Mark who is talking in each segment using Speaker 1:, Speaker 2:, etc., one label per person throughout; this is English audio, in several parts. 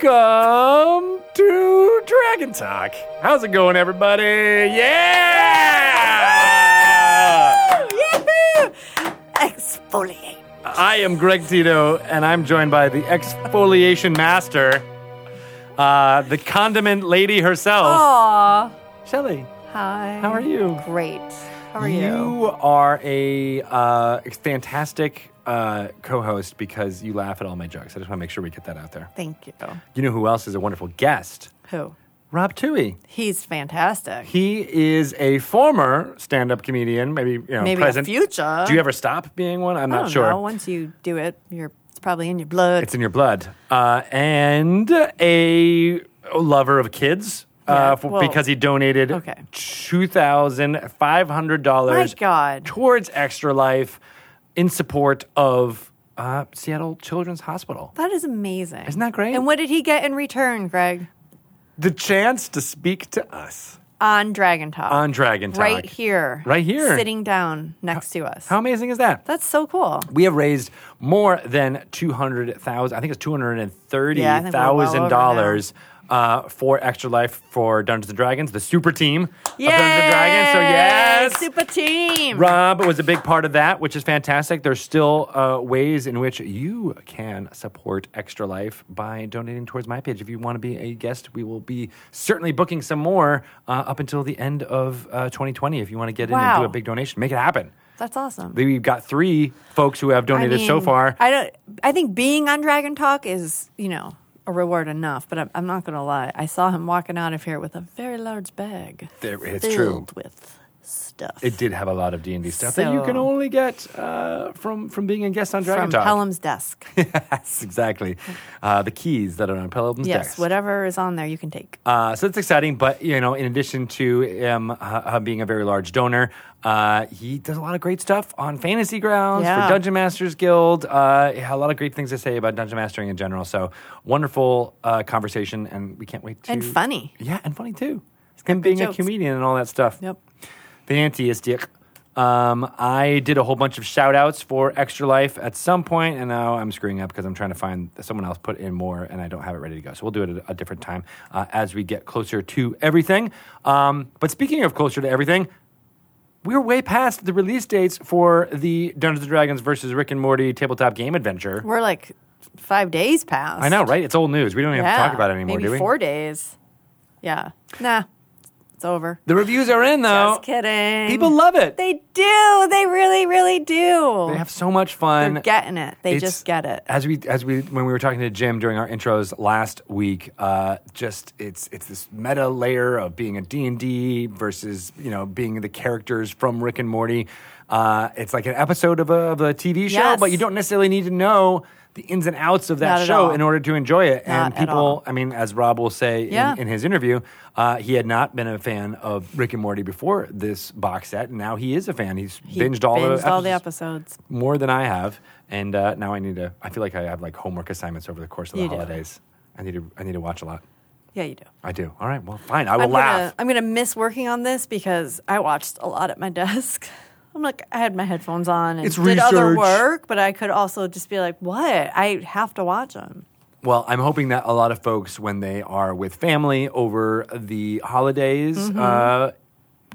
Speaker 1: Welcome to Dragon Talk. How's it going, everybody? Yeah!
Speaker 2: Yahoo! Exfoliate.
Speaker 1: I am Greg Tito, and I'm joined by the exfoliation master, uh, the condiment lady
Speaker 2: Oh,
Speaker 1: herself,
Speaker 2: Aw.
Speaker 1: Shelley.
Speaker 2: Hi.
Speaker 1: How are you?
Speaker 2: Great. How are you?
Speaker 1: You are a uh, fantastic uh, co-host because you laugh at all my jokes. I just want to make sure we get that out there.
Speaker 2: Thank you.
Speaker 1: You know who else is a wonderful guest?
Speaker 2: Who?
Speaker 1: Rob Toohey.
Speaker 2: He's fantastic.
Speaker 1: He is a former stand-up comedian, maybe you know,
Speaker 2: Maybe a
Speaker 1: present.
Speaker 2: future.
Speaker 1: Do you ever stop being one? I'm
Speaker 2: I
Speaker 1: not
Speaker 2: don't
Speaker 1: sure.
Speaker 2: know. Once you do it, you're it's probably in your blood.
Speaker 1: It's in your blood. Uh, and a lover of kids.
Speaker 2: Yeah,
Speaker 1: Uh, for,
Speaker 2: well,
Speaker 1: because he donated
Speaker 2: okay.
Speaker 1: two thousand five hundred dollars
Speaker 2: My God.
Speaker 1: towards Extra Life in support of uh, Seattle Children's Hospital.
Speaker 2: that is amazing.
Speaker 1: Isn't that great?
Speaker 2: And what did he get in return, Greg?
Speaker 1: The chance to speak to us
Speaker 2: On Dragon Talk.
Speaker 1: on Dragon Talk,
Speaker 2: Right here.
Speaker 1: Right here.
Speaker 2: Sitting down next to us.
Speaker 1: How amazing is that?
Speaker 2: That's so cool.
Speaker 1: We have raised more than two hundred thousand. I think it's two hundred and thirty
Speaker 2: Yeah,
Speaker 1: thousand
Speaker 2: I think we're well over
Speaker 1: dollars uh, for Extra Life for Dungeons and Dragons, the super team of Dungeons and Dragons. So
Speaker 2: Yay!
Speaker 1: yes,
Speaker 2: Super team.
Speaker 1: Rob was a big part of that, which is fantastic. There's still uh, ways in which you can support Extra Life by donating towards my page. If you want to be a guest, we will be certainly booking some more uh, up until the end of uh, 2020. If you want to get in and do
Speaker 2: Wow.
Speaker 1: a big donation, make it happen.
Speaker 2: That's awesome.
Speaker 1: We've got three folks who have
Speaker 2: I
Speaker 1: donated so
Speaker 2: mean,
Speaker 1: far.
Speaker 2: I don't. I think being on Dragon Talk is, you know, a reward enough. But I'm, I'm not going to lie. I saw him walking out of here with a very large bag.
Speaker 1: There- it's
Speaker 2: filled
Speaker 1: true.
Speaker 2: with stuff
Speaker 1: It did have a lot of D and D stuff that you
Speaker 2: So-
Speaker 1: can only get uh, from from being a guest on Dragon
Speaker 2: from
Speaker 1: Talk.
Speaker 2: Pelham's desk.
Speaker 1: Yes, exactly. Uh, the keys that are on Pelham's
Speaker 2: yes,
Speaker 1: desk.
Speaker 2: whatever is on there, you can take.
Speaker 1: Uh, so it's exciting, but you know, in addition to um, uh, uh, being a very large donor, uh, he does a lot of great stuff on Fantasy Grounds
Speaker 2: Yeah.
Speaker 1: for Dungeon Masters Guild. Uh, he had a lot of great things to say about dungeon mastering in general. So wonderful uh, conversation, and we can't wait to
Speaker 2: And funny.
Speaker 1: Yeah, and funny too.
Speaker 2: got
Speaker 1: Him
Speaker 2: good
Speaker 1: being a
Speaker 2: jokes.
Speaker 1: comedian and all that stuff.
Speaker 2: Yep.
Speaker 1: Fantastic. Um, I did a whole bunch of shout outs for Extra Life at some point, and now I'm screwing up because I'm trying to find someone else put in more, and I don't have it ready to go. So we'll do it at a different time uh, as we get closer to everything. Um, but speaking of closer to everything, we're way past the release dates for the Dungeons and Dragons versus Rick and Morty tabletop game adventure.
Speaker 2: We're like five days past.
Speaker 1: I know, right? It's old news. We don't even
Speaker 2: Yeah.
Speaker 1: have to talk about it anymore,
Speaker 2: Maybe
Speaker 1: do we?
Speaker 2: Four days. Yeah. Nah. It's over.
Speaker 1: The reviews are in, though.
Speaker 2: Just kidding.
Speaker 1: People love it.
Speaker 2: They do. They really, really do.
Speaker 1: They have so much fun.
Speaker 2: They're getting it. They
Speaker 1: It's-
Speaker 2: just get it.
Speaker 1: As we as we when we were talking to Jim during our intros last week, uh, just it's it's this meta layer of being a D and D versus you know being the characters from Rick and Morty. Uh, it's like an episode of a, of a TV show,
Speaker 2: Yes.
Speaker 1: but you don't necessarily need to know the ins and outs of
Speaker 2: Not
Speaker 1: that
Speaker 2: at
Speaker 1: show
Speaker 2: all.
Speaker 1: in order to enjoy it. and
Speaker 2: Not at
Speaker 1: people,
Speaker 2: all.
Speaker 1: I mean, as Rob will say
Speaker 2: Yeah.
Speaker 1: in, in his interview, uh, he had not been a fan of Rick and Morty before this box set, and now he is a fan. He's
Speaker 2: He
Speaker 1: binged all
Speaker 2: binged
Speaker 1: the
Speaker 2: all the
Speaker 1: episodes
Speaker 2: episodes.
Speaker 1: more than I have, and uh, now I need to. I feel like I have like homework assignments over the course of the
Speaker 2: You do.
Speaker 1: holidays. I need to. I need to watch a lot.
Speaker 2: Yeah, you do.
Speaker 1: I do. All right. Well, fine. I will
Speaker 2: I'm
Speaker 1: laugh.
Speaker 2: Gonna, I'm gonna miss working on this because I watched a lot at my desk. I'm like, I had my headphones on and
Speaker 1: It's
Speaker 2: did other
Speaker 1: research.
Speaker 2: work, but I could also just be like, what? I have to watch them.
Speaker 1: Well, I'm hoping that a lot of folks, when they are with family over the holidays,
Speaker 2: Mm-hmm.
Speaker 1: uh,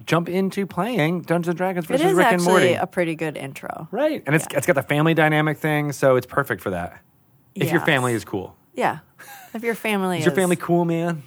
Speaker 1: jump into playing Dungeons and Dragons
Speaker 2: It
Speaker 1: versus
Speaker 2: is
Speaker 1: Rick and Morty.
Speaker 2: actually a pretty good intro.
Speaker 1: right, and it's it's got the family dynamic thing, so it's perfect for that. If your
Speaker 2: Yes.
Speaker 1: family is cool,
Speaker 2: Yeah. If your family
Speaker 1: is
Speaker 2: is,
Speaker 1: your family cool, man?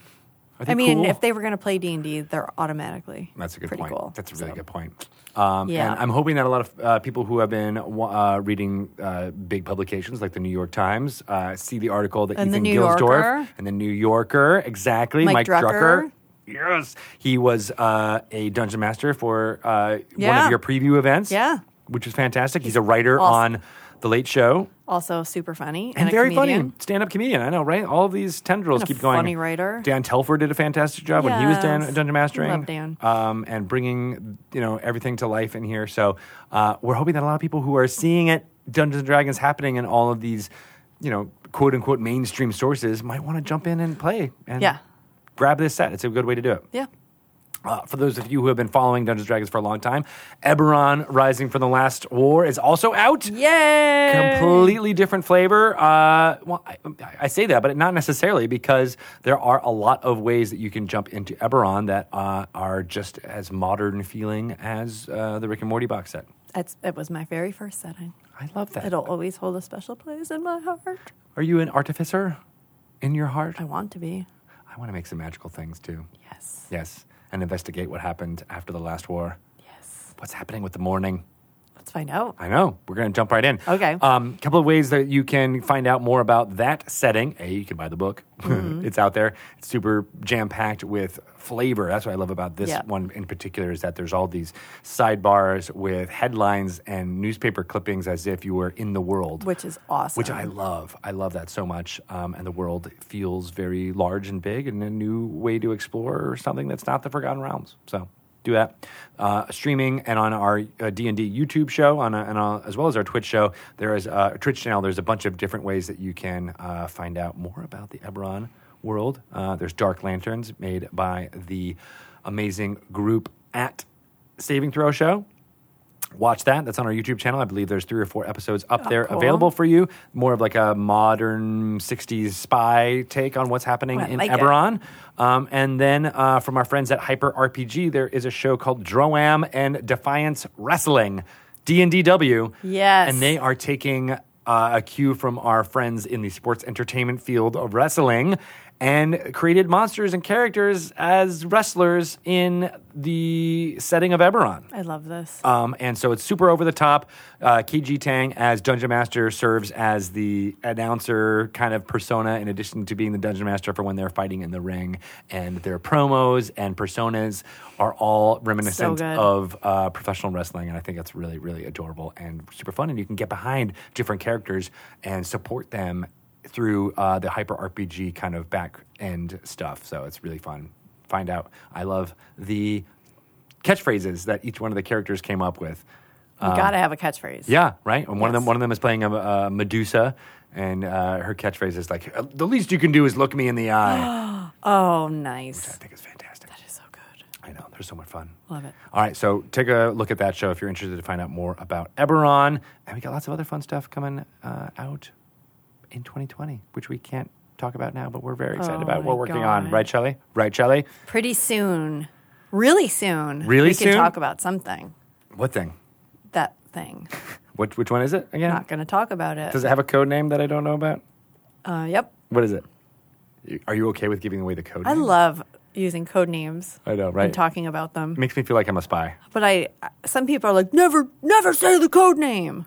Speaker 1: Are they
Speaker 2: I mean,
Speaker 1: cool?
Speaker 2: if they were gonna play D and D, they're automatically
Speaker 1: That's a good
Speaker 2: pretty
Speaker 1: point.
Speaker 2: Cool.
Speaker 1: That's a really
Speaker 2: So,
Speaker 1: good point. Um,
Speaker 2: Yeah.
Speaker 1: And I'm hoping that a lot of uh, people who have been wa- uh, reading uh, big publications like the New York Times uh, see the article that
Speaker 2: And the
Speaker 1: Ethan
Speaker 2: New
Speaker 1: Gilsdorf
Speaker 2: Yorker.
Speaker 1: and the New Yorker, exactly,
Speaker 2: Mike
Speaker 1: Mike, Drucker.
Speaker 2: Drucker.
Speaker 1: Yes, he was uh, a dungeon master for uh, one
Speaker 2: Yeah.
Speaker 1: of your preview events.
Speaker 2: Yeah.
Speaker 1: which is fantastic. He's a writer
Speaker 2: awesome.
Speaker 1: on the Late Show
Speaker 2: Also super funny
Speaker 1: and,
Speaker 2: and, a
Speaker 1: very funny
Speaker 2: comedian.
Speaker 1: stand-up comedian. I know, right? All of these tendrils
Speaker 2: And a
Speaker 1: keep going.
Speaker 2: funny writer.
Speaker 1: Dan Telford did a fantastic job when he was Dan,
Speaker 2: Yes.
Speaker 1: dungeon mastering.
Speaker 2: Love Dan.
Speaker 1: Um, and bringing you know everything to life in here. So uh, we're hoping that a lot of people who are seeing it, Dungeons and Dragons happening in all of these, you know, quote unquote mainstream sources, might want to jump in and play and
Speaker 2: Yeah.
Speaker 1: grab this set. It's a good way to do it.
Speaker 2: Yeah.
Speaker 1: Uh, for those of you who have been following Dungeons and Dragons for a long time, Eberron Rising from the Last War is also out.
Speaker 2: Yay!
Speaker 1: Completely different flavor. Uh, well, I, I say that, but not necessarily because there are a lot of ways that you can jump into Eberron that uh, are just as modern feeling as uh, the Rick and Morty box set.
Speaker 2: That's, that was my very first setting.
Speaker 1: I love that.
Speaker 2: It'll always hold a special place in my heart.
Speaker 1: Are you an artificer in your heart?
Speaker 2: I want to be.
Speaker 1: I want to make some magical things too.
Speaker 2: Yes.
Speaker 1: Yes, and investigate what happened after the last war.
Speaker 2: Yes.
Speaker 1: What's happening with the morning?
Speaker 2: Let's find out.
Speaker 1: I know. We're going to jump right in.
Speaker 2: Okay.
Speaker 1: A um, couple of ways that you can find out more about that setting. A, you can buy the book.
Speaker 2: Mm-hmm.
Speaker 1: it's out there. It's super jam packed with flavor. That's what I love about this
Speaker 2: Yeah.
Speaker 1: one in particular is that there's all these sidebars with headlines and newspaper clippings as if you were in the world.
Speaker 2: Which is awesome.
Speaker 1: Which I love. I love that so much. Um, and the world feels very large and big and a new way to explore something that's not the Forgotten Realms. So do that. Uh, streaming and on our uh, D&D YouTube show on a, and on, as well as our Twitch show, there is uh, a Twitch channel. There's a bunch of different ways that you can uh, find out more about the Eberron world. Uh, there's Dark Lanterns made by the amazing group at Saving Throw Show watch that. That's on our YouTube channel. I believe there's three or four episodes up there
Speaker 2: Oh, cool.
Speaker 1: available for you. More of like a modern 60s spy take on what's happening
Speaker 2: I
Speaker 1: in
Speaker 2: like it.
Speaker 1: Eberron. Um, and then uh, from our friends at Hyper RPG, there is a show called Droam and Defiance Wrestling, D&DW.
Speaker 2: Yes.
Speaker 1: And they are taking uh, a cue from our friends in the sports entertainment field of wrestling and created monsters and characters as wrestlers in the setting of Eberron.
Speaker 2: I love this.
Speaker 1: Um, and so it's super over the top. Uh, KG Tang as Dungeon Master serves as the announcer kind of persona, in addition to being the Dungeon Master for when they're fighting in the ring. And their promos and personas are all reminiscent
Speaker 2: good.
Speaker 1: of uh, professional wrestling. And I think that's really, really adorable and super fun. And you can get behind different characters and support them through uh, the hyper RPG kind of back end stuff. So it's really fun. Find out. I love the catchphrases that each one of the characters came up with.
Speaker 2: you gotta have a catchphrase.
Speaker 1: Yeah, right. And one of them,
Speaker 2: Yes.
Speaker 1: one of them is playing a, a Medusa, and uh, her catchphrase is like, "The least you can do is look me in the eye."
Speaker 2: Oh, nice.
Speaker 1: I think it's fantastic.
Speaker 2: That is so good.
Speaker 1: I know they're so much fun.
Speaker 2: Love it.
Speaker 1: All right, so take a look at that show if you're interested to find out more about Eberron, and we got lots of other fun stuff coming uh, out in 2020, which we can't talk about now, but we're very excited
Speaker 2: Oh
Speaker 1: about. We're
Speaker 2: my
Speaker 1: working on
Speaker 2: God.
Speaker 1: right, Shelley? Right, Shelley?
Speaker 2: Pretty soon, really soon,
Speaker 1: Really
Speaker 2: we
Speaker 1: soon?
Speaker 2: can talk about something.
Speaker 1: What thing?
Speaker 2: That thing.
Speaker 1: Which which one is it again?
Speaker 2: Not gonna talk about it.
Speaker 1: Does it have a code name that I don't know about?
Speaker 2: Uh, yep.
Speaker 1: What is it? You- Are you okay with giving away the code?
Speaker 2: I
Speaker 1: name?
Speaker 2: love using code names.
Speaker 1: I know, right?
Speaker 2: And talking about them.
Speaker 1: Makes me feel like I'm a spy.
Speaker 2: But I, some people are like, never, never say the code name.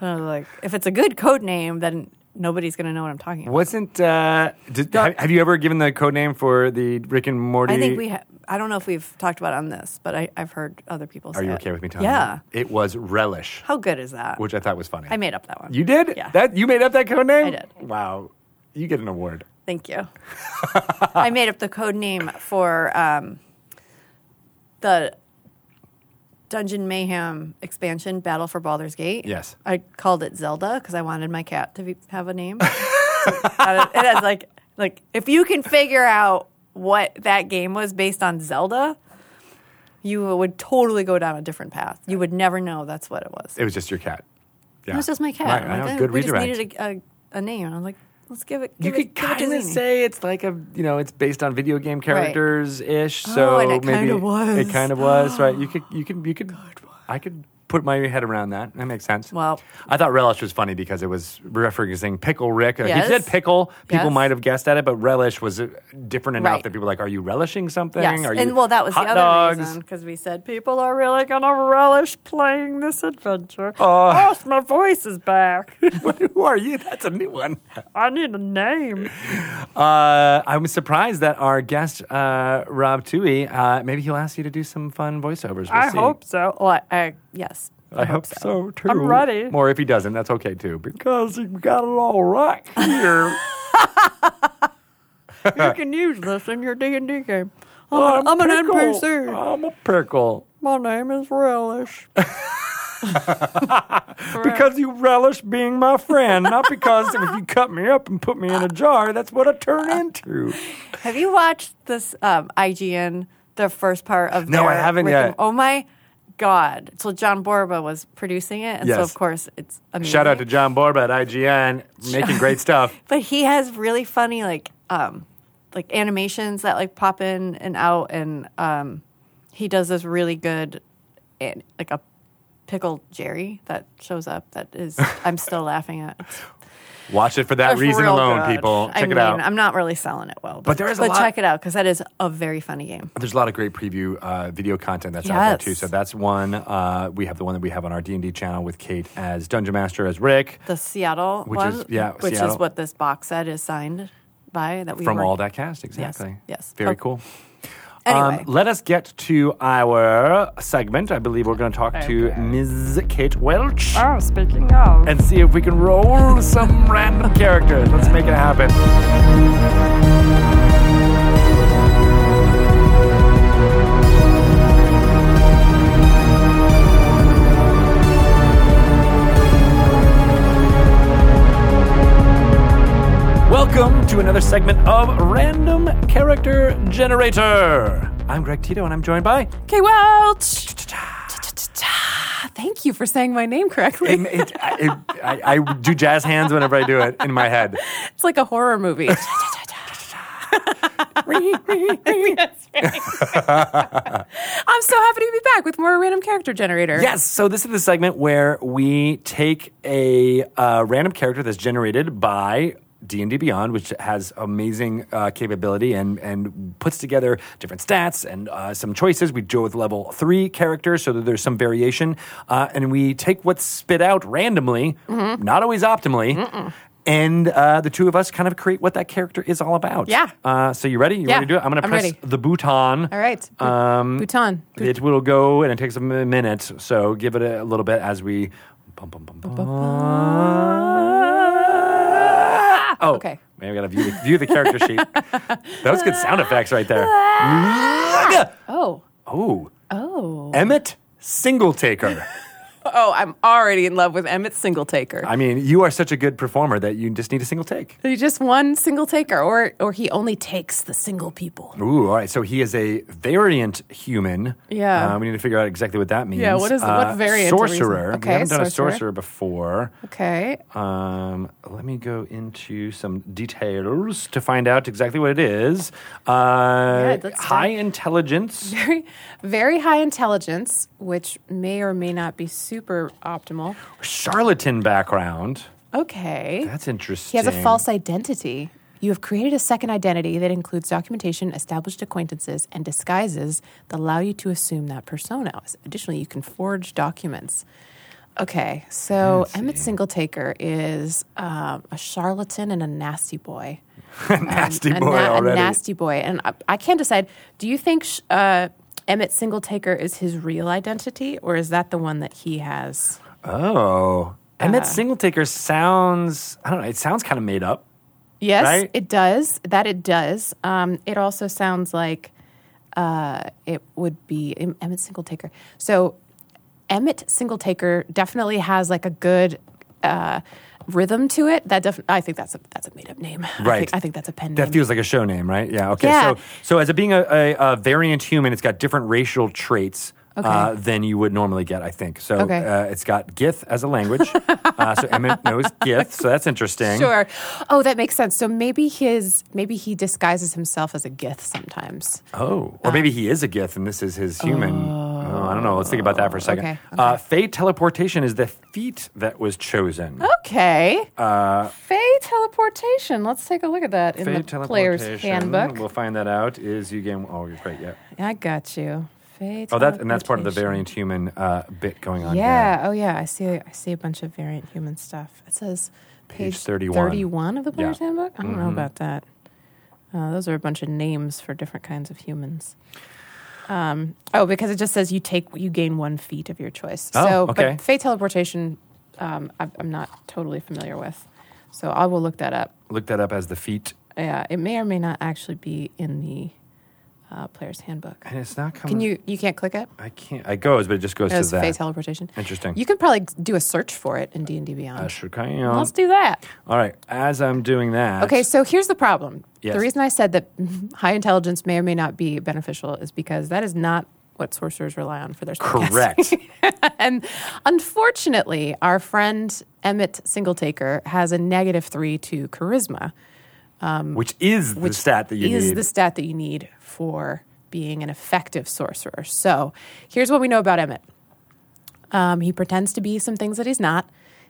Speaker 2: and I'm like, if it's a good code name, then nobody's going to know what I'm talking about.
Speaker 1: Wasn't uh, did, have, have you ever given the code name for the Rick and Morty?
Speaker 2: I think we, ha- I don't know if we've talked about it on this, but I, I've heard other people say
Speaker 1: Are you
Speaker 2: it.
Speaker 1: okay with me telling
Speaker 2: Yeah.
Speaker 1: you? It was relish,
Speaker 2: How good is that?
Speaker 1: which I thought was funny.
Speaker 2: I made up that one.
Speaker 1: you did
Speaker 2: Yeah.
Speaker 1: that. You made up that code name.
Speaker 2: I did.
Speaker 1: Wow, you get an award.
Speaker 2: Thank you. I made up the code name for um, the Dungeon Mayhem expansion, Battle for Baldur's Gate.
Speaker 1: Yes.
Speaker 2: I called it Zelda because I wanted my cat to be, have a name. And it has like, like if you can figure out what that game was based on Zelda, you would totally go down a different path. You would never know that's what it was.
Speaker 1: It was just your cat. Yeah.
Speaker 2: It was just my cat.
Speaker 1: Right,
Speaker 2: I'm
Speaker 1: I
Speaker 2: like,
Speaker 1: know.
Speaker 2: "Eh,
Speaker 1: Good
Speaker 2: we
Speaker 1: redirect.
Speaker 2: just needed a, a, a name. And I was like, let's give it.
Speaker 1: you
Speaker 2: Give
Speaker 1: could
Speaker 2: it, give it to
Speaker 1: kind of
Speaker 2: Zini.
Speaker 1: say it's like a you know it's based on video game characters ish. So
Speaker 2: Oh, and it
Speaker 1: maybe
Speaker 2: kinda was.
Speaker 1: It kind of was right. You could you could you could I could put my head around that. That makes sense.
Speaker 2: Well-
Speaker 1: I thought relish was funny because it was referencing pickle Rick. Uh,
Speaker 2: Yes.
Speaker 1: He said pickle. People
Speaker 2: Yes.
Speaker 1: might have guessed at it, but relish was uh, different enough
Speaker 2: Right.
Speaker 1: that people were like, "Are you relishing something?
Speaker 2: Yes,
Speaker 1: Are you
Speaker 2: and well, that was
Speaker 1: hot
Speaker 2: the other
Speaker 1: dogs?
Speaker 2: reason because we said people are really gonna relish playing this adventure.
Speaker 1: Oh.
Speaker 2: Oh, my voice is back.
Speaker 1: Who are you? That's a new one.
Speaker 2: I need a name.
Speaker 1: Uh, I'm surprised that our guest uh, Rob Tui, uh, maybe he'll ask you to do some fun voiceovers. We'll
Speaker 2: I
Speaker 1: see.
Speaker 2: hope so. Well, I, I, yes,
Speaker 1: I hope so. too.
Speaker 2: I'm ready.
Speaker 1: Or if he doesn't, that's okay too, because he got it all right here.
Speaker 2: you can use this in your D and D game. I'm, I'm an
Speaker 1: pickle.
Speaker 2: NPC.
Speaker 1: I'm a pickle
Speaker 2: My name is Relish.
Speaker 1: because you relish being my friend, not because if you cut me up and put me in a jar, that's what I turn into.
Speaker 2: Have you watched this um, IGN
Speaker 3: the first part of
Speaker 1: No,
Speaker 3: their
Speaker 1: I haven't
Speaker 3: rhythm.
Speaker 1: yet.
Speaker 3: Oh my god! So John Borba was producing it, and so
Speaker 1: Yes.
Speaker 3: of course it's amazing.
Speaker 1: Shout out to John Borba at IGN, making great stuff.
Speaker 3: but he has really funny like um like animations that like pop in and out and um he does this really good an- like a pickle jerry that shows up that is i'm still laughing at It's
Speaker 1: Watch it for that reason
Speaker 3: real
Speaker 1: alone,
Speaker 3: good.
Speaker 1: people. Check
Speaker 3: I
Speaker 1: it
Speaker 3: mean,
Speaker 1: out.
Speaker 3: i'm not really selling it well but,
Speaker 1: there is a
Speaker 3: but
Speaker 1: lot-
Speaker 3: check it out because that is a very funny game
Speaker 1: There's a lot of great preview uh, video content that's out there too.
Speaker 3: Yes.
Speaker 1: So that's one. Uh, we have the one that we have on our D and D channel with Kate as Dungeon Master as Rick
Speaker 3: the seattle
Speaker 1: Which
Speaker 3: one
Speaker 1: is- yeah,
Speaker 3: which
Speaker 1: Seattle.
Speaker 3: is what this box set is signed by that we
Speaker 1: from
Speaker 3: worked-
Speaker 1: all that cast. Exactly.
Speaker 3: yes.
Speaker 1: Very
Speaker 3: Okay.
Speaker 1: cool. Um,
Speaker 3: Anyway.
Speaker 1: let us get to our segment. I believe we're going to talk to
Speaker 3: Okay.
Speaker 1: Ms. Kate Welch
Speaker 3: oh speaking of
Speaker 1: and see if we can roll some random characters. Let's make it happen. Welcome to another segment of Random Character Generator. I'm Greg Tito, and I'm joined by.
Speaker 2: Okay, Welch. Thank you for saying my name correctly.
Speaker 1: It- it- I- I, I do jazz hands whenever I do it in my head.
Speaker 2: It's like a horror movie. That's right. I'm so happy to be back with more random character generator.
Speaker 1: Yes. So this is the segment where we take a uh, random character that's generated by D and D Beyond, which has amazing uh, capability and and puts together different stats and uh, some choices. We go with level three characters so that there's some variation, uh, and we take what's spit out randomly,
Speaker 2: Mm-hmm.
Speaker 1: not always optimally. And uh, the two of us kind of create what that character is all about.
Speaker 2: Yeah.
Speaker 1: Uh, so you ready? You
Speaker 2: Yeah.
Speaker 1: ready to do it? I'm going to
Speaker 2: I'm
Speaker 1: press
Speaker 2: ready.
Speaker 1: the bouton.
Speaker 2: All right. Bu-
Speaker 1: Um,
Speaker 2: Bhutan. Bu-
Speaker 1: it will go, and it takes a mi- minute, so give it a little bit as we. Bum, bum, bum, bum. Oh,
Speaker 2: Ah! Okay.
Speaker 1: Man, we gotta view the, view the character sheet. That was good sound effects right there.
Speaker 2: Oh.
Speaker 1: Oh,
Speaker 2: Oh.
Speaker 1: Emmett Singletaker.
Speaker 2: Oh, I'm already in love with Emmett Singletaker.
Speaker 1: I mean, you are such a good performer that you just need a single take.
Speaker 2: He just one single taker, or or he only takes the single people.
Speaker 1: Ooh, all right. So he is a variant human.
Speaker 2: Yeah.
Speaker 1: Uh, we need to figure out exactly what that means. Uh,
Speaker 2: Yeah, what is- what variant are we-
Speaker 1: Sorcerer.
Speaker 2: Okay,
Speaker 1: we haven't done
Speaker 2: sorcerer.
Speaker 1: a sorcerer before.
Speaker 2: Okay.
Speaker 1: Um, let me go into some details to find out exactly what it is. Uh,
Speaker 2: let's
Speaker 1: high intelligence.
Speaker 2: Very, very high intelligence, which may or may not be super optimal.
Speaker 1: Charlatan background.
Speaker 2: Okay.
Speaker 1: That's
Speaker 2: He
Speaker 1: interesting.
Speaker 2: has a false identity. You have created a second identity that includes documentation, established acquaintances, and disguises that allow you to assume that persona. Additionally, you can forge documents. Okay, so Emmett Singletaker is um, a charlatan and a nasty boy.
Speaker 1: nasty
Speaker 2: a,
Speaker 1: boy
Speaker 2: na- a
Speaker 1: already.
Speaker 2: nasty boy. And I, I can't decide. Do you think sh- uh, Emmett Singletaker is his real identity, or is that the one that he has?
Speaker 1: oh. Emmett
Speaker 2: Uh-huh.
Speaker 1: Singletaker sounds, I don't know, it sounds kind of made up.
Speaker 2: Yes,
Speaker 1: Right?
Speaker 2: it does. That it does. Um, it also sounds like uh, it would be Em- Emmett Singletaker. So Emmett Singletaker definitely has like a good uh, rhythm to it. That def- I think that's a that's a made up name. I
Speaker 1: Right.
Speaker 2: think, I think that's a pen name.
Speaker 1: That feels like a show name, right? Yeah. Okay.
Speaker 2: Yeah.
Speaker 1: So, so as it being a, a, a variant human, it's got different racial traits. Uh,
Speaker 2: Okay.
Speaker 1: than you would normally get, I think. So
Speaker 2: Okay.
Speaker 1: uh, it's got Gith as a language. uh, so Emmett knows Gith, so that's interesting.
Speaker 2: Sure. Oh, that makes sense. So maybe his maybe he disguises himself as a gith sometimes.
Speaker 1: Oh, or maybe he is a Gith and this is his human. Oh, I don't know. Let's think about that for a second.
Speaker 2: okay,
Speaker 1: Uh, Fey teleportation is the feat that was chosen.
Speaker 2: Okay. Uh, Fey teleportation. Let's take a look at that in
Speaker 1: Fey
Speaker 2: the player's
Speaker 1: teleportation,
Speaker 2: handbook.
Speaker 1: We'll find that out. Is you game? Oh, you're great. Yeah.
Speaker 2: I got you. Fey
Speaker 1: Oh, that and that's part of the
Speaker 2: teleportation.
Speaker 1: variant human uh, bit going on.
Speaker 2: Yeah.
Speaker 1: Here.
Speaker 2: Oh, yeah. I see. I see a bunch of variant human stuff. It says page,
Speaker 1: Page 31.
Speaker 2: of the Player's
Speaker 1: Yeah. Mm-hmm.
Speaker 2: Handbook. I don't know about that. Uh, those are a bunch of names for different kinds of humans. Um, oh, because it just says you take you gain one feat of your choice.
Speaker 1: Oh,
Speaker 2: so,
Speaker 1: okay.
Speaker 2: but fey teleportation, um, I, I'm not totally familiar with. So I will look that up.
Speaker 1: Look that up as the feat.
Speaker 2: Yeah, it may or may not actually be in the uh, Player's Handbook.
Speaker 1: and it's not coming.
Speaker 2: Can you? You can't click it.
Speaker 1: I can't. It goes, but it just goes
Speaker 2: It
Speaker 1: to
Speaker 2: was
Speaker 1: that.
Speaker 2: face teleportation.
Speaker 1: Interesting. Uh,
Speaker 2: You can probably do a search for it in D and D
Speaker 1: I
Speaker 2: Beyond.
Speaker 1: sure can.
Speaker 2: Let's do that.
Speaker 1: All right. As I'm doing that.
Speaker 2: Okay, so here's the problem.
Speaker 1: Yes.
Speaker 2: The reason I said that high intelligence may or may not be beneficial is because that is not what sorcerers rely on for their spellcasting.
Speaker 1: Correct.
Speaker 2: and unfortunately, our friend Emmett Singletaker has a negative three to charisma,
Speaker 1: which is the stat that you
Speaker 2: is
Speaker 1: need.
Speaker 2: the stat that you need for being an effective sorcerer. So here's what we know about Emmett. Um, he pretends to be some things that he's not.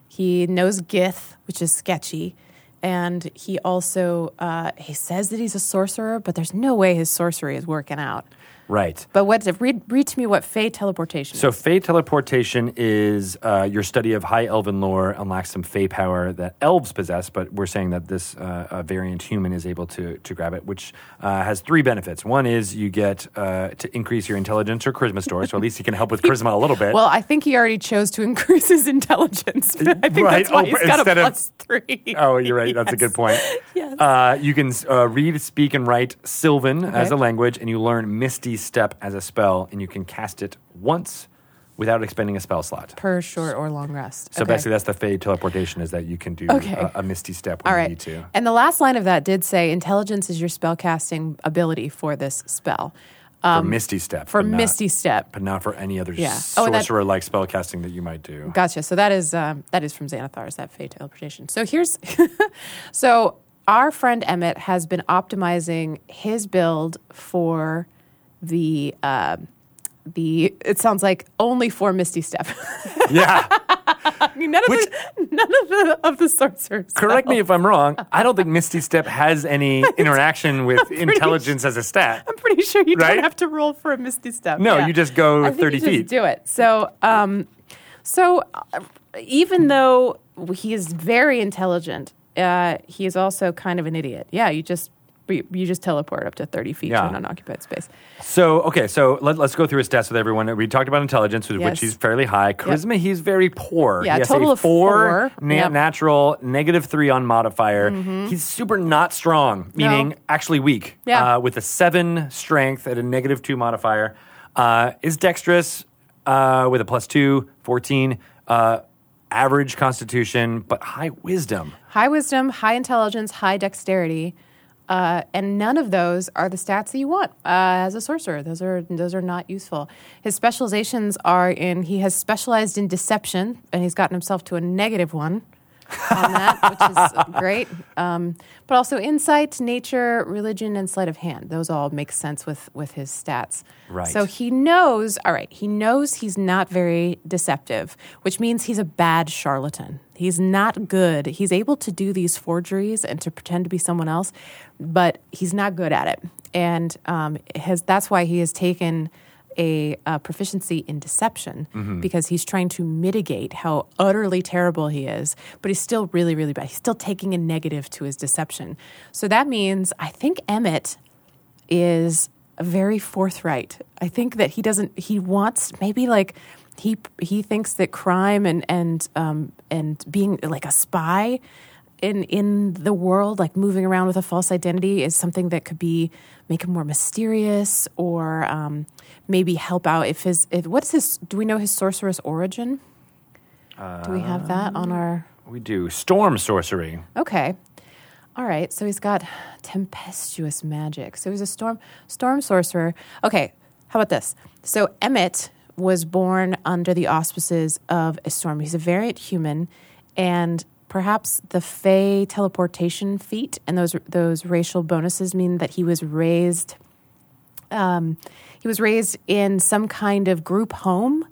Speaker 2: He knows Gith, which is sketchy. And he also uh, he says that he's a sorcerer, but there's no way his sorcery is working out.
Speaker 1: right.
Speaker 2: But what's it? Read, read to me what Fey teleportation.
Speaker 1: So
Speaker 2: is.
Speaker 1: Fey teleportation is uh, your study of high elven lore unlocks some Fey power that elves possess, but we're saying that this uh, uh, variant human is able to to grab it, which uh, has three benefits. One is you get uh, to increase your intelligence or charisma score, so at least you can help with charisma a little bit.
Speaker 2: well, I think he already chose to increase his intelligence. I think
Speaker 1: Right.
Speaker 2: that's why
Speaker 1: Oh,
Speaker 2: he's got a
Speaker 1: instead of-
Speaker 2: plus three.
Speaker 1: Oh, you're right. That's a
Speaker 2: Yes.
Speaker 1: good point.
Speaker 2: Yes.
Speaker 1: Uh, you can uh, read, speak, and write Sylvan as a language, and you learn Misty Step as a spell, and you can cast it once without expending a spell slot.
Speaker 2: per short or long rest.
Speaker 1: So
Speaker 2: Okay.
Speaker 1: basically, that's the Fey teleportation is that you can do uh,
Speaker 2: Okay.
Speaker 1: a, a Misty Step when
Speaker 2: All
Speaker 1: you
Speaker 2: right.
Speaker 1: need to.
Speaker 2: And the last line of that did say intelligence is your spellcasting ability for this spell.
Speaker 1: For
Speaker 2: Um,
Speaker 1: Misty Step.
Speaker 2: for
Speaker 1: but not-
Speaker 2: Misty Step.
Speaker 1: But not for any other
Speaker 2: Yeah. Oh, and that-
Speaker 1: sorcerer like spell casting that you might do.
Speaker 2: Gotcha. So that is um, that is from Xanathar's that fate teleportation. So here's so our friend Emmett has been optimizing his build for the uh, the it sounds like only for Misty Step.
Speaker 1: yeah.
Speaker 2: I mean, none of
Speaker 1: Which-
Speaker 2: the none of the of the sorcerers.
Speaker 1: Correct me if I'm wrong. I don't think Misty Step has any interaction with intelligence as a stat.
Speaker 2: I'm pretty sure you
Speaker 1: Right?
Speaker 2: don't have to roll for a misty step.
Speaker 1: No, you just go
Speaker 2: I think
Speaker 1: 30
Speaker 2: you just
Speaker 1: feet.
Speaker 2: Do it. So, um, so uh, even though he is very intelligent, uh, he is also kind of an idiot. Yeah, you just you you just teleport up to 30 feet
Speaker 1: Yeah.
Speaker 2: to an unoccupied space.
Speaker 1: So okay, so let, us go through his stats with everyone. We talked about intelligence, with which
Speaker 2: Yes.
Speaker 1: he's fairly high. Charisma, he's very poor.
Speaker 2: Yeah,
Speaker 1: he has
Speaker 2: total
Speaker 1: a
Speaker 2: of
Speaker 1: four,
Speaker 2: four.
Speaker 1: na-
Speaker 2: Yep. Mm-hmm.
Speaker 1: natural, negative three on modifier. He's super not strong, meaning actually weak.
Speaker 2: Yeah.
Speaker 1: uh, with a seven strength at a negative two modifier. Uh, is dexterous uh, with a plus two, 14. Uh, average constitution, but high wisdom.
Speaker 2: High wisdom, high intelligence, high dexterity. Uh, and none of those are the stats that you want uh, as a sorcerer. Those are those are not useful. His specializations are in he has specialized in deception, and he's gotten himself to a negative one on that, which is great. Um, but also insight, nature, religion, and sleight of hand. Those all make sense with with his stats.
Speaker 1: Right.
Speaker 2: So he knows. All right. He knows he's not very deceptive, which means he's a bad charlatan. He's not good. He's able to do these forgeries and to pretend to be someone else, but he's not good at it. And um, has that's why he has taken. A, uh proficiency in deception because he's trying to mitigate how utterly terrible he is, but he's still really, really bad. He's still taking a negative to his deception. So that means I think Emmett is very forthright. I think that he doesn't. He wants maybe like he he thinks that crime and and um, and being like a spy in in the world, like moving around with a false identity, is something that could be make him more mysterious or um, maybe help out if his if, what's his do we know his sorceress origin? do we have that on our
Speaker 1: We do storm sorcery.
Speaker 2: Okay. All right. So he's got tempestuous magic. So he's a storm storm sorcerer. Okay. How about this? So Emmett was born under the auspices of a storm. He's a variant human, and perhaps the Fey teleportation feat and those those racial bonuses mean that he was raised um, he was raised in some kind of group home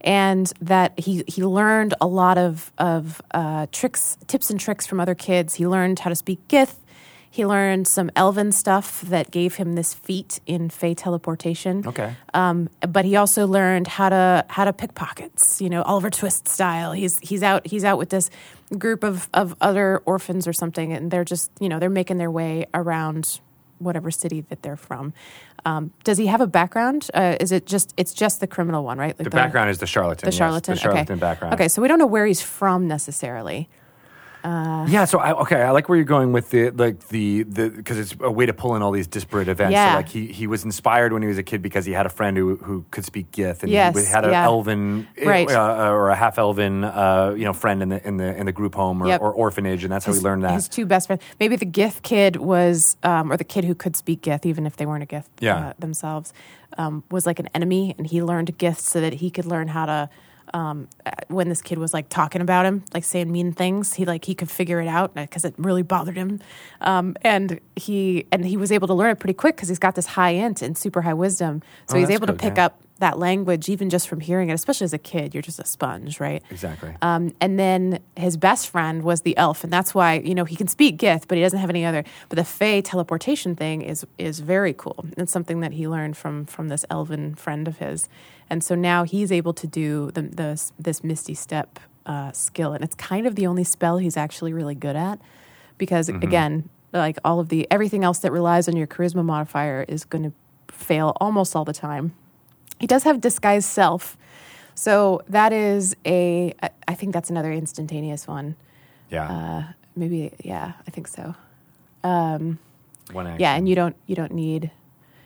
Speaker 2: and that he, he learned a lot of, of uh, tricks, tips and tricks from other kids. He learned how to speak Gith. He learned some elven stuff that gave him this feat in Fey teleportation.
Speaker 1: Okay.
Speaker 2: Um, but he also learned how to how to pickpockets, you know, Oliver Twist style. He's he's out he's out with this group of of other orphans or something, and they're just you know they're making their way around whatever city that they're from. Um, does he have a background? Uh, is it just it's just the criminal one, right? Like
Speaker 1: The background is the charlatan.
Speaker 2: the
Speaker 1: yes,
Speaker 2: charlatan,
Speaker 1: the charlatan
Speaker 2: okay.
Speaker 1: background.
Speaker 2: Okay, so we don't know where he's from necessarily.
Speaker 1: yeah. So I, okay, I like where you're going with the like the the because it's a way to pull in all these disparate events.
Speaker 2: Yeah.
Speaker 1: So like he he was inspired when he was a kid because he had a friend who who could speak Gith and
Speaker 2: Yes,
Speaker 1: he had an
Speaker 2: yeah.
Speaker 1: elven eh,
Speaker 2: Right.
Speaker 1: uh, or a half elven uh, you know friend in the in the in the group home or,
Speaker 2: Yep.
Speaker 1: or orphanage, and that's how he learned that.
Speaker 2: His two best friends. Maybe the Gith kid was, um, or the kid who could speak Gith, even if they weren't a Gith
Speaker 1: Yeah.
Speaker 2: uh, themselves, um, was like an enemy, and he learned Gith so that he could learn how to. Um, uh, when this kid was like talking about him, like saying mean things, he like he could figure it out because it really bothered him, um, and he and he was able to learn it pretty quick because he's got this high int and super high wisdom, so
Speaker 1: Oh,
Speaker 2: he's
Speaker 1: that's
Speaker 2: able
Speaker 1: good,
Speaker 2: to pick
Speaker 1: yeah.
Speaker 2: up that language even just from hearing it. Especially as a kid, you're just a sponge, right?
Speaker 1: Exactly.
Speaker 2: Um, and then his best friend was the elf, and that's why you know he can speak Gith, but he doesn't have any other. But the Fey teleportation thing is is very cool. It's something that he learned from from this elven friend of his, and so now he's able to do the, the this Misty Step uh, skill, and it's kind of the only spell he's actually really good at, because again, like all of the everything else that relies on your charisma modifier is going to fail almost all the time he does have disguised self so that is a I- i think that's another instantaneous one
Speaker 1: yeah.
Speaker 2: uh, maybe yeah i think so
Speaker 1: One action.
Speaker 2: yeah and you don't you don't need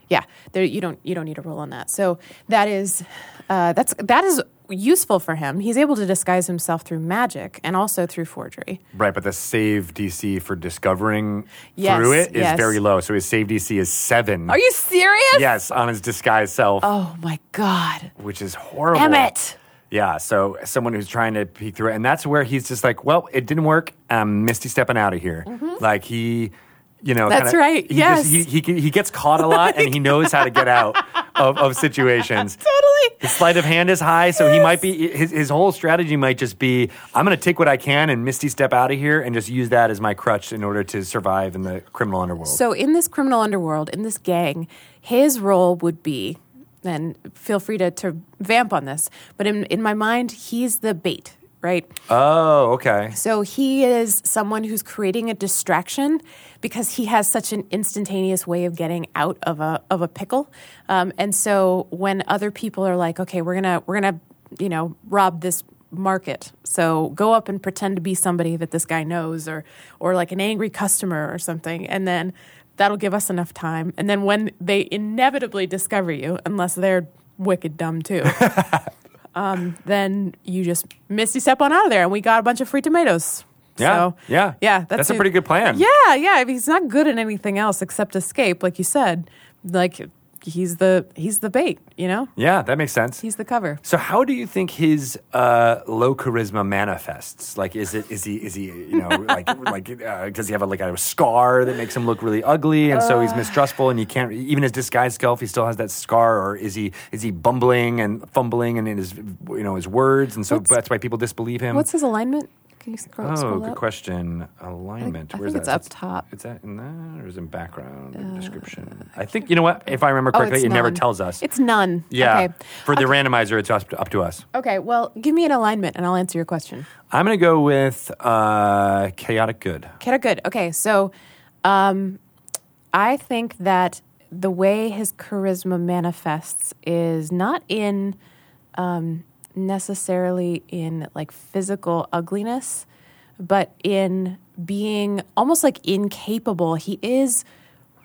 Speaker 2: yeah there you don't you don't need a roll on that so that is uh, that's that is useful for him he's able to disguise himself through magic and also through forgery
Speaker 1: Right, but the save DC for discovering
Speaker 2: Yes,
Speaker 1: through it is
Speaker 2: yes.
Speaker 1: very low. So his save DC is seven.
Speaker 2: are you serious
Speaker 1: Yes, on his disguised self,
Speaker 2: oh my god
Speaker 1: which is horrible.
Speaker 2: damn it
Speaker 1: Yeah, so someone who's trying to peek through it, and that's where he's just like, "Well, it didn't work. I'm misty stepping out of here." Like he, you know,
Speaker 2: Mm-hmm. That's
Speaker 1: kinda-
Speaker 2: right,
Speaker 1: He
Speaker 2: yes.
Speaker 1: just, he, he he gets caught a lot, and he knows how to get out of, of situations.
Speaker 2: totally
Speaker 1: His sleight of hand is high, so he might be his, his whole strategy might just be I'm going to take what I can and Misty step out of here and just use that as my crutch in order to survive in the criminal underworld.
Speaker 2: So in this criminal underworld, in this gang, his role would be, and feel free to, to vamp on this, but in, in my mind, he's the bait, right?
Speaker 1: oh, okay.
Speaker 2: So he is someone who's creating a distraction because he has such an instantaneous way of getting out of a of a pickle. Um, and so when other people are like, "Okay, we're gonna we're gonna you know rob this." market so go up and pretend to be somebody that this guy knows or or like an angry customer or something and then that'll give us enough time and then when they inevitably discover you unless they're wicked dumb too then you just misty step on out of there, and we got a bunch of free tomatoes.
Speaker 1: Yeah,
Speaker 2: so,
Speaker 1: yeah.
Speaker 2: yeah.
Speaker 1: That's a pretty good plan.
Speaker 2: Yeah, yeah. I mean, he's not good at anything else except escape, like you said. Like he's the he's the bait, you know.
Speaker 1: Yeah, that makes sense.
Speaker 2: He's the cover.
Speaker 1: So how do you think his uh, low charisma manifests? Like, is it is he is he you know like like uh, does he have a, like a scar that makes him look really ugly, and so he's
Speaker 2: Uh.
Speaker 1: mistrustful, and you can't even his disguise self, he still has that scar, or is he is he bumbling and fumbling and in his you know his words, and so
Speaker 2: What's-
Speaker 1: that's why people disbelieve him.
Speaker 2: What's his alignment? Can you scroll,
Speaker 1: Um, Oh,
Speaker 2: scroll
Speaker 1: good
Speaker 2: up?
Speaker 1: question. Alignment.
Speaker 2: I think
Speaker 1: Where's
Speaker 2: it's
Speaker 1: that?
Speaker 2: up top. Uh,
Speaker 1: Is that in that or is it in background or description? I think you know what. If I remember
Speaker 2: Oh,
Speaker 1: correctly,
Speaker 2: it's
Speaker 1: it never
Speaker 2: none.
Speaker 1: tells us.
Speaker 2: It's none.
Speaker 1: yeah.
Speaker 2: Okay.
Speaker 1: For the randomizer, it's up up to us.
Speaker 2: Okay. Well, give me an alignment, and I'll answer your question.
Speaker 1: I'm going to go with uh, chaotic good.
Speaker 2: Okay, good. Okay, so um, I think that the way his charisma manifests is not in um, necessarily in like physical ugliness, but in being almost like incapable. He is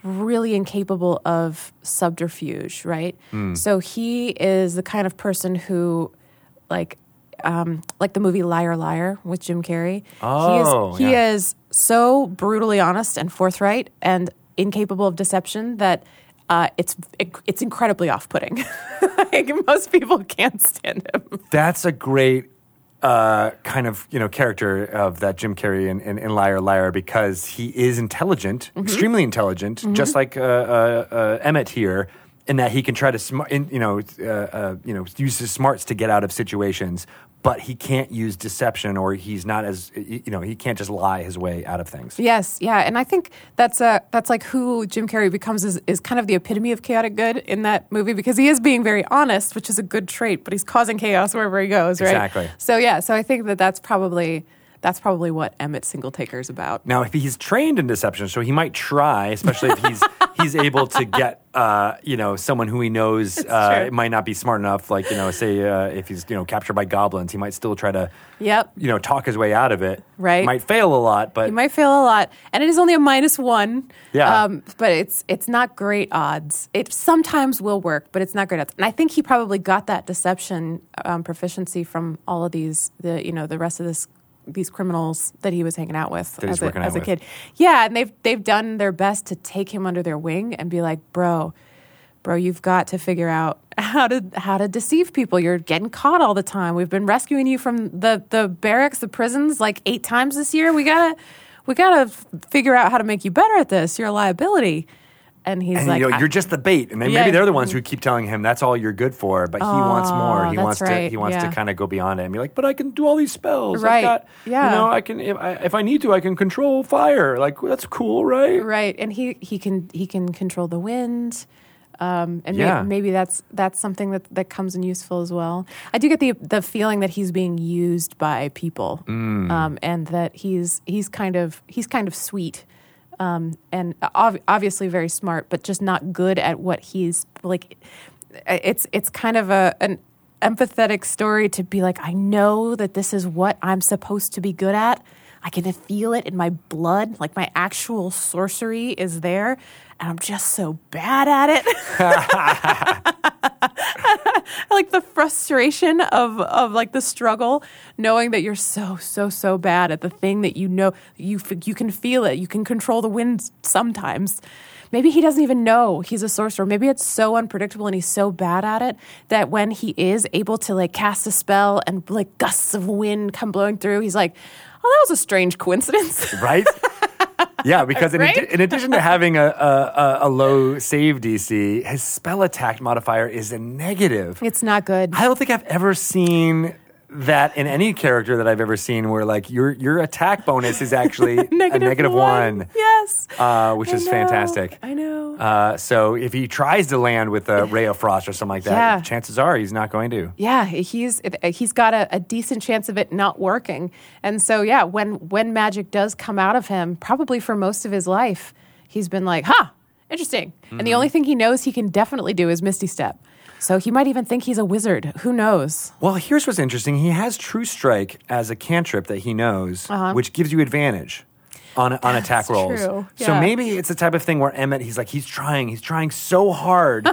Speaker 2: really incapable of subterfuge, right?
Speaker 1: Hmm.
Speaker 2: So he is the kind of person who like um, like the movie Liar Liar with Jim Carrey.
Speaker 1: Oh,
Speaker 2: he is, he
Speaker 1: yeah.
Speaker 2: is so brutally honest and forthright and incapable of deception that uh, it's it's incredibly off-putting. like most people can't stand him.
Speaker 1: That's a great uh, kind of you know character of that Jim Carrey in, in, in Liar Liar because he is intelligent, extremely intelligent, just like uh, uh, uh, Emmett here. In that he can try to, sm- in, you know, uh, uh, you know, use his smarts to get out of situations, but he can't use deception, or he's not as, you know, he can't just lie his way out of things.
Speaker 2: Yes, yeah, and I think that's uh that's like who Jim Carrey becomes is, is kind of the epitome of chaotic good in that movie because he is being very honest, which is a good trait, but he's causing chaos wherever he goes, right?
Speaker 1: Exactly.
Speaker 2: So yeah, so I think that that's probably That's probably what Emmett Singletaker is about.
Speaker 1: Now if he's trained in deception, so he might try, especially if he's he's able to get uh, you know someone who he knows uh,
Speaker 2: true.
Speaker 1: might not be smart enough. Like you know, say uh, if he's you know captured by goblins, he might still try to
Speaker 2: Yep.
Speaker 1: you know talk his way out of it.
Speaker 2: Right.
Speaker 1: might fail a lot, but
Speaker 2: You might fail a lot, and it is only a minus one. Um,
Speaker 1: Yeah.
Speaker 2: but it's it's not great odds. It sometimes will work, but it's not great odds. And I think he probably got that deception um, proficiency from all of these the you know the rest of this these criminals that he was hanging out with
Speaker 1: That he's
Speaker 2: as, a,
Speaker 1: working out
Speaker 2: as a
Speaker 1: with.
Speaker 2: kid. Yeah, and they've they've done their best to take him under their wing and be like, bro. Bro, you've got to figure out how to how to deceive people. You're getting caught all the time. We've been rescuing you from the the barracks, the prisons, like eight times this year. We gotta we gotta f- figure out how to make you better at this. You're a liability. And he's
Speaker 1: and
Speaker 2: like,
Speaker 1: you know,
Speaker 2: I-
Speaker 1: you're just the bait, and then
Speaker 2: Yeah,
Speaker 1: maybe they're the ones who keep telling him that's all you're good for. But he wants more.
Speaker 2: Oh,
Speaker 1: He
Speaker 2: that's
Speaker 1: wants to.
Speaker 2: right,
Speaker 1: He wants
Speaker 2: yeah.
Speaker 1: to kind of go beyond it and be like, "But I can do all these spells. I've
Speaker 2: Right,
Speaker 1: got-
Speaker 2: yeah.
Speaker 1: You know, I can. If I, if I need to, I can control fire. Like that's cool, right?
Speaker 2: right. And he he can he can control the wind. Um, and may-
Speaker 1: Yeah.
Speaker 2: maybe that's that's something that, that comes in useful as well. I do get the the feeling that he's being used by people, um, and that he's he's kind of he's kind of sweet, um, and ob- obviously very smart, but just not good at what he's like. It's it's kind of a an empathetic story to be like, I know that this is what I'm supposed to be good at. I can feel it in my blood, like my actual sorcery is there, and I'm just so bad at it like the frustration of of like the struggle knowing that you're so so so bad at the thing that you know you f- you can feel it you can control the wind sometimes maybe he doesn't even know he's a sorcerer maybe it's so unpredictable and he's so bad at it that when he is able to like cast a spell and like gusts of wind come blowing through he's like oh that was a strange coincidence
Speaker 1: Right? Yeah, because in,
Speaker 2: Right?
Speaker 1: addi- in addition to having a, a, a, a low save DC, his spell attack modifier is a negative.
Speaker 2: it's not good
Speaker 1: I don't think I've ever seen that in any character that I've ever seen where like your your attack bonus is actually a negative one.
Speaker 2: yes
Speaker 1: Uh, which
Speaker 2: I
Speaker 1: is
Speaker 2: know.
Speaker 1: fantastic.
Speaker 2: i know
Speaker 1: Uh, so if he tries to land with a ray of frost or something like that,
Speaker 2: Yeah.
Speaker 1: chances are he's not going to.
Speaker 2: Yeah, he's uh, he's got a, a decent chance of it not working, and so yeah, when when magic does come out of him, probably for most of his life, he's been like, "Huh, interesting." And the only thing he knows he can definitely do is Misty Step. So he might even think he's a wizard. Who knows?
Speaker 1: Well, here's what's interesting. He has True Strike as a cantrip that he knows, which gives you advantage on on attack rolls.
Speaker 2: Uh-huh. true.
Speaker 1: So
Speaker 2: Yeah.
Speaker 1: maybe it's the type of thing where Emmett, he's like, he's trying, he's trying so hard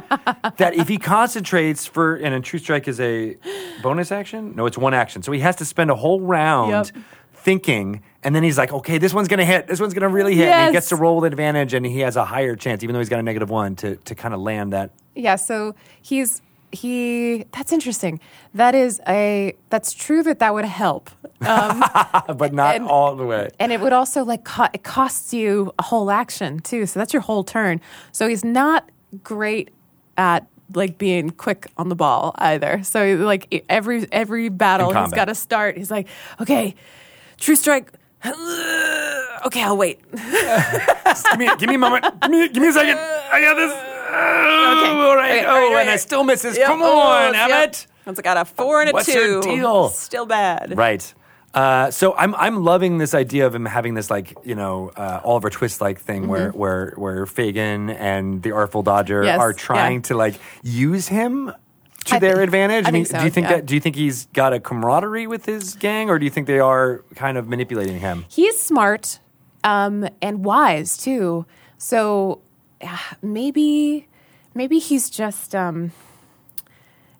Speaker 1: that if he concentrates for, and a True Strike is a bonus action? No, it's one action. So he has to spend a whole round
Speaker 2: Yep.
Speaker 1: thinking, and then he's like, okay, this one's going to hit, this one's going to really hit. And he
Speaker 2: Yes.
Speaker 1: gets to roll with advantage, and he has a higher chance, even though he's got a negative one, to, to kind of land that.
Speaker 2: Yeah, so he's he. That's interesting. That is a that's true that that would help.
Speaker 1: But not
Speaker 2: And-
Speaker 1: all the way.
Speaker 2: And it would also like co- it costs you a whole action too. So that's your whole turn. So he's not great at like being quick on the ball either. So like e-, every every battle
Speaker 1: In
Speaker 2: he's
Speaker 1: combat.
Speaker 2: got to start. He's like, okay, true strike. okay, I'll wait.
Speaker 1: give me, give me a moment. Give me, give me a second. I got this. Okay. All right. oh,
Speaker 2: Okay, right, right,
Speaker 1: and I
Speaker 2: right.
Speaker 1: still miss this.
Speaker 2: Yep,
Speaker 1: Come on,
Speaker 2: almost, yep.
Speaker 1: Emmett.
Speaker 2: That's got a four and a
Speaker 1: What's
Speaker 2: two.
Speaker 1: your deal?
Speaker 2: Still bad.
Speaker 1: Right. Uh, so I'm I'm loving this idea of him having this like you know uh, Oliver Twist like thing where where where Fagin and the Artful Dodger
Speaker 2: Mm-hmm. Yes,
Speaker 1: are trying
Speaker 2: yeah.
Speaker 1: to like use him to
Speaker 2: I
Speaker 1: their
Speaker 2: think-
Speaker 1: advantage.
Speaker 2: I
Speaker 1: mean,
Speaker 2: think so,
Speaker 1: do you think
Speaker 2: yeah.
Speaker 1: that do you think he's got a camaraderie with his gang, or do you think they are kind of manipulating him?
Speaker 2: He's smart um, and wise too. So ah, maybe maybe he's just um,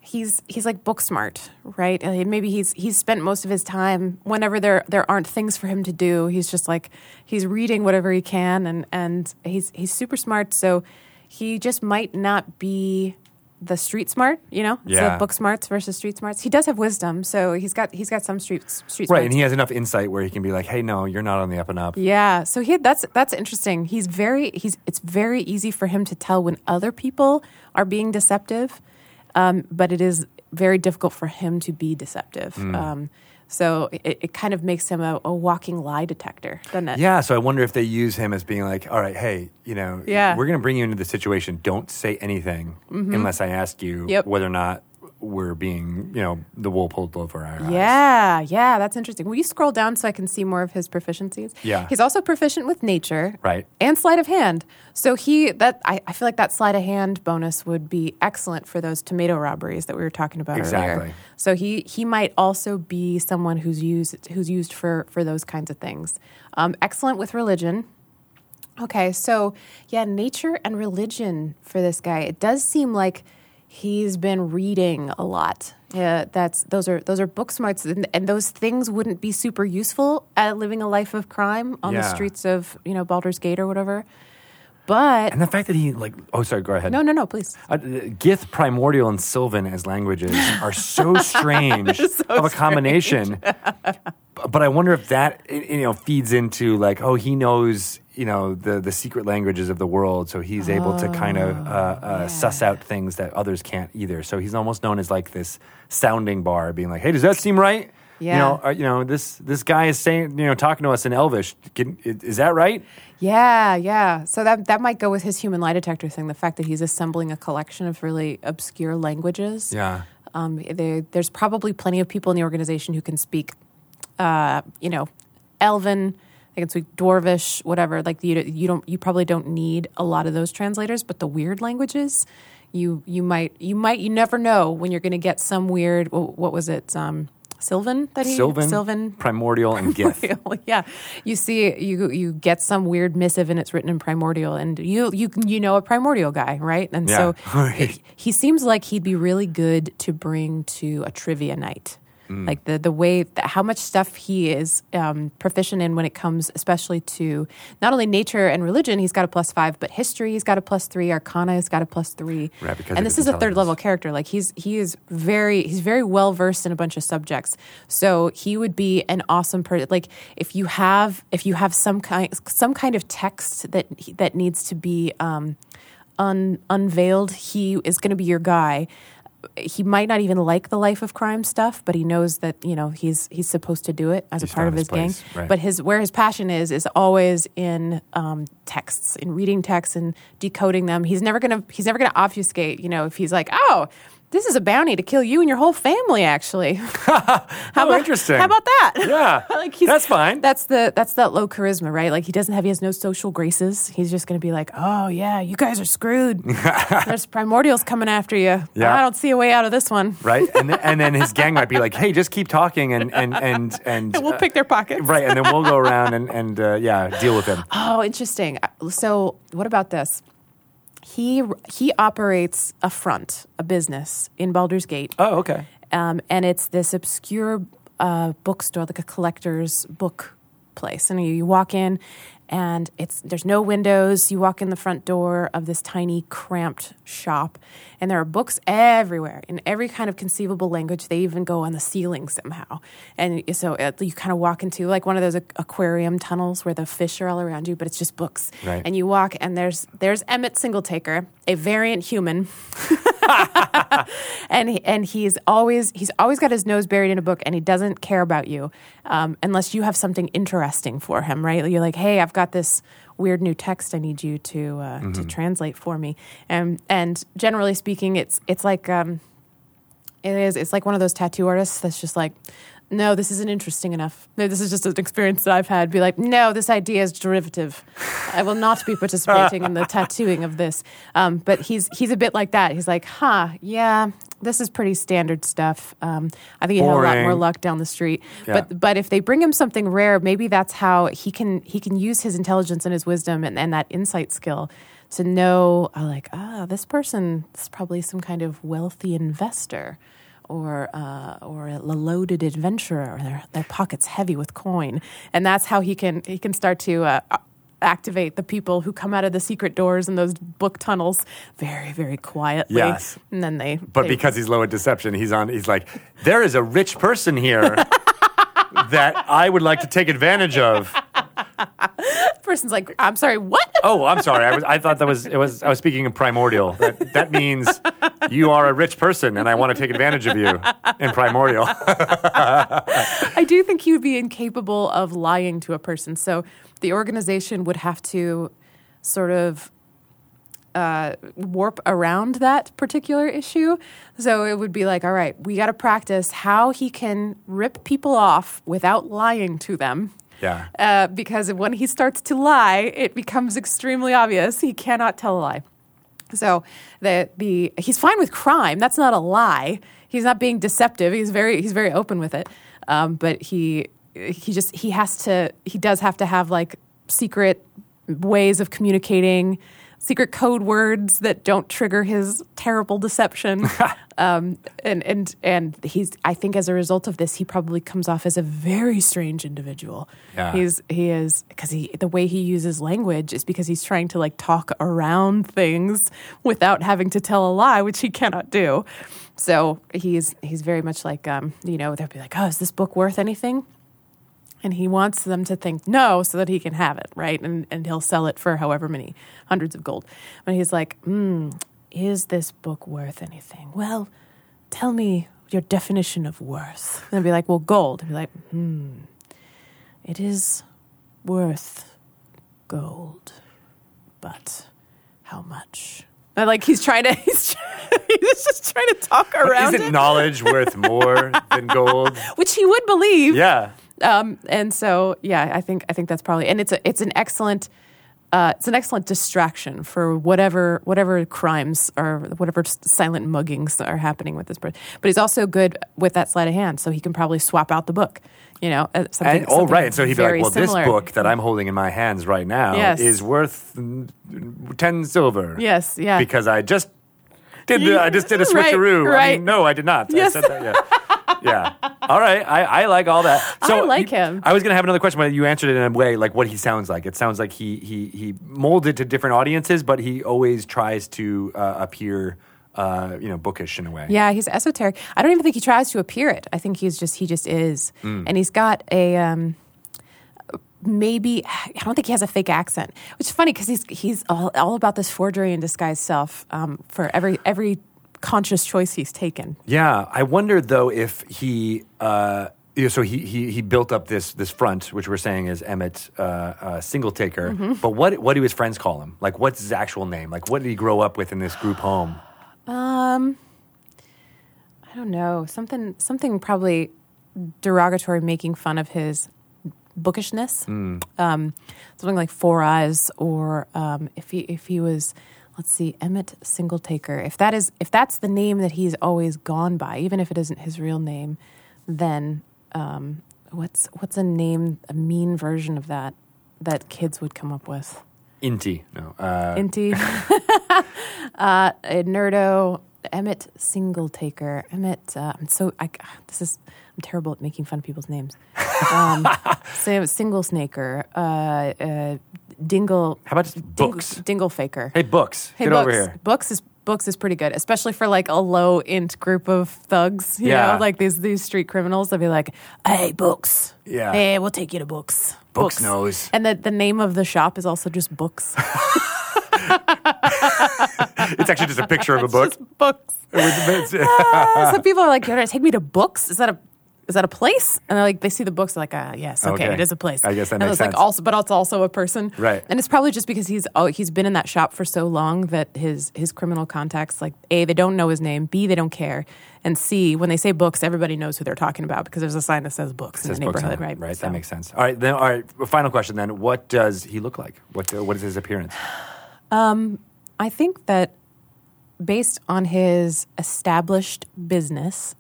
Speaker 2: he's he's like book smart, right? And maybe he's he's spent most of his time whenever there there aren't things for him to do. He's just like he's reading whatever he can, and and he's he's super smart. So he just might not be the street smart, you know.
Speaker 1: Yeah.
Speaker 2: So book smarts versus street smarts. He does have wisdom, so he's got he's got some street street
Speaker 1: Right,
Speaker 2: smarts.
Speaker 1: and he has enough insight where he can be like, "Hey, no, you're not on the up and up."
Speaker 2: Yeah, so he that's that's interesting. He's very he's it's very easy for him to tell when other people are being deceptive, um, but it is very difficult for him to be deceptive. Um, so it, it kind of makes him a, a walking lie detector, doesn't it?
Speaker 1: Yeah, so I wonder if they use him as being like, all right, hey, you know,
Speaker 2: Yeah. Mm-hmm.
Speaker 1: we're going to bring you into the situation. Don't say anything unless I ask you
Speaker 2: Yep.
Speaker 1: whether or not were being, you know, the wool pulled over our eyes.
Speaker 2: Yeah, yeah, that's interesting. Will you scroll down so I can see more of his proficiencies?
Speaker 1: Yeah.
Speaker 2: He's also proficient with nature.
Speaker 1: Right.
Speaker 2: And sleight of hand. So he that I, I feel like that sleight of hand bonus would be excellent for those tomato robberies that we were talking about
Speaker 1: Exactly.
Speaker 2: earlier. So he he might also be someone who's used who's used for for those kinds of things. Um, excellent with religion. Okay, so yeah, nature and religion for this guy. It does seem like he's been reading a lot. Yeah, that's those are those are book smarts, and, and those things wouldn't be super useful at living a life of crime on the
Speaker 1: Yeah.
Speaker 2: streets of you know Baldur's Gate or whatever. But
Speaker 1: And the fact that he like oh sorry, go ahead.
Speaker 2: no, no, no, please.
Speaker 1: Uh, Gith, primordial, and Sylvan as languages are so strange of a combination. B- but I wonder if that i- you know feeds into like oh he knows you know the the secret languages of the world, so he's able to kind of
Speaker 2: Oh,
Speaker 1: uh, uh, suss out things that others can't either. So he's almost known as like this sounding bar, being like, hey, does that seem right? You
Speaker 2: Yeah.
Speaker 1: know, uh, you know this this guy is saying you know talking to us in Elvish. Can, i- is that right?
Speaker 2: Yeah, yeah. So that that might go with his human lie detector thing. The fact that he's assembling a collection of really obscure languages.
Speaker 1: Yeah.
Speaker 2: Um, there, there's probably plenty of people in the organization who can speak, uh, you know, Elven. They can speak Dwarvish, whatever. Like you, you don't, you probably don't need a lot of those translators. But the weird languages, you you might you might you never know when you're going to get some weird. wh- What was it? Um, Sylvan that he
Speaker 1: Sylvan,
Speaker 2: Sylvan
Speaker 1: primordial, and Gith.
Speaker 2: primordial. yeah, you see, you you get some weird missive and it's written in primordial, and you you you know a primordial guy, right? And so
Speaker 1: Yeah. Right.
Speaker 2: he- he seems like he'd be really good to bring to a trivia night.
Speaker 1: Mm.
Speaker 2: Like the the way that, how much stuff he is um, proficient in when it comes, especially to not only nature and religion, he's got a plus five, but history he's got a plus three, arcana he's got a plus three,
Speaker 1: Right, because of
Speaker 2: and this
Speaker 1: his
Speaker 2: is a third
Speaker 1: intelligence.
Speaker 2: level character. Like he's he is very he's very well versed in a bunch of subjects. So he would be an awesome person. Like if you have if you have some kind some kind of text that he- that needs to be um, un, unveiled, he is going to be your guy. He might not even like the life of crime stuff, but he knows that you know he's he's supposed to do it as
Speaker 1: He's
Speaker 2: a part of
Speaker 1: found his
Speaker 2: his, gang.
Speaker 1: place, right.
Speaker 2: But his where his passion is is always in um, texts, in reading texts and decoding them. He's never gonna he's never gonna obfuscate. You know, if he's like, oh, this is a bounty to kill you and your whole family. Actually, how
Speaker 1: Oh, interesting.
Speaker 2: How about that?
Speaker 1: Yeah,
Speaker 2: like he's,
Speaker 1: that's fine.
Speaker 2: That's the that's that low charisma, right? Like he doesn't have he has no social graces. He's just gonna be like, oh yeah, you guys are screwed. There's primordials coming after you.
Speaker 1: Yeah.
Speaker 2: I don't see a way out of this one.
Speaker 1: right? And then, and then his gang might be like, "Hey, just keep talking, and and and and
Speaker 2: We'll
Speaker 1: uh,
Speaker 2: pick their pockets.
Speaker 1: right?" And then we'll go around and and uh, yeah, deal with him.
Speaker 2: Oh, interesting. Uh, So, what about this? He he operates a front, a business in Baldur's Gate,
Speaker 1: Oh, okay.
Speaker 2: um, and it's this obscure uh, bookstore, like a collector's book place. And you, you walk in, and it's there's no windows. You walk in the front door of this tiny, cramped shop, and there are books everywhere in every kind of conceivable language. They even go on the ceiling somehow, and so it, you kind of walk into like one of those aqu- aquarium tunnels where the fish are all around you, but it's just books.
Speaker 1: Right.
Speaker 2: And you walk, and there's there's Emmett Singletaker, a variant human and he, and he's always he's always got his nose buried in a book, and he doesn't care about you um, unless you have something interesting for him, right? You're like, hey, I've got this weird new text I need you to uh, to translate for me, and and generally speaking, it's it's like. Um, it is. It's like one of those tattoo artists that's just like, no, this isn't interesting enough. No, this is just an experience that I've had. Be like, no, this idea is derivative. I will not be participating in the tattooing of this. Um, but he's he's a bit like that. He's like, huh, yeah, this is pretty standard stuff. Um, I think you have a lot
Speaker 1: Boring.
Speaker 2: more luck down the street.
Speaker 1: Yeah.
Speaker 2: But but if they bring him something rare, maybe that's how he can he can use his intelligence and his wisdom and, and that insight skill to know uh, like ah this person is probably some kind of wealthy investor or uh, or a loaded adventurer or their their pockets heavy with coin and that's how he can he can start to. Uh, a- Activate the people who come out of the secret doors and those book tunnels very, very quietly.
Speaker 1: Yes.
Speaker 2: And then they.
Speaker 1: But
Speaker 2: they-
Speaker 1: because he's low at deception, he's on. He's like, "There is a rich person here that I would like to take advantage of."
Speaker 2: the person's like, I'm sorry, what?
Speaker 1: Oh, I'm sorry. I was. I thought that was. It was. I was speaking in primordial. That, that means you are a rich person, and I want to take advantage of you in primordial.
Speaker 2: I do think he would be incapable of lying to a person. So the organization would have to sort of uh, warp around that particular issue. So it would be like, all right, we got to practice how he can rip people off without lying to them.
Speaker 1: Yeah.
Speaker 2: Uh, because when he starts to lie, it becomes extremely obvious he cannot tell a lie. So the the he's fine with crime. That's not a lie. He's not being deceptive. He's very he's very open with it. Um, but he he just he has to he does have to have like secret ways of communicating, secret code words that don't trigger his terrible deception. um, and and and he's I think as a result of this he probably comes off as a very strange individual.
Speaker 1: Yeah.
Speaker 2: He's is- he is because he the way he uses language is because he's trying to like talk around things without having to tell a lie, which he cannot do. So he's he's very much like um, you know they'll be like, oh, is this book worth anything? And he wants them to think no, so that he can have it, right? And and he'll sell it for however many hundreds of gold. But he's like, hmm, is this book worth anything? Well, tell me your definition of worth. And I'd be like, well, gold. And be like, hmm, it is worth gold, but how much? And, like he's trying to, he's, tr- he's just trying to talk around
Speaker 1: Isn't
Speaker 2: it,
Speaker 1: knowledge worth more than gold?
Speaker 2: which he would believe.
Speaker 1: Yeah.
Speaker 2: Um, and so, yeah, I think I think that's probably, and it's a, it's an excellent. Uh, it's an excellent distraction for whatever whatever crimes or whatever s- silent muggings are happening with this person. But he's also good with that sleight of hand, so he can probably swap out the book. You know, uh, something,
Speaker 1: And, oh,
Speaker 2: something
Speaker 1: right. So he'd be
Speaker 2: very
Speaker 1: like, well,
Speaker 2: similar.
Speaker 1: this book that I'm holding in my hands right now
Speaker 2: Yes.
Speaker 1: is worth mm, 10 silver.
Speaker 2: Yes, yeah.
Speaker 1: Because I just did
Speaker 2: You-
Speaker 1: the, I just did a
Speaker 2: right,
Speaker 1: switcheroo. I
Speaker 2: right.
Speaker 1: mean, no, I did not.
Speaker 2: Yes.
Speaker 1: I said that, yeah. yeah. All right. I, I like all that. So
Speaker 2: I like
Speaker 1: you-
Speaker 2: him.
Speaker 1: I was going to have another question, but you answered it in a way like what he sounds like. It sounds like he he he molded to different audiences, but he always tries to uh, appear, uh, you know, bookish in a way.
Speaker 2: Yeah, he's esoteric. I don't even think he tries to appear it. I think he's just he just is, and he's got a um, maybe I don't think he has a fake accent, which is funny because he's he's all, all about this forgery and disguised self um, for every every conscious choice he's taken.
Speaker 1: Yeah, I wonder though if he. Uh, yeah, so he, he he built up this this front, which we're saying is Emmett uh, uh, Single Taker.
Speaker 2: Mm-hmm.
Speaker 1: But what what do his friends call him? Like, what's his actual name? Like, what did he grow up with in this group home?
Speaker 2: Um, I don't know something something probably derogatory, making fun of his bookishness. Um, something like Four Eyes, or um, if he if he was, let's see, Emmett Singletaker. If that is if that's the name that he's always gone by, even if it isn't his real name, then um, what's what's a name a mean version of that that kids would come up with?
Speaker 1: Inti. No. Uh,
Speaker 2: Inti, uh, Nerdo, Emmett Singletaker, Emmett. Uh, I'm so I, this is I'm terrible at making fun of people's names. Um, so Single Snaker, uh, uh, Dingle.
Speaker 1: how about just
Speaker 2: Dingle,
Speaker 1: books?
Speaker 2: Dingle Faker.
Speaker 1: Hey, books.
Speaker 2: Hey,
Speaker 1: Get
Speaker 2: books.
Speaker 1: over here.
Speaker 2: Books is books is pretty good, especially for like a low int group of thugs. You
Speaker 1: Yeah.
Speaker 2: know, like these these street criminals. They'll be like, "Hey, books.
Speaker 1: Yeah.
Speaker 2: Hey, we'll take you to books.
Speaker 1: Books knows.
Speaker 2: And the the name of the shop is also just books.
Speaker 1: It's actually just a picture of a book.
Speaker 2: just books.
Speaker 1: With- with-
Speaker 2: Ah, some people are like, "You're gonna take me to books? Is that a is that a place?" And they're like, they see the books, they're like, "Ah, yes, okay,
Speaker 1: Okay.
Speaker 2: it is a place."
Speaker 1: I guess that
Speaker 2: and
Speaker 1: makes
Speaker 2: it's
Speaker 1: sense.
Speaker 2: Like also, but it's also a person,
Speaker 1: Right.
Speaker 2: And it's probably just because he's oh, he's been in that shop for so long that his his criminal contacts, like a, they don't know his name, b, they don't care, and c, when they say books, everybody knows who they're talking about because there's a sign that says books in
Speaker 1: Says
Speaker 2: the
Speaker 1: books on
Speaker 2: neighborhood,
Speaker 1: it,
Speaker 2: right?
Speaker 1: Right.
Speaker 2: So-
Speaker 1: That makes sense. All right. Then. All right. Final question. Then. What does he look like? What uh, What is his appearance?
Speaker 2: I think that based on his established business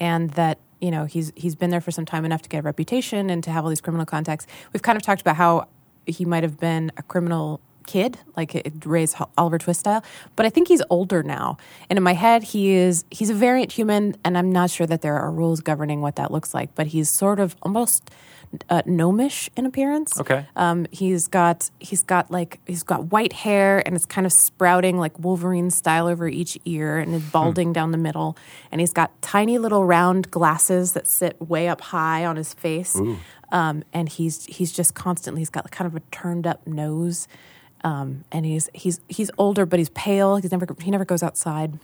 Speaker 2: and that you know he's he's been there for some time enough to get a reputation and to have all these criminal contacts. We've kind of talked about how he might have been a criminal kid, like it raised Oliver Twist style, but I think he's older now. And in my head, he is he's a variant human, and I'm not sure that there are rules governing what that looks like. But he's sort of almost uh, gnomish in appearance.
Speaker 1: Okay.
Speaker 2: Um, he's got he's got like he's got white hair and it's kind of sprouting like Wolverine style over each ear and is balding down the middle and he's got tiny little round glasses that sit way up high on his face um, and he's he's just constantly he's got kind of a turned up nose um, and he's he's he's older but he's pale he's never he never goes outside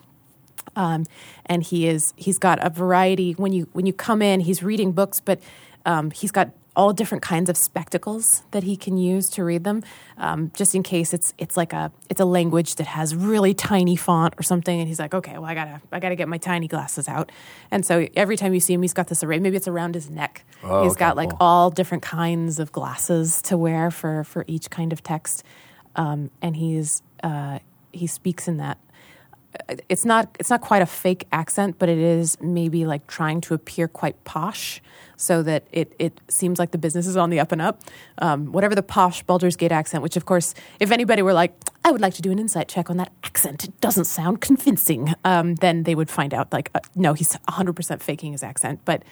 Speaker 2: um, and he is he's got a variety when you when you come in he's reading books but um, he's got all different kinds of spectacles that he can use to read them, um, just in case it's it's like a it's a language that has really tiny font or something. And he's like, okay, well I gotta I gotta get my tiny glasses out. And so every time you see him, he's got this array. Maybe it's around his neck.
Speaker 1: Oh,
Speaker 2: he's
Speaker 1: okay,
Speaker 2: got like
Speaker 1: cool.
Speaker 2: all different kinds of glasses to wear for for each kind of text, um, and he's uh, he speaks in that. It's not it's not quite a fake accent, but it is maybe like trying to appear quite posh, so that it it seems like the business is on the up and up. Um, whatever the posh Baldur's Gate accent, which of course, if anybody were like, I would like to do an insight check on that accent, it doesn't sound convincing, um, then they would find out like, uh, no, he's 100% faking his accent, but.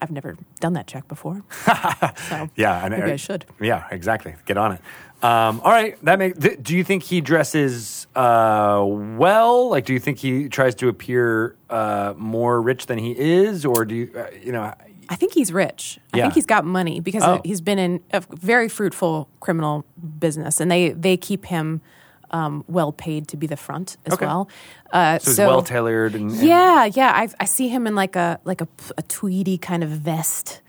Speaker 2: I've never done that check before. So
Speaker 1: Yeah, and
Speaker 2: maybe I should.
Speaker 1: Yeah, exactly. Get on it. Um, all right, that makes. Th- do you think he dresses uh, well? Like, do you think he tries to appear uh, more rich than he is, or do you? Uh, you know,
Speaker 2: I think he's rich. I
Speaker 1: Yeah.
Speaker 2: think he's got money because
Speaker 1: Oh.
Speaker 2: he's been in a very fruitful criminal business, and they they keep him um, well paid to be the front as
Speaker 1: Okay.
Speaker 2: well. Uh,
Speaker 1: so, he's well tailored and, and-
Speaker 2: yeah, yeah. I I see him in like a like a, p- a tweedy kind of vest,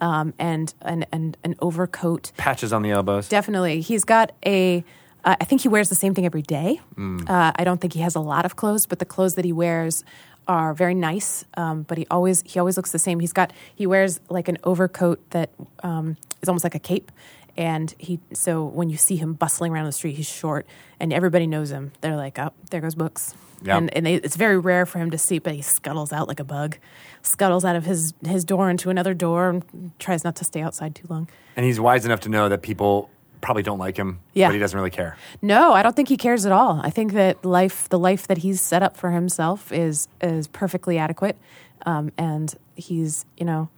Speaker 2: um, and an and an overcoat.
Speaker 1: patches on the elbows.
Speaker 2: Definitely, he's got a. Uh, I think he wears the same thing every day. Uh, I don't think he has a lot of clothes, but the clothes that he wears are very nice. Um, but he always he always looks the same. He's got he wears like an overcoat that um, is almost like a cape, and he so when you see him bustling around the street, he's short, and everybody knows him. They're like, oh, there goes Books.
Speaker 1: Yeah.
Speaker 2: And, and they, it's very rare for him to see, but he scuttles out like a bug, scuttles out of his, his door into another door, and tries not to stay outside too long.
Speaker 1: and he's wise enough to know that people probably don't like him.
Speaker 2: Yeah.
Speaker 1: but he doesn't really care.
Speaker 2: No, I don't think he cares at all. I think that life, the life that he's set up for himself, is is perfectly adequate, um, and he's you know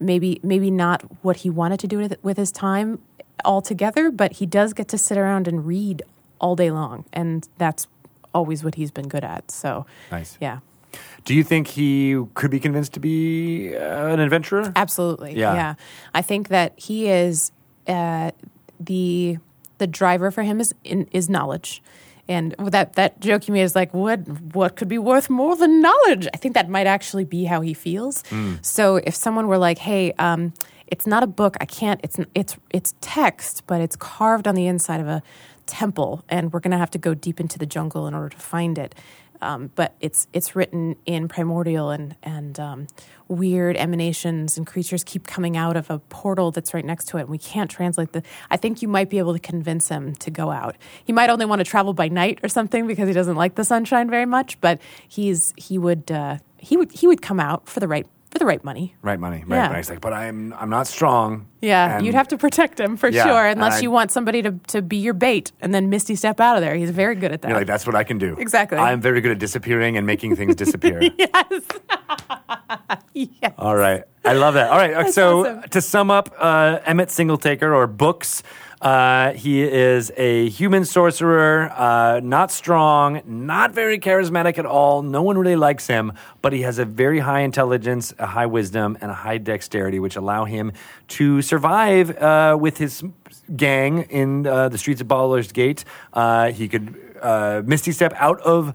Speaker 2: maybe maybe not what he wanted to do with, with his time altogether, but he does get to sit around and read all day long, and that's always what he's been good at. So
Speaker 1: Nice.
Speaker 2: yeah,
Speaker 1: Do you think he could be convinced to be uh, an adventurer?
Speaker 2: Absolutely.
Speaker 1: Yeah.
Speaker 2: Yeah. I think that he is uh, the the driver for him is in, is knowledge. And that that joke you made is like what what could be worth more than knowledge? I think that might actually be how he feels.
Speaker 1: Mm.
Speaker 2: So if someone were like, "Hey, um, it's not a book. I can't. It's n- it's it's text, but it's carved on the inside of a temple, and we're gonna have to go deep into the jungle in order to find it." um, but it's it's written in primordial and and um, weird emanations and creatures keep coming out of a portal that's right next to it. And we can't translate the. I think you might be able to convince him to go out. He might only want to travel by night or something because he doesn't like the sunshine very much. But he's he would uh, he would he would come out for the right for the right money.
Speaker 1: Right, money. Right,
Speaker 2: Yeah.
Speaker 1: money. He's like, but I'm I'm not strong.
Speaker 2: Yeah,
Speaker 1: and-
Speaker 2: you'd have to protect him for
Speaker 1: Yeah,
Speaker 2: sure,
Speaker 1: and
Speaker 2: unless
Speaker 1: I-
Speaker 2: you want somebody to, to be your bait and then Misty step out of there. He's very good at that.
Speaker 1: You're like, that's what I can do.
Speaker 2: Exactly.
Speaker 1: I'm very good at disappearing and making things disappear.
Speaker 2: yeah.
Speaker 1: All right. I love that. All right. so,
Speaker 2: awesome.
Speaker 1: to sum up, uh, Emmett Singletaker, or Books, uh, he is a human sorcerer, uh, not strong, not very charismatic at all. No one really likes him, but he has a very high intelligence, a high wisdom, and a high dexterity, which allow him to survive uh, with his gang in uh, the streets of Baller's Gate. Uh, he could uh, Misty Step out of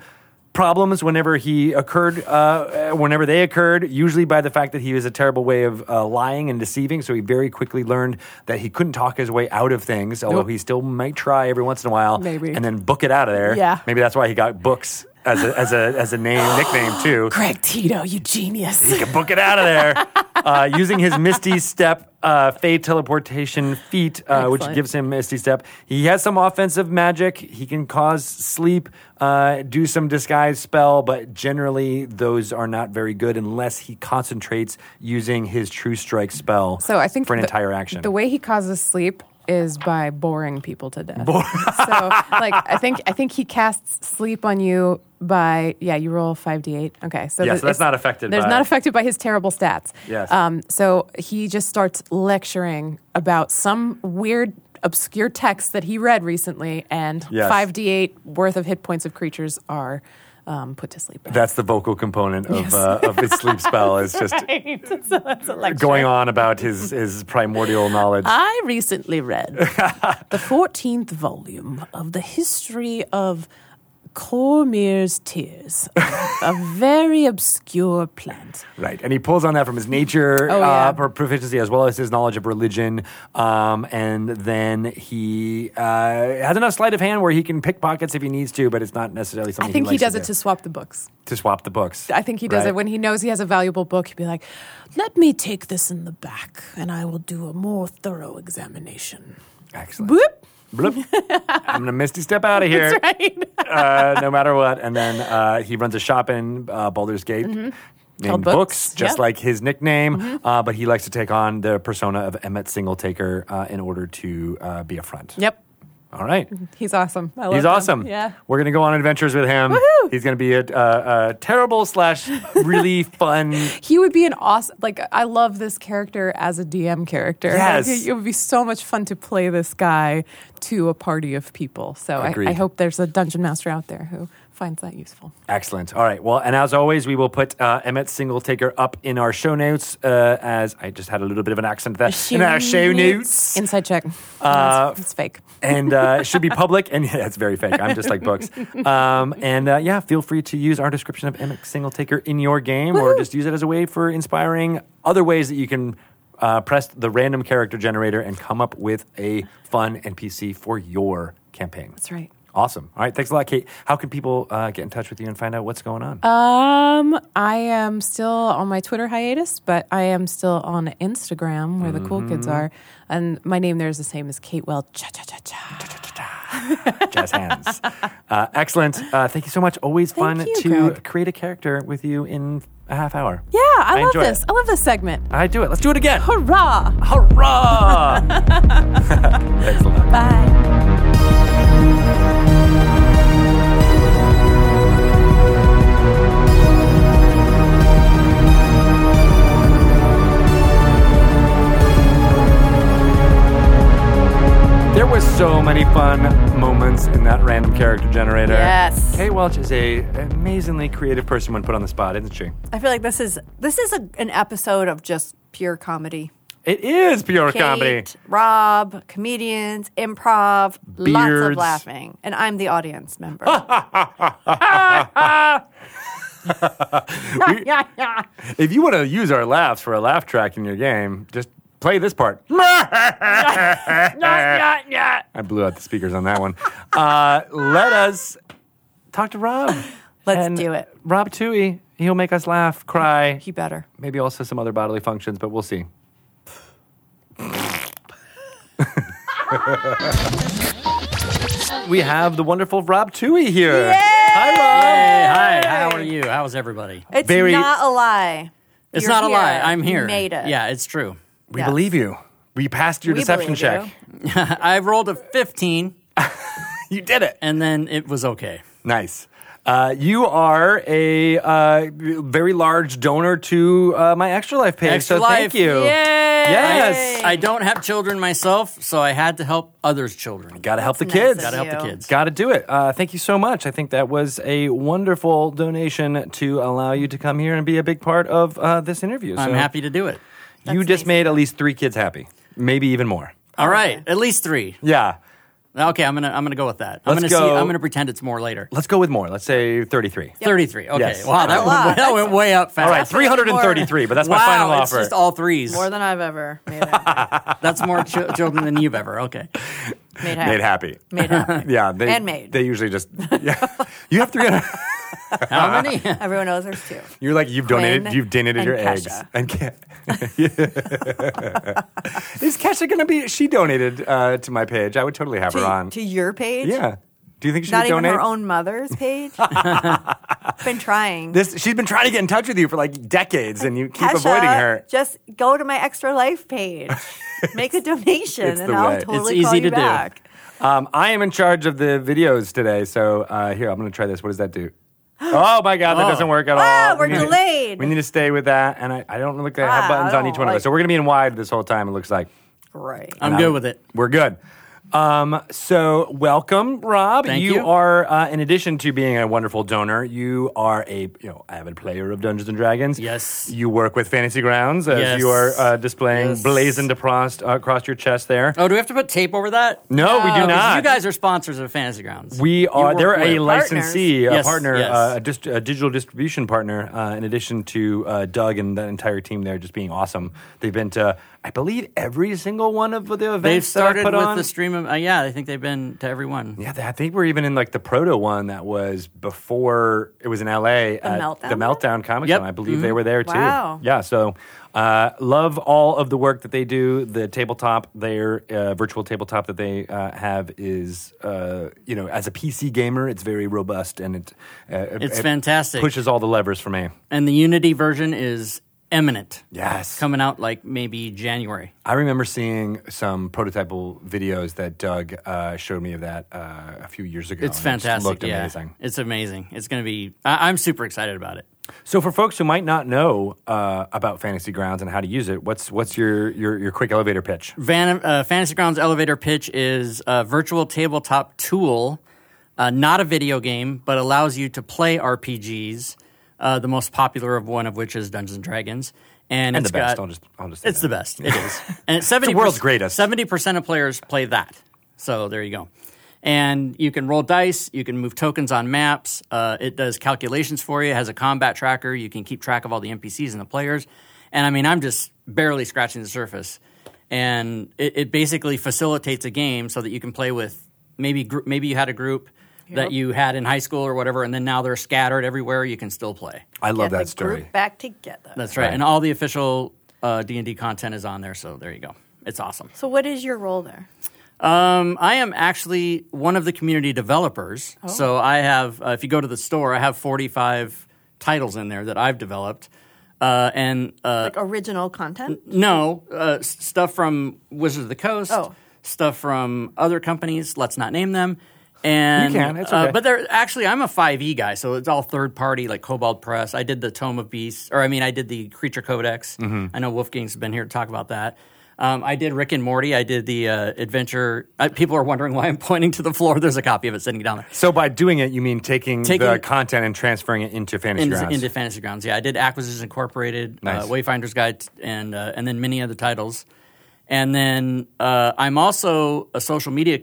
Speaker 1: problems whenever he occurred, uh, whenever they occurred, usually by the fact that he was a terrible way of uh, lying and deceiving. So he very quickly learned that he couldn't talk his way out of things, although
Speaker 2: Nope.
Speaker 1: he still might try every once in a while,
Speaker 2: Maybe.
Speaker 1: and then book it out of there.
Speaker 2: Yeah.
Speaker 1: maybe that's why he got books as a as a as a name nickname too.
Speaker 2: Greg Tito, you genius.
Speaker 1: He can book it out of there uh, using his Misty Step uh, Fey teleportation feat, uh, which
Speaker 2: Excellent.
Speaker 1: gives him Misty Step. He has some offensive magic. He can cause sleep, uh, do some disguise spell, but generally those are not very good unless he concentrates using his True Strike spell.
Speaker 2: So I think
Speaker 1: for an
Speaker 2: the-
Speaker 1: entire action.
Speaker 2: The way he causes sleep is by boring people to death. so like I think I think he casts sleep on you by yeah you roll five d eight. Okay, so
Speaker 1: Yeah,
Speaker 2: th-
Speaker 1: so that's
Speaker 2: it's-
Speaker 1: not affected
Speaker 2: There's
Speaker 1: by-
Speaker 2: not affected by his terrible stats.
Speaker 1: Yes.
Speaker 2: Um. So he just starts lecturing about some weird. Obscure text that he read recently, and
Speaker 1: Yes.
Speaker 2: five d eight worth of hit points of creatures are um, put to sleep.
Speaker 1: That's the vocal component of uh, of his sleep spell. Is just
Speaker 2: right. so that's a lecture.
Speaker 1: going on about his his primordial knowledge.
Speaker 2: I recently read the 14th volume of the history of Cormier's tears, a very obscure plant.
Speaker 1: Right. And he pulls on that from his nature
Speaker 2: Oh, yeah.
Speaker 1: uh, pro- proficiency as well as his knowledge of religion. Um, and then he uh, has enough sleight of hand where he can pick pockets if he needs to, but it's not necessarily
Speaker 2: I
Speaker 1: something
Speaker 2: think he,
Speaker 1: likes
Speaker 2: does
Speaker 1: to
Speaker 2: it
Speaker 1: do.
Speaker 2: to swap the books.
Speaker 1: to swap the books.
Speaker 2: I think he does
Speaker 1: Right.
Speaker 2: it when he knows he has a valuable book. He'd be like, "Let me take this in the back, and I will do a more thorough examination."
Speaker 1: Excellent.
Speaker 2: Whoop!
Speaker 1: Bloop. I'm gonna misty step out of here, uh, no matter what. And then uh, he runs a shop in uh, Baldur's Gate named
Speaker 2: Mm-hmm. Called
Speaker 1: Books,
Speaker 2: Books,
Speaker 1: just
Speaker 2: yeah. Mm-hmm.
Speaker 1: like his nickname. Uh, but he likes to take on the persona of Emmett Singletaker uh, in order to uh, be a front.
Speaker 2: Yep,
Speaker 1: All right.
Speaker 2: he's awesome. I love
Speaker 1: He's
Speaker 2: him.
Speaker 1: awesome.
Speaker 2: Yeah.
Speaker 1: We're going to go on adventures with him.
Speaker 2: Woohoo!
Speaker 1: He's going to be a, a, a terrible slash really fun.
Speaker 2: He would be an awesome. Like I love this character as a DM character.
Speaker 1: Yes.
Speaker 2: Like, it would be so much fun to play this guy to a party of people. So I,
Speaker 1: Agreed.
Speaker 2: I hope there's a dungeon master out there who finds that useful.
Speaker 1: Excellent. All right. Well, and as always, we will put uh, Emmett Singletaker up in our show notes uh, as I just had a little bit of an accent there. In our show notes.
Speaker 2: Inside check.
Speaker 1: Uh,
Speaker 2: Uh, it's, it's fake.
Speaker 1: and uh, it should be public. And yeah, it's very fake. I'm just like books. Um, and uh, yeah, feel free to use our description of Emmett Singletaker in your game, or just use it as a way for inspiring other ways that you can uh, press the random character generator and come up with a fun NPC for your campaign.
Speaker 2: That's right.
Speaker 1: Awesome. All right. Thanks a lot, Kate. How can people uh, get in touch with you and find out what's going on?
Speaker 2: Um, I am still on my Twitter hiatus, but I am still on Instagram where the cool kids
Speaker 1: Mm-hmm.
Speaker 2: are, and my name there is the same as Kate Well. Cha cha cha cha.
Speaker 1: Jazz hands. Uh, excellent. Uh, thank you so much. Always
Speaker 2: Thank
Speaker 1: fun
Speaker 2: you,
Speaker 1: to
Speaker 2: Greg.
Speaker 1: create a character with you in a half hour.
Speaker 2: Yeah, I, love
Speaker 1: enjoy
Speaker 2: this.
Speaker 1: it.
Speaker 2: I love this segment.
Speaker 1: All right. Do it. Let's do it again.
Speaker 2: Hurrah!
Speaker 1: Hurrah! Thanks a lot.
Speaker 2: Bye.
Speaker 1: There was so many fun moments in that random character generator.
Speaker 3: Yes.
Speaker 1: Kay Welch is a amazingly creative person when put on the spot, isn't she?
Speaker 3: I feel like this is this is a, an episode of just pure comedy.
Speaker 1: It is pure comedy.
Speaker 3: Kate, Rob, comedians, improv, lots
Speaker 1: Beards.
Speaker 3: of laughing, and I'm the audience member.
Speaker 1: If you want to use our laughs for a laugh track in your game, just play this part. I blew out the speakers on that one. Uh, let us talk to Rob.
Speaker 3: Let's
Speaker 1: And
Speaker 3: do it.
Speaker 1: Rob Toohey, he'll make us laugh, cry,
Speaker 3: He better.
Speaker 1: maybe also some other bodily functions, but we'll see. we have the wonderful Rob Toohey here. Hi, Rob.
Speaker 4: Hey, hi, how are you? How's everybody?
Speaker 3: It's
Speaker 1: Very-
Speaker 3: not a lie.
Speaker 4: It's
Speaker 3: You're
Speaker 4: not a lie.
Speaker 3: here.
Speaker 4: I'm
Speaker 3: You
Speaker 4: here.
Speaker 3: Made it.
Speaker 4: Yeah, it's true.
Speaker 1: We
Speaker 3: Yeah.
Speaker 1: believe you. We passed your
Speaker 3: We
Speaker 1: deception
Speaker 3: believe you.
Speaker 1: check.
Speaker 4: I rolled a 15
Speaker 1: You. did it.
Speaker 4: and then it was okay.
Speaker 1: Nice. Uh, you are a uh, very large donor to uh, my Extra Life page,
Speaker 4: Extra
Speaker 1: so
Speaker 4: life.
Speaker 1: thank you.
Speaker 4: Yay!
Speaker 1: Yes.
Speaker 4: I don't have children myself, so I had to help others' children.
Speaker 1: Got to help the
Speaker 3: nice
Speaker 1: kids.
Speaker 3: of
Speaker 4: Gotta help the
Speaker 3: you.
Speaker 4: kids.
Speaker 1: Got to do it. Uh, thank you so much. I think that was a wonderful donation to allow you to come here and be a big part of uh, this interview.
Speaker 4: I'm
Speaker 1: So
Speaker 4: happy to do it.
Speaker 1: You
Speaker 3: That's
Speaker 1: just
Speaker 3: nice.
Speaker 1: made at least three kids happy, maybe even more.
Speaker 4: All right, at least 3.
Speaker 1: Yeah.
Speaker 4: Okay, I'm going to I'm going to go with that. I'm
Speaker 1: Let's
Speaker 4: going to see
Speaker 1: go.
Speaker 4: I'm going to pretend it's more later.
Speaker 1: Let's go with more. Let's say 33.
Speaker 4: 33. Okay.
Speaker 1: Yes.
Speaker 4: Wow, that
Speaker 3: a lot.
Speaker 4: went, that went way up fast.
Speaker 1: All right, 333, but that's
Speaker 4: wow,
Speaker 1: my final
Speaker 4: it's
Speaker 1: offer.
Speaker 4: just all threes.
Speaker 3: More than I've ever made it.
Speaker 4: That's more ch- children than you've ever. Okay.
Speaker 3: Made
Speaker 1: made
Speaker 3: happy.
Speaker 1: happy.
Speaker 3: Made happy.
Speaker 1: Yeah, they,
Speaker 3: And made.
Speaker 1: They usually just yeah. You have 300.
Speaker 4: How many?
Speaker 3: Everyone knows there's two.
Speaker 1: You're like you've
Speaker 3: Quinn
Speaker 1: donated. You've donated
Speaker 3: and
Speaker 1: your
Speaker 3: Kesha.
Speaker 1: eggs. And Ke- is Kesha gonna be? She donated uh, to my page. I would totally have her
Speaker 3: To,
Speaker 1: on.
Speaker 3: to your page?
Speaker 1: yeah. Do you think she
Speaker 3: Not
Speaker 1: would
Speaker 3: even
Speaker 1: donate?
Speaker 3: her own mother's page? Been trying.
Speaker 1: This she's been trying to get in touch with you for like decades, and you keep
Speaker 3: Kesha,
Speaker 1: avoiding her.
Speaker 3: Just go to my extra life page, make a donation,
Speaker 1: it's
Speaker 3: and
Speaker 1: the way.
Speaker 3: I'll
Speaker 1: It's
Speaker 3: totally
Speaker 4: easy
Speaker 3: call you
Speaker 4: to do.
Speaker 3: back.
Speaker 1: Um, I am in charge of the videos today, so uh, here I'm gonna try this. What does that do? Oh my god, that
Speaker 4: Oh.
Speaker 1: doesn't work at
Speaker 3: Wow,
Speaker 1: all.
Speaker 3: Ah, we're
Speaker 1: We need-
Speaker 3: delayed. Ah,
Speaker 1: We
Speaker 3: oh.
Speaker 1: need to stay with that, and I, I don't look. I have
Speaker 3: Wow,
Speaker 1: buttons
Speaker 3: I
Speaker 1: on each
Speaker 3: don't
Speaker 1: one of
Speaker 3: like-
Speaker 1: us, so we're gonna be in wide this whole time. It looks like
Speaker 3: Great.
Speaker 4: I'm good with it.
Speaker 1: we're good. Um, so welcome, Rob.
Speaker 4: Thank you.
Speaker 1: are, uh, in addition to being a wonderful donor, you are a you know avid player of Dungeons and Dragons.
Speaker 4: Yes.
Speaker 1: You work with Fantasy Grounds as
Speaker 4: Yes.
Speaker 1: you are uh, displaying
Speaker 4: Yes.
Speaker 1: blazoned across uh, across your chest there.
Speaker 4: Oh, do we have to put tape over that?
Speaker 1: No, we do
Speaker 4: Oh, 'cause
Speaker 1: not.
Speaker 4: You guys are sponsors of Fantasy Grounds.
Speaker 1: We are.
Speaker 4: work
Speaker 1: They're a
Speaker 4: with-
Speaker 1: licensee, a
Speaker 4: Yes,
Speaker 1: partner,
Speaker 4: yes.
Speaker 1: Uh, a, dist- a digital distribution partner. Uh, in addition to uh, Doug and that entire team there, just being awesome. They've been to, I believe, every single one of the events.
Speaker 4: They've
Speaker 1: that
Speaker 4: started
Speaker 1: I put
Speaker 4: with
Speaker 1: on.
Speaker 4: the stream of. Uh, yeah, I think they've been to everyone.
Speaker 1: Yeah, I think we're even in like the proto one that was before it was in LA the at
Speaker 3: Meltdown
Speaker 1: the
Speaker 3: one?
Speaker 1: Meltdown Comic
Speaker 4: Yep. Mm-hmm.
Speaker 1: Con. I believe they were there too.
Speaker 3: Wow.
Speaker 1: Yeah, so uh, love all of the work that they do. The tabletop, their uh, virtual tabletop that they uh, have is, uh, you know, as a PC gamer, it's very robust and it, uh, it-
Speaker 4: It's
Speaker 1: it
Speaker 4: fantastic.
Speaker 1: Pushes all the levers for me.
Speaker 4: And the Unity version is eminent.
Speaker 1: Yes.
Speaker 4: Coming out like maybe January.
Speaker 1: I remember seeing some prototypal videos that Doug uh, showed me of that uh, a few years ago.
Speaker 4: It's
Speaker 1: and it just
Speaker 4: fantastic.
Speaker 1: looked
Speaker 4: yeah.
Speaker 1: amazing.
Speaker 4: It's amazing. It's going to be. I- I'm super excited about it.
Speaker 1: So, for folks who might not know uh, about Fantasy Grounds and how to use it, what's what's your your, your quick elevator pitch?
Speaker 4: Van- uh, Fantasy Grounds Elevator Pitch is a virtual tabletop tool, uh, not a video game, but allows you to play RPGs. Uh, the most popular of one of which is Dungeons and Dragons, and,
Speaker 1: And
Speaker 4: it's
Speaker 1: the best.
Speaker 4: got-
Speaker 1: I'll just I'll just say
Speaker 4: it's
Speaker 1: that.
Speaker 4: the best. It is, and it's seventy.
Speaker 1: world's greatest.
Speaker 4: Seventy percent of players play that. So there you go. And you can roll dice. You can move tokens on maps. Uh, it does calculations for you. It has a combat tracker. You can keep track of all the NPCs and the players. And I mean, I'm just barely scratching the surface. And it, it basically facilitates a game so that you can play with maybe gr- maybe you had a group that you had in high school or whatever, and then now they're scattered everywhere. You can still play.
Speaker 1: I love
Speaker 3: Get
Speaker 1: that
Speaker 3: the
Speaker 1: story.
Speaker 3: Group back together.
Speaker 4: That's right. And all the official uh, D and D content is on there. So there you go. It's awesome.
Speaker 3: so, what is your role there?
Speaker 4: Um, I am actually one of the community developers. So I have, uh, if you go to the store, I have 45 titles in there that I've developed. Uh, and uh,
Speaker 3: Like original content?
Speaker 4: no, uh, s- stuff from Wizard of the Coast,
Speaker 3: Oh.
Speaker 4: stuff from other companies, let's not name them. And,
Speaker 1: You can, it's
Speaker 4: uh,
Speaker 1: okay.
Speaker 4: but they're actually, I'm a 5e guy, so it's all third party, like Cobalt Press. I did the Tome of Beasts, or I mean, I did the Creature Codex.
Speaker 1: Mm-hmm.
Speaker 4: I know Wolfgang's been here to talk about that. Um, I did Rick and Morty. I did the uh, adventure. Uh, people are wondering why I'm pointing to the floor. There's a copy of it sitting down there.
Speaker 1: So, by doing it, you mean taking, the
Speaker 4: Taking-
Speaker 1: content and transferring it into Fantasy
Speaker 4: into,
Speaker 1: Grounds.
Speaker 4: into Fantasy Grounds. Yeah, I did Acquisitions Incorporated,
Speaker 1: Nice.
Speaker 4: uh, Wayfinder's Guide, and uh, and then many other titles. And then uh, I'm also a social media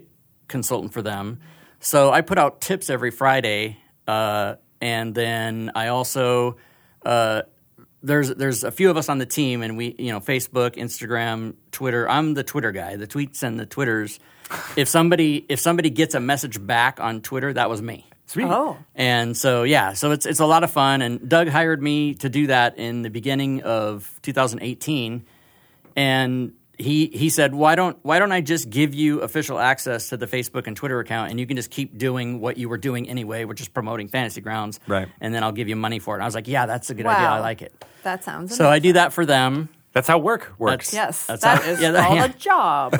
Speaker 4: consultant for them. So I put out tips every Friday, uh, and then I also uh, there's there's a few of us on the team, and we you know Facebook, Instagram, Twitter. I'm the Twitter guy. The tweets and the twitters. if somebody if somebody gets a message back on Twitter, that was me.
Speaker 1: Sweet.
Speaker 3: Oh.
Speaker 4: And so yeah, so it's it's a lot of fun. And Doug hired me to do that in the beginning of 2018, and he he said, why don't why don't I just give you official access to the Facebook and Twitter account, and you can just keep doing what you were doing anyway, which is promoting Fantasy Grounds,
Speaker 1: Right.
Speaker 4: And then I'll give you money for it. And I was like, yeah, that's a good idea. I like it.
Speaker 3: That sounds
Speaker 4: mm. So I do that for them.
Speaker 1: That's how work works.
Speaker 3: Yes,
Speaker 4: That's-
Speaker 3: that's
Speaker 4: how- yeah, that- yeah.
Speaker 3: called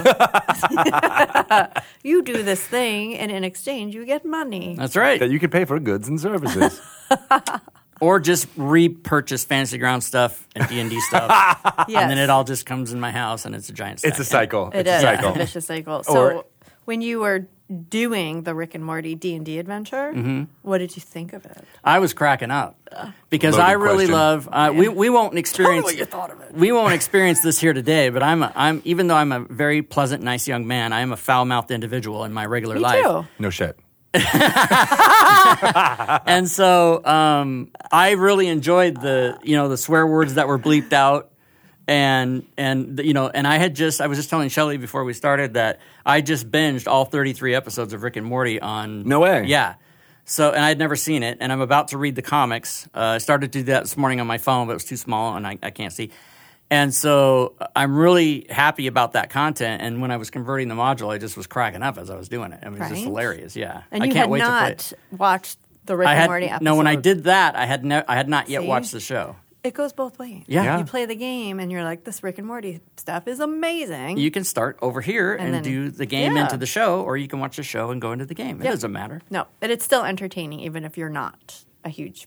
Speaker 3: a job. you do this thing, and in exchange, you get money.
Speaker 4: That's right.
Speaker 1: That you can pay for goods and services.
Speaker 4: or just repurchase Fantasy Ground stuff and D and D stuff,
Speaker 3: Yes.
Speaker 4: and then it all just comes in my house, and it's a giant. Stack.
Speaker 1: it's a cycle.
Speaker 3: It
Speaker 1: it's
Speaker 3: is.
Speaker 1: a cycle.
Speaker 3: It's a vicious cycle. So
Speaker 1: Or-
Speaker 3: when you were doing the Rick and Morty D and D adventure,
Speaker 4: Mm-hmm.
Speaker 3: what did you think of it?
Speaker 4: I was cracking up because
Speaker 1: Loaded
Speaker 4: I really
Speaker 1: question.
Speaker 4: love. Uh, we we won't experience.
Speaker 3: Totally you thought of it.
Speaker 4: We won't experience this here today. But I'm a, I'm even though I'm a very pleasant, nice young man, I am a foul mouthed individual in my regular
Speaker 3: Me
Speaker 4: life.
Speaker 3: too.
Speaker 1: No shit.
Speaker 4: And so um, I really enjoyed the you know the swear words that were bleeped out. And and you know, and I had just I was just telling Shelly before we started that I just binged all 33 episodes of Rick and Morty on
Speaker 1: No way.
Speaker 4: yeah. So, and I'd never seen it, and I'm about to read the comics. Uh, I started to do that this morning on my phone, but it was too small, and I, I can't see. And so, uh, I'm really happy about that content. And when I was converting the module, I just was cracking up as I was doing it. I mean, it's just
Speaker 3: Right.
Speaker 4: hilarious. Yeah,
Speaker 3: And
Speaker 4: I
Speaker 3: you
Speaker 4: can't
Speaker 3: had
Speaker 4: wait to play
Speaker 3: not
Speaker 4: it.
Speaker 3: watched the Rick
Speaker 4: I
Speaker 3: and
Speaker 4: had
Speaker 3: Morty episode.
Speaker 4: no. When I did that, I had ne- I had not yet
Speaker 3: See?
Speaker 4: watched the show.
Speaker 3: it goes both ways.
Speaker 4: Yeah. Yeah.
Speaker 3: you play the game, and you're like, this Rick and Morty stuff is amazing.
Speaker 4: You can start over here and,
Speaker 3: then-
Speaker 4: do the game
Speaker 3: yeah.
Speaker 4: into the show, or you can watch the show and go into the game. It doesn't matter.
Speaker 3: no, but it's still entertaining, even if you're not a huge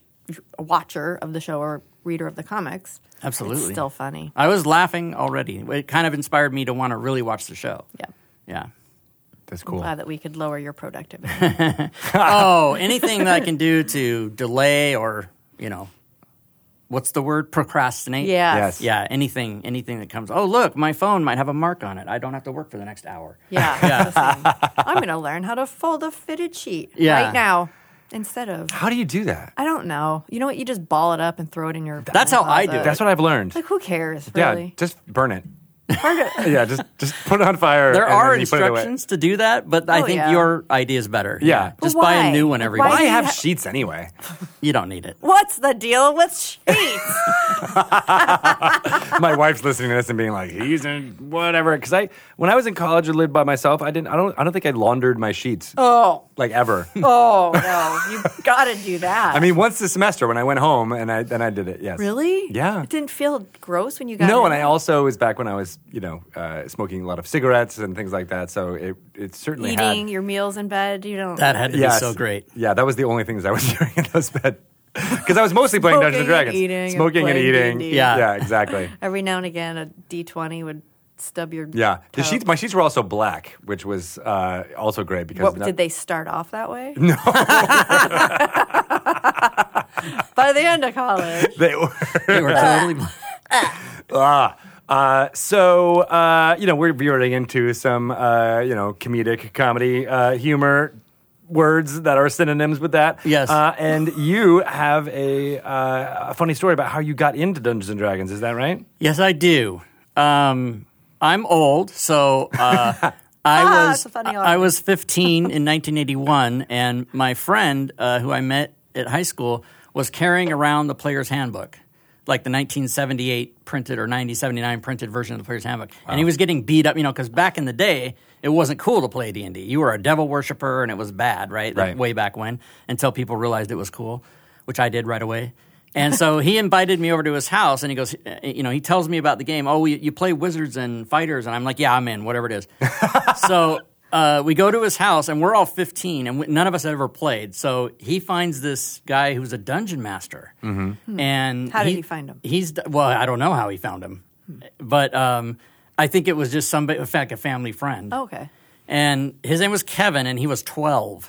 Speaker 3: watcher of the show or reader of the comics.
Speaker 4: Absolutely.
Speaker 3: it's still funny.
Speaker 4: I was laughing already. It kind of inspired me to want to really watch the show.
Speaker 3: Yeah.
Speaker 4: Yeah.
Speaker 1: That's cool.
Speaker 3: Glad that we could lower your productivity.
Speaker 4: oh, anything that I can do to delay or you know, what's the word? Procrastinate.
Speaker 3: yeah.
Speaker 1: Yes.
Speaker 4: Yeah. Anything. Anything that comes. Oh, look, my phone might have a mark on it. I don't have to work for the next hour.
Speaker 3: Yeah.
Speaker 4: Yeah.
Speaker 3: listen, I'm going to learn how to fold a fitted sheet
Speaker 4: Yeah.
Speaker 3: right now instead of.
Speaker 1: How do you do that?
Speaker 3: I don't know. You know what? You just ball it up and throw it in your.
Speaker 4: That's how I do
Speaker 3: closet.
Speaker 4: it.
Speaker 1: That's what I've learned.
Speaker 3: Like, who cares,
Speaker 1: Yeah,
Speaker 3: really?
Speaker 1: just burn it. yeah, just just put it on fire.
Speaker 4: There
Speaker 1: and
Speaker 4: are
Speaker 1: then you put it away.
Speaker 4: instructions to do that, but I
Speaker 3: Oh,
Speaker 4: think
Speaker 3: yeah.
Speaker 4: your idea is better.
Speaker 1: Yeah. But
Speaker 4: Just buy
Speaker 3: why?
Speaker 4: a new one
Speaker 3: Like,
Speaker 4: every
Speaker 3: why
Speaker 4: month.
Speaker 1: Why
Speaker 3: do you
Speaker 1: have
Speaker 3: ha-
Speaker 1: sheets anyway?
Speaker 4: You don't need it.
Speaker 3: What's the deal with sheets?
Speaker 1: My wife's listening to this and being like, "He's in whatever." Because I, when I was in college and lived by myself, I didn't. I don't. I don't think I laundered my sheets
Speaker 3: oh,
Speaker 1: like ever.
Speaker 3: oh no! You got to do that.
Speaker 1: I mean, once this semester when I went home and I then I did it. Yes.
Speaker 3: really?
Speaker 1: Yeah.
Speaker 3: It didn't feel gross when you got.
Speaker 1: No,
Speaker 3: it?
Speaker 1: and I also it was back when I was, you know, uh, smoking a lot of cigarettes and things like that. So it it certainly
Speaker 3: eating
Speaker 1: had
Speaker 3: your meals in bed. You don't.
Speaker 4: That had to
Speaker 1: Yes.
Speaker 4: be so great.
Speaker 1: Yeah, that was the only things I was doing in those bed because I was mostly playing Dungeons and
Speaker 3: Smoking and
Speaker 1: Dragons,
Speaker 3: eating and
Speaker 1: smoking and
Speaker 3: playing
Speaker 1: eating.
Speaker 3: D&D.
Speaker 4: Yeah.
Speaker 1: yeah, exactly.
Speaker 3: Every now and again, a D twenty would stub your.
Speaker 1: Yeah, the
Speaker 3: toe.
Speaker 1: sheets. My sheets were also black, which was uh, also great because
Speaker 3: What,
Speaker 1: no-
Speaker 3: did they start off that way? No. By the end of college,
Speaker 1: they were.
Speaker 4: They were totally.
Speaker 1: Ah. Uh, so uh, you know we're veering into some uh, you know comedic comedy uh, humor words that are synonyms with that.
Speaker 4: Yes.
Speaker 1: Uh, and you have a, uh, a funny story about how you got into Dungeons and Dragons. Is that right?
Speaker 4: Yes, I do. Um, I'm old, so uh, I
Speaker 3: Ah,
Speaker 4: was
Speaker 3: it's a funny
Speaker 4: I I
Speaker 3: argument.
Speaker 4: was 15 in 1981, and my friend uh, who I met at high school was carrying around the Player's Handbook, like the 1978 printed or 1979 printed version of the Player's Handbook, and he was getting beat up, you know, because back in the day it wasn't cool to play D and D. You were a devil worshiper, and it was bad, right? Like,
Speaker 1: Right.
Speaker 4: Way back when, until people realized it was cool, which I did right away. And so he invited me over to his house, and he goes, uh, you know, he tells me about the game. Oh, you, you play wizards and fighters, and I'm like, yeah, I'm in, whatever it is. so uh, we go to his house, and we're all 15, and we, none of us had ever played. So he finds this guy who's a dungeon master, and
Speaker 3: Hmm. How did he find him? Hmm.
Speaker 4: He's d- well, I don't know how he found him, but um, I think it was just somebody, in fact, a family friend.
Speaker 3: okay.
Speaker 4: And his name was Kevin, and he was 12.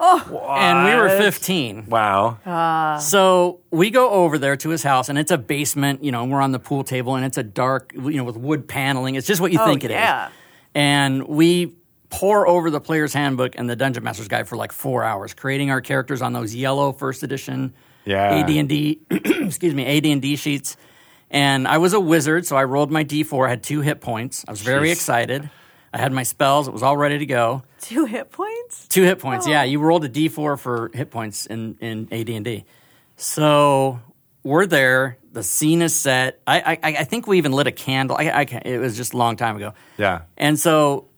Speaker 4: Oh, and we were Uh,
Speaker 1: What?
Speaker 4: 15.
Speaker 1: Wow.
Speaker 4: So we go over there to his house, and it's a basement, you know, and we're on the pool table, and it's a dark, you know, with wood paneling. It's just what you
Speaker 3: Oh,
Speaker 4: think it is.
Speaker 3: yeah.
Speaker 4: And we pour over the player's handbook and the dungeon master's guide for like four hours, creating our characters on those yellow first edition
Speaker 1: Yeah.
Speaker 4: AD&D, excuse me, AD&D sheets. And I was a wizard, so I rolled my D4. I had two hit points. I was very
Speaker 1: Jeez.
Speaker 4: excited. I had my spells. It was all ready to go.
Speaker 3: Two hit points.
Speaker 4: Two hit points. Yeah, you rolled a d4 for hit points in in AD and D. So we're there. The scene is set. I I, I think we even lit a candle. I, I can't- it was just a long time ago.
Speaker 1: Yeah.
Speaker 4: And so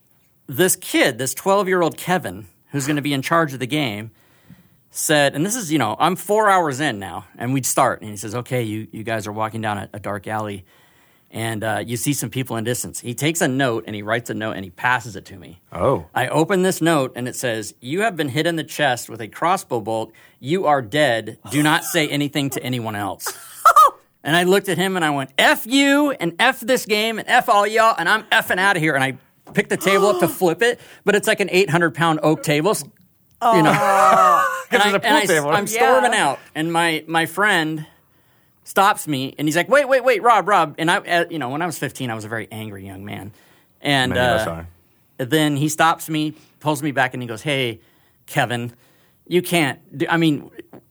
Speaker 4: this kid, this twelve year old Kevin, who's going to be in charge of the game, said, and this is, you know, I'm four hours in now, and we'd start. And he says, okay, you, you guys are walking down a, a dark alley, and uh, you see some people in distance. He takes a note and he writes a note and he passes it to me.
Speaker 1: Oh.
Speaker 4: I open this note and it says, You have been hit in the chest with a crossbow bolt. You are dead. Do not say anything to anyone else. And I looked at him and I went, F you and F this game and F all y'all and I'm effing out of here. And I picked the table up to flip it, but it's like an 800 pound oak table. s- You know, and
Speaker 1: there's a pool table.
Speaker 4: am storming out. And my, my friend stops me and he's like, Wait, wait, wait, Rob, Rob. And I, uh, you know, when I was 15, I was a very angry young man. And
Speaker 1: Many of us
Speaker 4: uh,
Speaker 1: are.
Speaker 4: then he stops me, pulls me back, and he goes, "Hey, Kevin, you can't. Do, I mean,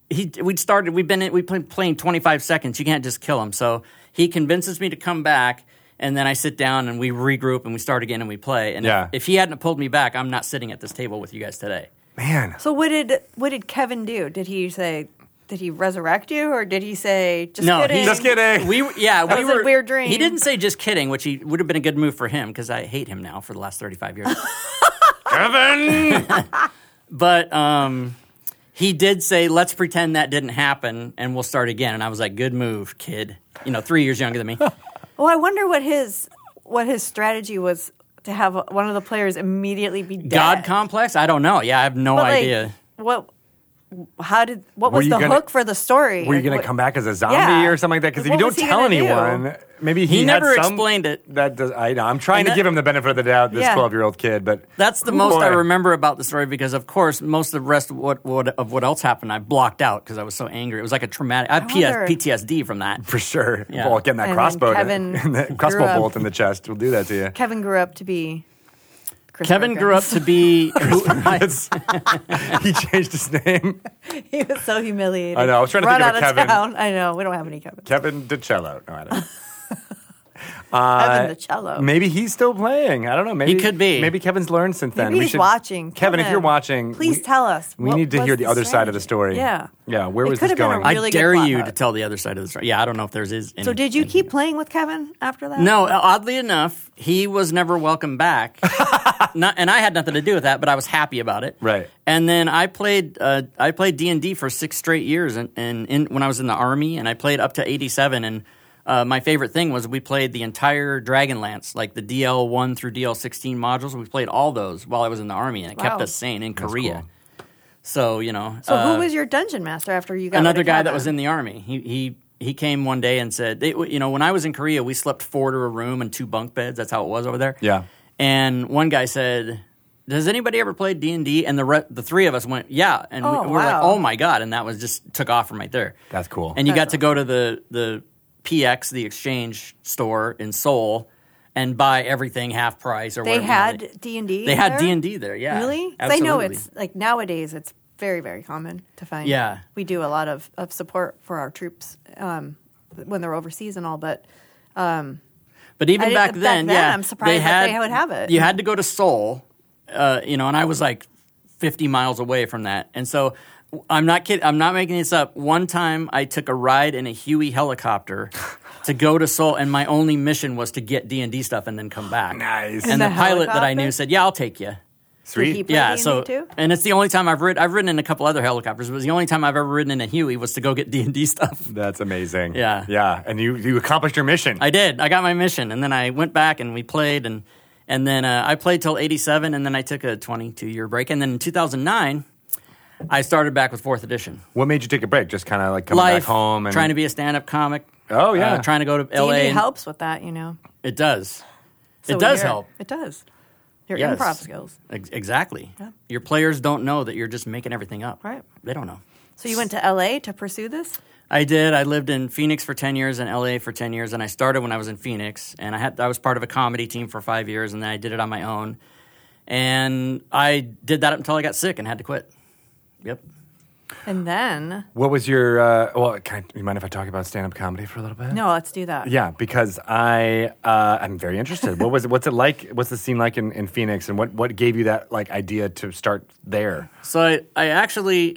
Speaker 4: he we'd started. We've been we been playing 25 seconds. You can't just kill him." So he convinces me to come back, and then I sit down and we regroup and we start again and we play. And if-
Speaker 1: Yeah.
Speaker 4: if, he hadn't pulled me back, I'm not sitting at this table with you guys today.
Speaker 1: Man.
Speaker 3: So what did what did Kevin do? Did he say? Did he resurrect you, or did he say just
Speaker 4: No, he-
Speaker 3: kidding?
Speaker 1: Just kidding.
Speaker 4: We yeah, we
Speaker 3: was a
Speaker 4: were
Speaker 3: weird dream.
Speaker 4: He didn't say just kidding, which he would have been a good move for him because I hate him now for the last 35 years.
Speaker 1: Kevin.
Speaker 4: But um, he did say, "Let's pretend that didn't happen, and we'll start again." And I was like, "Good move, kid." You know, three years younger than me.
Speaker 3: Well, Oh, I wonder what his what his strategy was to have one of the players immediately be dead.
Speaker 4: God complex? I don't know. Yeah, I have no
Speaker 3: But, like,
Speaker 4: idea.
Speaker 3: what how did what
Speaker 1: Were
Speaker 3: was
Speaker 1: you
Speaker 3: the
Speaker 1: gonna-
Speaker 3: hook for the story?
Speaker 1: Were you going
Speaker 3: Like,
Speaker 1: to
Speaker 3: what-
Speaker 1: come back as a zombie
Speaker 3: Yeah.
Speaker 1: or something like that? Because if you
Speaker 3: What
Speaker 1: don't
Speaker 3: was he
Speaker 1: tell
Speaker 3: gonna do?
Speaker 1: anyone, maybe he,
Speaker 4: He
Speaker 1: had
Speaker 4: never
Speaker 1: some-
Speaker 4: explained it.
Speaker 1: That does, I know. I'm trying
Speaker 4: And
Speaker 1: to
Speaker 4: that-
Speaker 1: give him the benefit of the doubt. This
Speaker 3: Yeah.
Speaker 1: 12 year old kid, but
Speaker 4: That's the most I
Speaker 1: Boy.
Speaker 4: remember about the story because, of course, most of the rest of what, what of what else happened, I blocked out because I was so angry. It was like a traumatic. I had
Speaker 3: wonder-
Speaker 4: PS, PTSD from that.
Speaker 1: for sure.
Speaker 4: Yeah.
Speaker 1: Well, getting that
Speaker 3: And
Speaker 1: crossbow,
Speaker 3: Kevin
Speaker 1: in the,
Speaker 3: grew
Speaker 1: crossbow
Speaker 3: up-
Speaker 1: bolt in the chest will do that to you.
Speaker 3: Kevin grew up to be. Chris
Speaker 4: Kevin grew up to be.
Speaker 1: That's- he changed his name.
Speaker 3: he was so humiliated.
Speaker 1: I know, I was trying to
Speaker 3: Run
Speaker 1: think of a
Speaker 3: out
Speaker 1: Kevin.
Speaker 3: Town. I know. We don't have any Kevin.
Speaker 1: Kevin DiCello. No, I don't. Uh,
Speaker 3: Kevin the cello.
Speaker 1: Maybe he's still playing. I don't know. Maybe
Speaker 4: could be.
Speaker 1: Maybe Kevin's learned since then.
Speaker 3: Maybe
Speaker 1: We
Speaker 3: he's
Speaker 1: should-
Speaker 3: watching.
Speaker 1: Kevin, if you're watching,
Speaker 3: please
Speaker 1: we-
Speaker 3: tell us.
Speaker 1: We
Speaker 3: what
Speaker 1: need to
Speaker 3: was
Speaker 1: hear the, other side of the story.
Speaker 3: strategy? Yeah.
Speaker 1: Yeah. Where
Speaker 3: It
Speaker 1: was
Speaker 3: could
Speaker 1: this
Speaker 3: have been a
Speaker 1: going?
Speaker 4: I
Speaker 3: really good
Speaker 4: dare
Speaker 3: plot
Speaker 4: you to
Speaker 3: hook.
Speaker 4: tell the other side of the story. Yeah, I don't know if there's is. Any,
Speaker 3: So did you keep playing with Kevin after that?
Speaker 4: No, oddly enough, he was never welcome back. Not, and I had nothing to do with that, but I was happy about it.
Speaker 1: Right.
Speaker 4: And then I played, uh, I played D and D for six straight years, and, and in, when I was in the army, and I played up to eighty seven. And uh, my favorite thing was we played the entire Dragonlance, like the DL one through DL sixteen modules. We played all those while I was in the army, and it kept
Speaker 3: Wow.
Speaker 4: us sane in Korea. So you know,
Speaker 3: So
Speaker 4: uh,
Speaker 3: who was your dungeon master after you got rid
Speaker 4: another
Speaker 3: of
Speaker 4: guy
Speaker 3: Kevin?
Speaker 4: that was in the army. He he he came one day and said, they, you know, when I was in Korea, we slept four to a room and two bunk beds. That's how it was over there.
Speaker 1: Yeah.
Speaker 4: And one guy said, "Does anybody ever play D and D?" And the re- the three of us went, "Yeah." And
Speaker 3: Oh,
Speaker 4: we, we were like,
Speaker 3: wow.
Speaker 4: "Oh my god!" And that was just took off from right there.
Speaker 1: That's cool.
Speaker 4: And you got to go to the the PX, the exchange store in Seoul, and buy everything half price or
Speaker 3: They
Speaker 4: whatever.
Speaker 3: had D and D.
Speaker 4: they had D and D there. Yeah,
Speaker 3: Really? 'Cause I know
Speaker 4: Absolutely.
Speaker 3: it's like nowadays it's very very common to find.
Speaker 4: Yeah.
Speaker 3: we do a lot of, of support for our troops um, when they're overseas and all, but
Speaker 4: But even
Speaker 3: I didn't-
Speaker 4: back
Speaker 3: back
Speaker 4: then,
Speaker 3: then,
Speaker 4: yeah,
Speaker 3: I'm surprised that they would have it.
Speaker 4: You had to go to Seoul, uh, you know, and I was like 50 miles away from that, and so I'm not kidding. I'm not making this up. One time, I took a ride in a Huey helicopter to go to Seoul, and my only mission was to get D and D stuff and then come back.
Speaker 1: Nice.
Speaker 4: And the,
Speaker 3: the
Speaker 4: pilot that I
Speaker 3: helicopter?
Speaker 4: knew said, "Yeah, I'll take you."
Speaker 1: Sweet.
Speaker 3: Did he- Play
Speaker 4: Yeah,
Speaker 3: D&D
Speaker 4: so
Speaker 3: too?
Speaker 4: and it's the only time I've ridden. I've ridden in a couple other helicopters, but it was the only time I've ever ridden in a Huey was to go get D and D stuff.
Speaker 1: That's amazing.
Speaker 4: Yeah.
Speaker 1: Yeah. And you, you accomplished your mission.
Speaker 4: I did. I got my mission, and then I went back and we played, and and then uh, I played till '87, and then I took a 22 year break, and then in 2009, I started back with Fourth Edition.
Speaker 1: what made you take a break? Just kind of like coming
Speaker 4: Life,
Speaker 1: back home and
Speaker 4: trying to be a stand up comic.
Speaker 1: Oh, yeah.
Speaker 4: uh, trying to go to
Speaker 3: D
Speaker 4: LA.
Speaker 3: and D
Speaker 4: and-
Speaker 3: helps with that, you know.
Speaker 4: It does.
Speaker 3: So
Speaker 4: it does
Speaker 3: you're-
Speaker 4: help.
Speaker 3: It does. Your
Speaker 4: Yes.
Speaker 3: improv skills.
Speaker 4: Ex- exactly. Your players don't know that you're just making everything up.
Speaker 3: Right.
Speaker 4: They don't know.
Speaker 3: So you went to LA to pursue this?
Speaker 4: I did. I lived in Phoenix for ten years and LA for ten years, and I started when I was in Phoenix, and I had I was part of a comedy team for five years, and then I did it on my own, and I did that up until I got sick and had to quit. Yep.
Speaker 3: And then
Speaker 1: What was your, uh, well, can I, you mind if I talk about stand up comedy for a little bit?
Speaker 3: no, let's do that.
Speaker 1: Yeah, because I uh, I'm very interested. What was it, what's it like? What's the scene like in, in Phoenix, and what, what gave you that like idea to start there?
Speaker 4: So I, I actually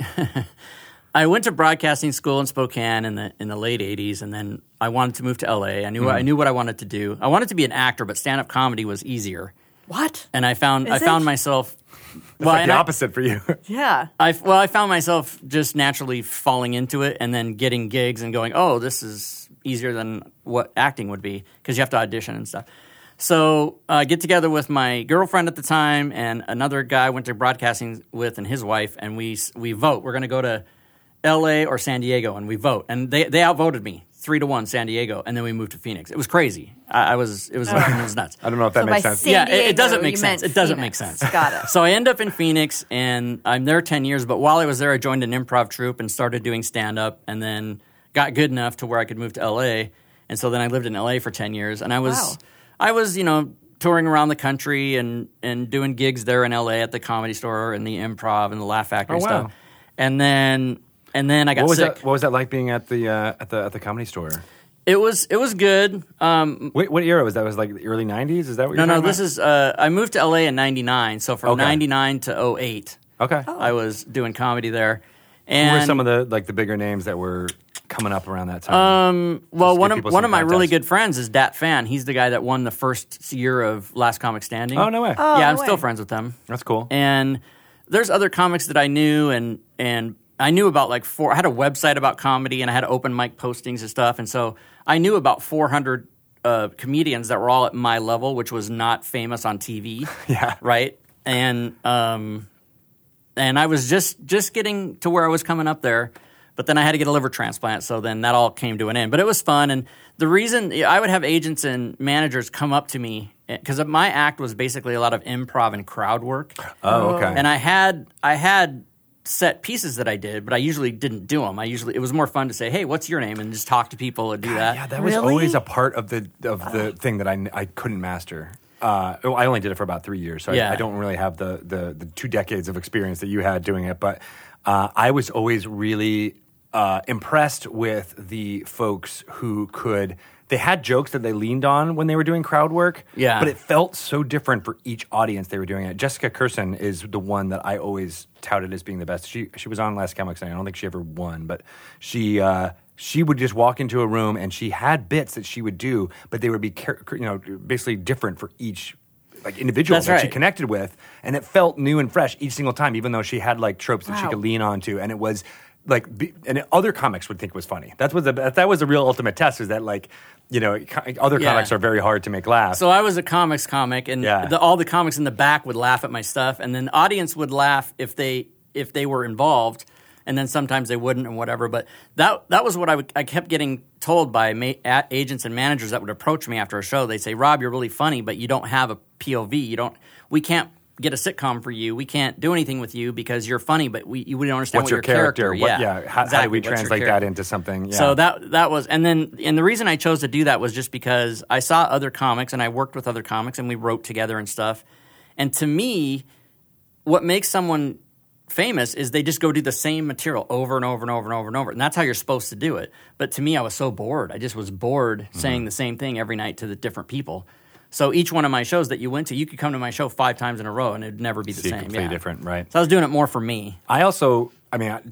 Speaker 4: I went to broadcasting school in Spokane in the in the late '80s, and then I wanted to move to LA. I knew
Speaker 1: Hmm.
Speaker 4: I knew what I wanted to do. I wanted to be an actor, but stand up comedy was easier,
Speaker 3: What?
Speaker 4: and I found I
Speaker 3: Is
Speaker 4: found
Speaker 3: it?
Speaker 4: myself.
Speaker 1: It's like
Speaker 4: and
Speaker 1: the
Speaker 4: I-
Speaker 1: opposite for you.
Speaker 3: Yeah.
Speaker 4: I well, I found myself just naturally falling into it, and then getting gigs and going, "Oh, this is easier than what acting would be," because you have to audition and stuff. So uh, I get together with my girlfriend at the time and another guy I went to broadcasting with and his wife, and we s- we vote. We're going to go to L.A. or San Diego, and we vote. And they they outvoted me three to one, San Diego, and then we moved to Phoenix. It was crazy. I, I was it was it was nuts.
Speaker 1: I don't know if that
Speaker 3: so by
Speaker 1: makes sense.
Speaker 3: San
Speaker 4: Yeah, it- it
Speaker 3: Diego,
Speaker 4: doesn't make
Speaker 3: you
Speaker 4: sense.
Speaker 3: meant
Speaker 4: It doesn't
Speaker 3: Phoenix.
Speaker 4: make sense.
Speaker 3: Got it.
Speaker 4: So I end up in Phoenix and I'm there 10 years. But while I was there, I joined an improv troupe and started doing stand up and then got good enough to where I could move to LA. And so then I lived in LA for 10 years. And I was,
Speaker 3: Wow.
Speaker 4: I was, you know, touring around the country and, and doing gigs there in LA at the comedy store and the improv and the laugh factory
Speaker 1: Oh,
Speaker 4: and
Speaker 1: wow.
Speaker 4: stuff. And then, and then I got
Speaker 1: What was
Speaker 4: sick.
Speaker 1: that? What was that like being at the uh, at the at the comedy store?
Speaker 4: It was, it was good. Um,
Speaker 1: Wait, what era was that? Was it like the early '90s? Is that what?
Speaker 4: no,
Speaker 1: you're
Speaker 4: no,
Speaker 1: talking
Speaker 4: this
Speaker 1: about?
Speaker 4: is, uh, I moved to LA in 99. So from
Speaker 1: Okay.
Speaker 4: 99 to 08.
Speaker 1: okay.
Speaker 4: I was doing comedy there.
Speaker 1: Who
Speaker 4: And
Speaker 1: were some of the like the bigger names that were coming up around that time? Um,
Speaker 4: well, one of one of my really good friends is Dat Fan. He's the guy that won the first year of Last Comic Standing.
Speaker 1: Oh, no way.
Speaker 3: Oh,
Speaker 4: yeah,
Speaker 3: no
Speaker 4: I'm still
Speaker 3: way.
Speaker 4: friends with him.
Speaker 1: That's cool.
Speaker 4: And there's other comics that I knew, and and I knew about like four. I had a website about comedy, and I had open mic postings and stuff, and so I knew about 400 uh, comedians that were all at my level, which was not famous on TV.
Speaker 1: Yeah.
Speaker 4: right. And um, and I was just just getting to where I was coming up there, but then I had to get a liver transplant, so then that all came to an end. But it was fun, and the reason I would have agents and managers come up to me because my act was basically a lot of improv and crowd work.
Speaker 1: Oh, okay.
Speaker 4: And I had I had set pieces that I did, but I usually didn't do them. I usually it was more fun to say, "Hey, what's your name?" and just talk to people and do that.
Speaker 1: yeah, that was
Speaker 3: Really?
Speaker 1: always a part of the of the thing that I, I couldn't master. Uh, oh, I only did it for about three years, so
Speaker 4: Yeah.
Speaker 1: I, I don't really have the, the the two decades of experience that you had doing it. But uh, I was always really uh, impressed with the folks who could. They had jokes that they leaned on when they were doing crowd work,
Speaker 4: Yeah.
Speaker 1: But it felt so different for each audience they were doing it. Jessica Curson is the one that I always touted as being the best. She she was on Last Comic Night. I don't think she ever won, but she uh, she would just walk into a room and she had bits that she would do, but they would be char- you know basically different for each like individual
Speaker 4: That's
Speaker 1: that she
Speaker 4: right.
Speaker 1: connected with, and it felt new and fresh each single time, even though she had like tropes that she
Speaker 3: Wow.
Speaker 1: could lean onto, and it was. Like be- and other comics would think it was funny. That was the that was the real ultimate test. Is that like you know co- other
Speaker 4: Yeah.
Speaker 1: comics are very hard to make laugh.
Speaker 4: So I was a comics comic, and
Speaker 1: Yeah.
Speaker 4: the, all the comics in the back would laugh at my stuff, and then the audience would laugh if they if they were involved, and then sometimes they wouldn't and whatever. But that that was what I, would, I kept getting told by ma- a- agents and managers that would approach me after a show. They say, "Rob, you're really funny, but you don't have a POV. You don't. We can't." Get a sitcom for you. We can't do anything with you because you're funny, but we, you- we don't understand
Speaker 1: what's
Speaker 4: what
Speaker 1: your character? What,
Speaker 4: yeah,
Speaker 1: yeah. How, how
Speaker 4: exactly,
Speaker 1: do we
Speaker 4: what's your
Speaker 1: translate that
Speaker 4: character?
Speaker 1: into something? Yeah.
Speaker 4: So that that was, and then and the reason I chose to do that was just because I saw other comics and I worked with other comics and we wrote together and stuff. And to me, what makes someone famous is they just go do the same material over and over and over and over and over, and that's how you're supposed to do it. But to me, I was so bored. I just was bored
Speaker 1: Mm-hmm.
Speaker 4: saying the same thing every night to the different people. So each one of my shows that you went to, you could come to my show five times in a row, and it'd never be the
Speaker 1: See,
Speaker 4: same.
Speaker 1: completely
Speaker 4: yeah.
Speaker 1: different, right.
Speaker 4: So I was doing it more for me.
Speaker 1: I also, I mean, I-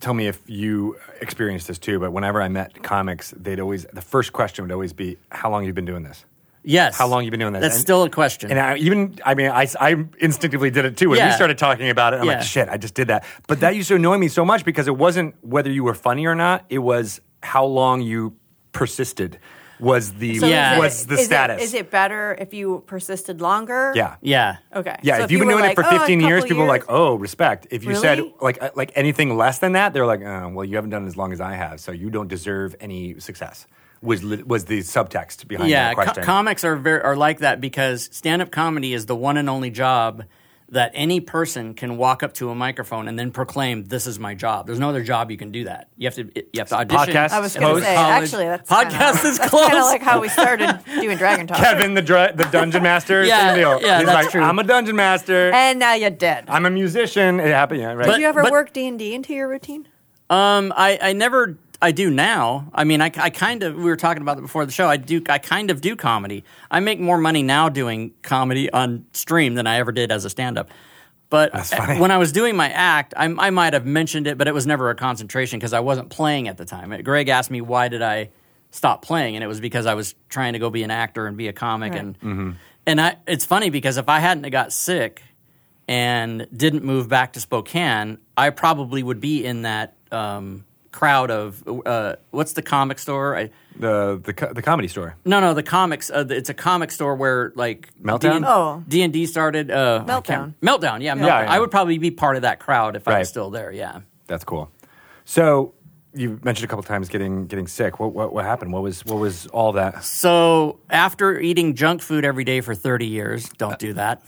Speaker 1: tell me if you experienced this too. But whenever I met comics, they'd always the first question would always be, "How long you been doing this?"
Speaker 4: Yes.
Speaker 1: How long you been doing this?
Speaker 4: That's
Speaker 1: And-
Speaker 4: still a question.
Speaker 1: And I even, I mean, I, I instinctively did it too. When we
Speaker 4: Yeah.
Speaker 1: started talking about it, I'm
Speaker 4: Yeah.
Speaker 1: like, shit, I just did that. But that used to annoy me so much because it wasn't whether you were funny or not. It was how long you persisted was the
Speaker 3: So
Speaker 4: is Yeah. it-
Speaker 1: was the
Speaker 3: is
Speaker 1: status.
Speaker 3: It, is it better if you persisted longer?
Speaker 1: yeah.
Speaker 4: yeah.
Speaker 3: Okay.
Speaker 1: Yeah,
Speaker 3: So
Speaker 1: if you've been
Speaker 3: you
Speaker 1: doing
Speaker 3: were
Speaker 1: it for
Speaker 3: like, "Oh, a
Speaker 1: 15 years,
Speaker 3: couple
Speaker 1: people are like, "Oh, respect." If you said
Speaker 3: Really?
Speaker 1: like uh, like anything less than that, they're like, oh, "Well, you haven't done it as long as I have, so you don't deserve any success." Was li- was the subtext behind
Speaker 4: yeah,
Speaker 1: that
Speaker 4: co-
Speaker 1: question?
Speaker 4: comics are very, are like that because stand-up comedy is the one and only job that any person can walk up to a microphone and then proclaim, "This is my job." There's no other job you can do that. You have to you have to audition.
Speaker 1: Podcast
Speaker 3: I was going to
Speaker 1: Host
Speaker 3: say,
Speaker 4: college.
Speaker 3: actually, that's
Speaker 4: Podcast
Speaker 3: kinda,
Speaker 4: is
Speaker 3: that's
Speaker 4: close.
Speaker 3: Kind of like how we started doing Dragon Talk,
Speaker 1: Kevin, the dr- the dungeon master.
Speaker 4: Yeah,
Speaker 1: same deal.
Speaker 4: yeah,
Speaker 1: He's
Speaker 4: that's
Speaker 1: like,
Speaker 4: true.
Speaker 1: I'm a dungeon master.
Speaker 3: and now you're dead.
Speaker 1: I'm a musician. It happened. Yeah, right.
Speaker 3: Did you ever
Speaker 4: but-
Speaker 3: work D and D into your routine?
Speaker 4: Um, I, I never. I do now. I mean, I, I kind of. We were talking about it before the show. I do. I kind of do comedy. I make more money now doing comedy on stream than I ever did as a stand-up. But
Speaker 1: funny.
Speaker 4: when I was doing my act, I, I might have mentioned it, but it was never a concentration because I wasn't playing at the time. Uh, Greg asked me why did I stop playing, and it was because I was trying to go be an actor and be a comic.
Speaker 3: Right.
Speaker 4: And and I, it's funny because if I hadn't have got sick, and didn't move back to Spokane, I probably would be in that um, crowd of uh, what's the comic store? I,
Speaker 1: the the co- the comedy store.
Speaker 4: no, no, the comics. Uh, it's a comic store where like
Speaker 1: Meltdown?
Speaker 3: Oh.
Speaker 4: D and D started. Uh, I can't- Meltdown. Yeah, Meltdown.
Speaker 1: yeah.
Speaker 4: I would probably be part of that crowd if I
Speaker 1: Right.
Speaker 4: was still there. Yeah.
Speaker 1: That's cool. So you mentioned a couple times getting getting sick. What what, what happened? What was what was all that?
Speaker 4: So after eating junk food every day for thirty years, don't do that.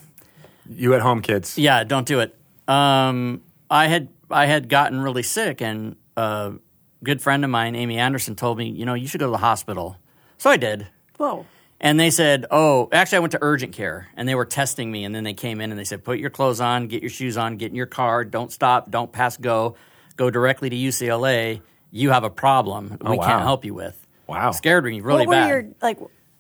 Speaker 1: You at home, kids.
Speaker 4: Yeah, don't do it. Um, I had I had gotten really sick, and a good friend of mine, Amy Anderson, told me, you know, you should go to the hospital. So I did,
Speaker 3: Whoa.
Speaker 4: and they said, oh, actually, I went to urgent care, and they were testing me, and then they came in and they said, put your clothes on, get your shoes on, get in your car, don't stop, don't pass go, go directly to UCLA. You have a problem. we
Speaker 1: Oh, wow.
Speaker 4: can't help you with.
Speaker 1: Wow.
Speaker 4: scared me really
Speaker 3: what were
Speaker 4: bad.
Speaker 3: your like?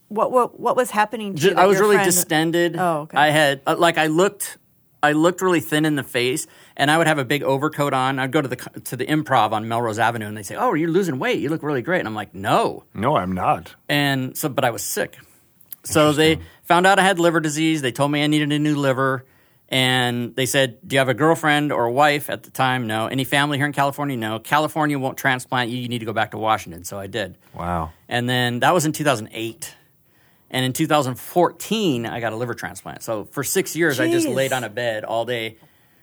Speaker 3: What what what was happening to
Speaker 4: Ju-
Speaker 3: you? that
Speaker 4: I was
Speaker 3: your
Speaker 4: really
Speaker 3: friend-
Speaker 4: distended.
Speaker 3: Oh, okay.
Speaker 4: I had uh, like I looked, I looked really thin in the face, and I would have a big overcoat on. I'd go to the co- to the improv on Melrose Avenue, and they say, "Oh, you're losing weight. You look really great." And I'm like, "No."
Speaker 1: No, I'm not.
Speaker 4: And so, but I was sick. So they found out I had liver disease. They told me I needed a new liver. And they said, Do you have a girlfriend or a wife at the time? No. Any family here in California? No. California won't transplant you. You need to go back to Washington. So I did.
Speaker 1: Wow.
Speaker 4: And then that was in 2008. And in 2014, I got a liver transplant. So for six years, I just
Speaker 3: Jeez.
Speaker 4: laid on a bed all day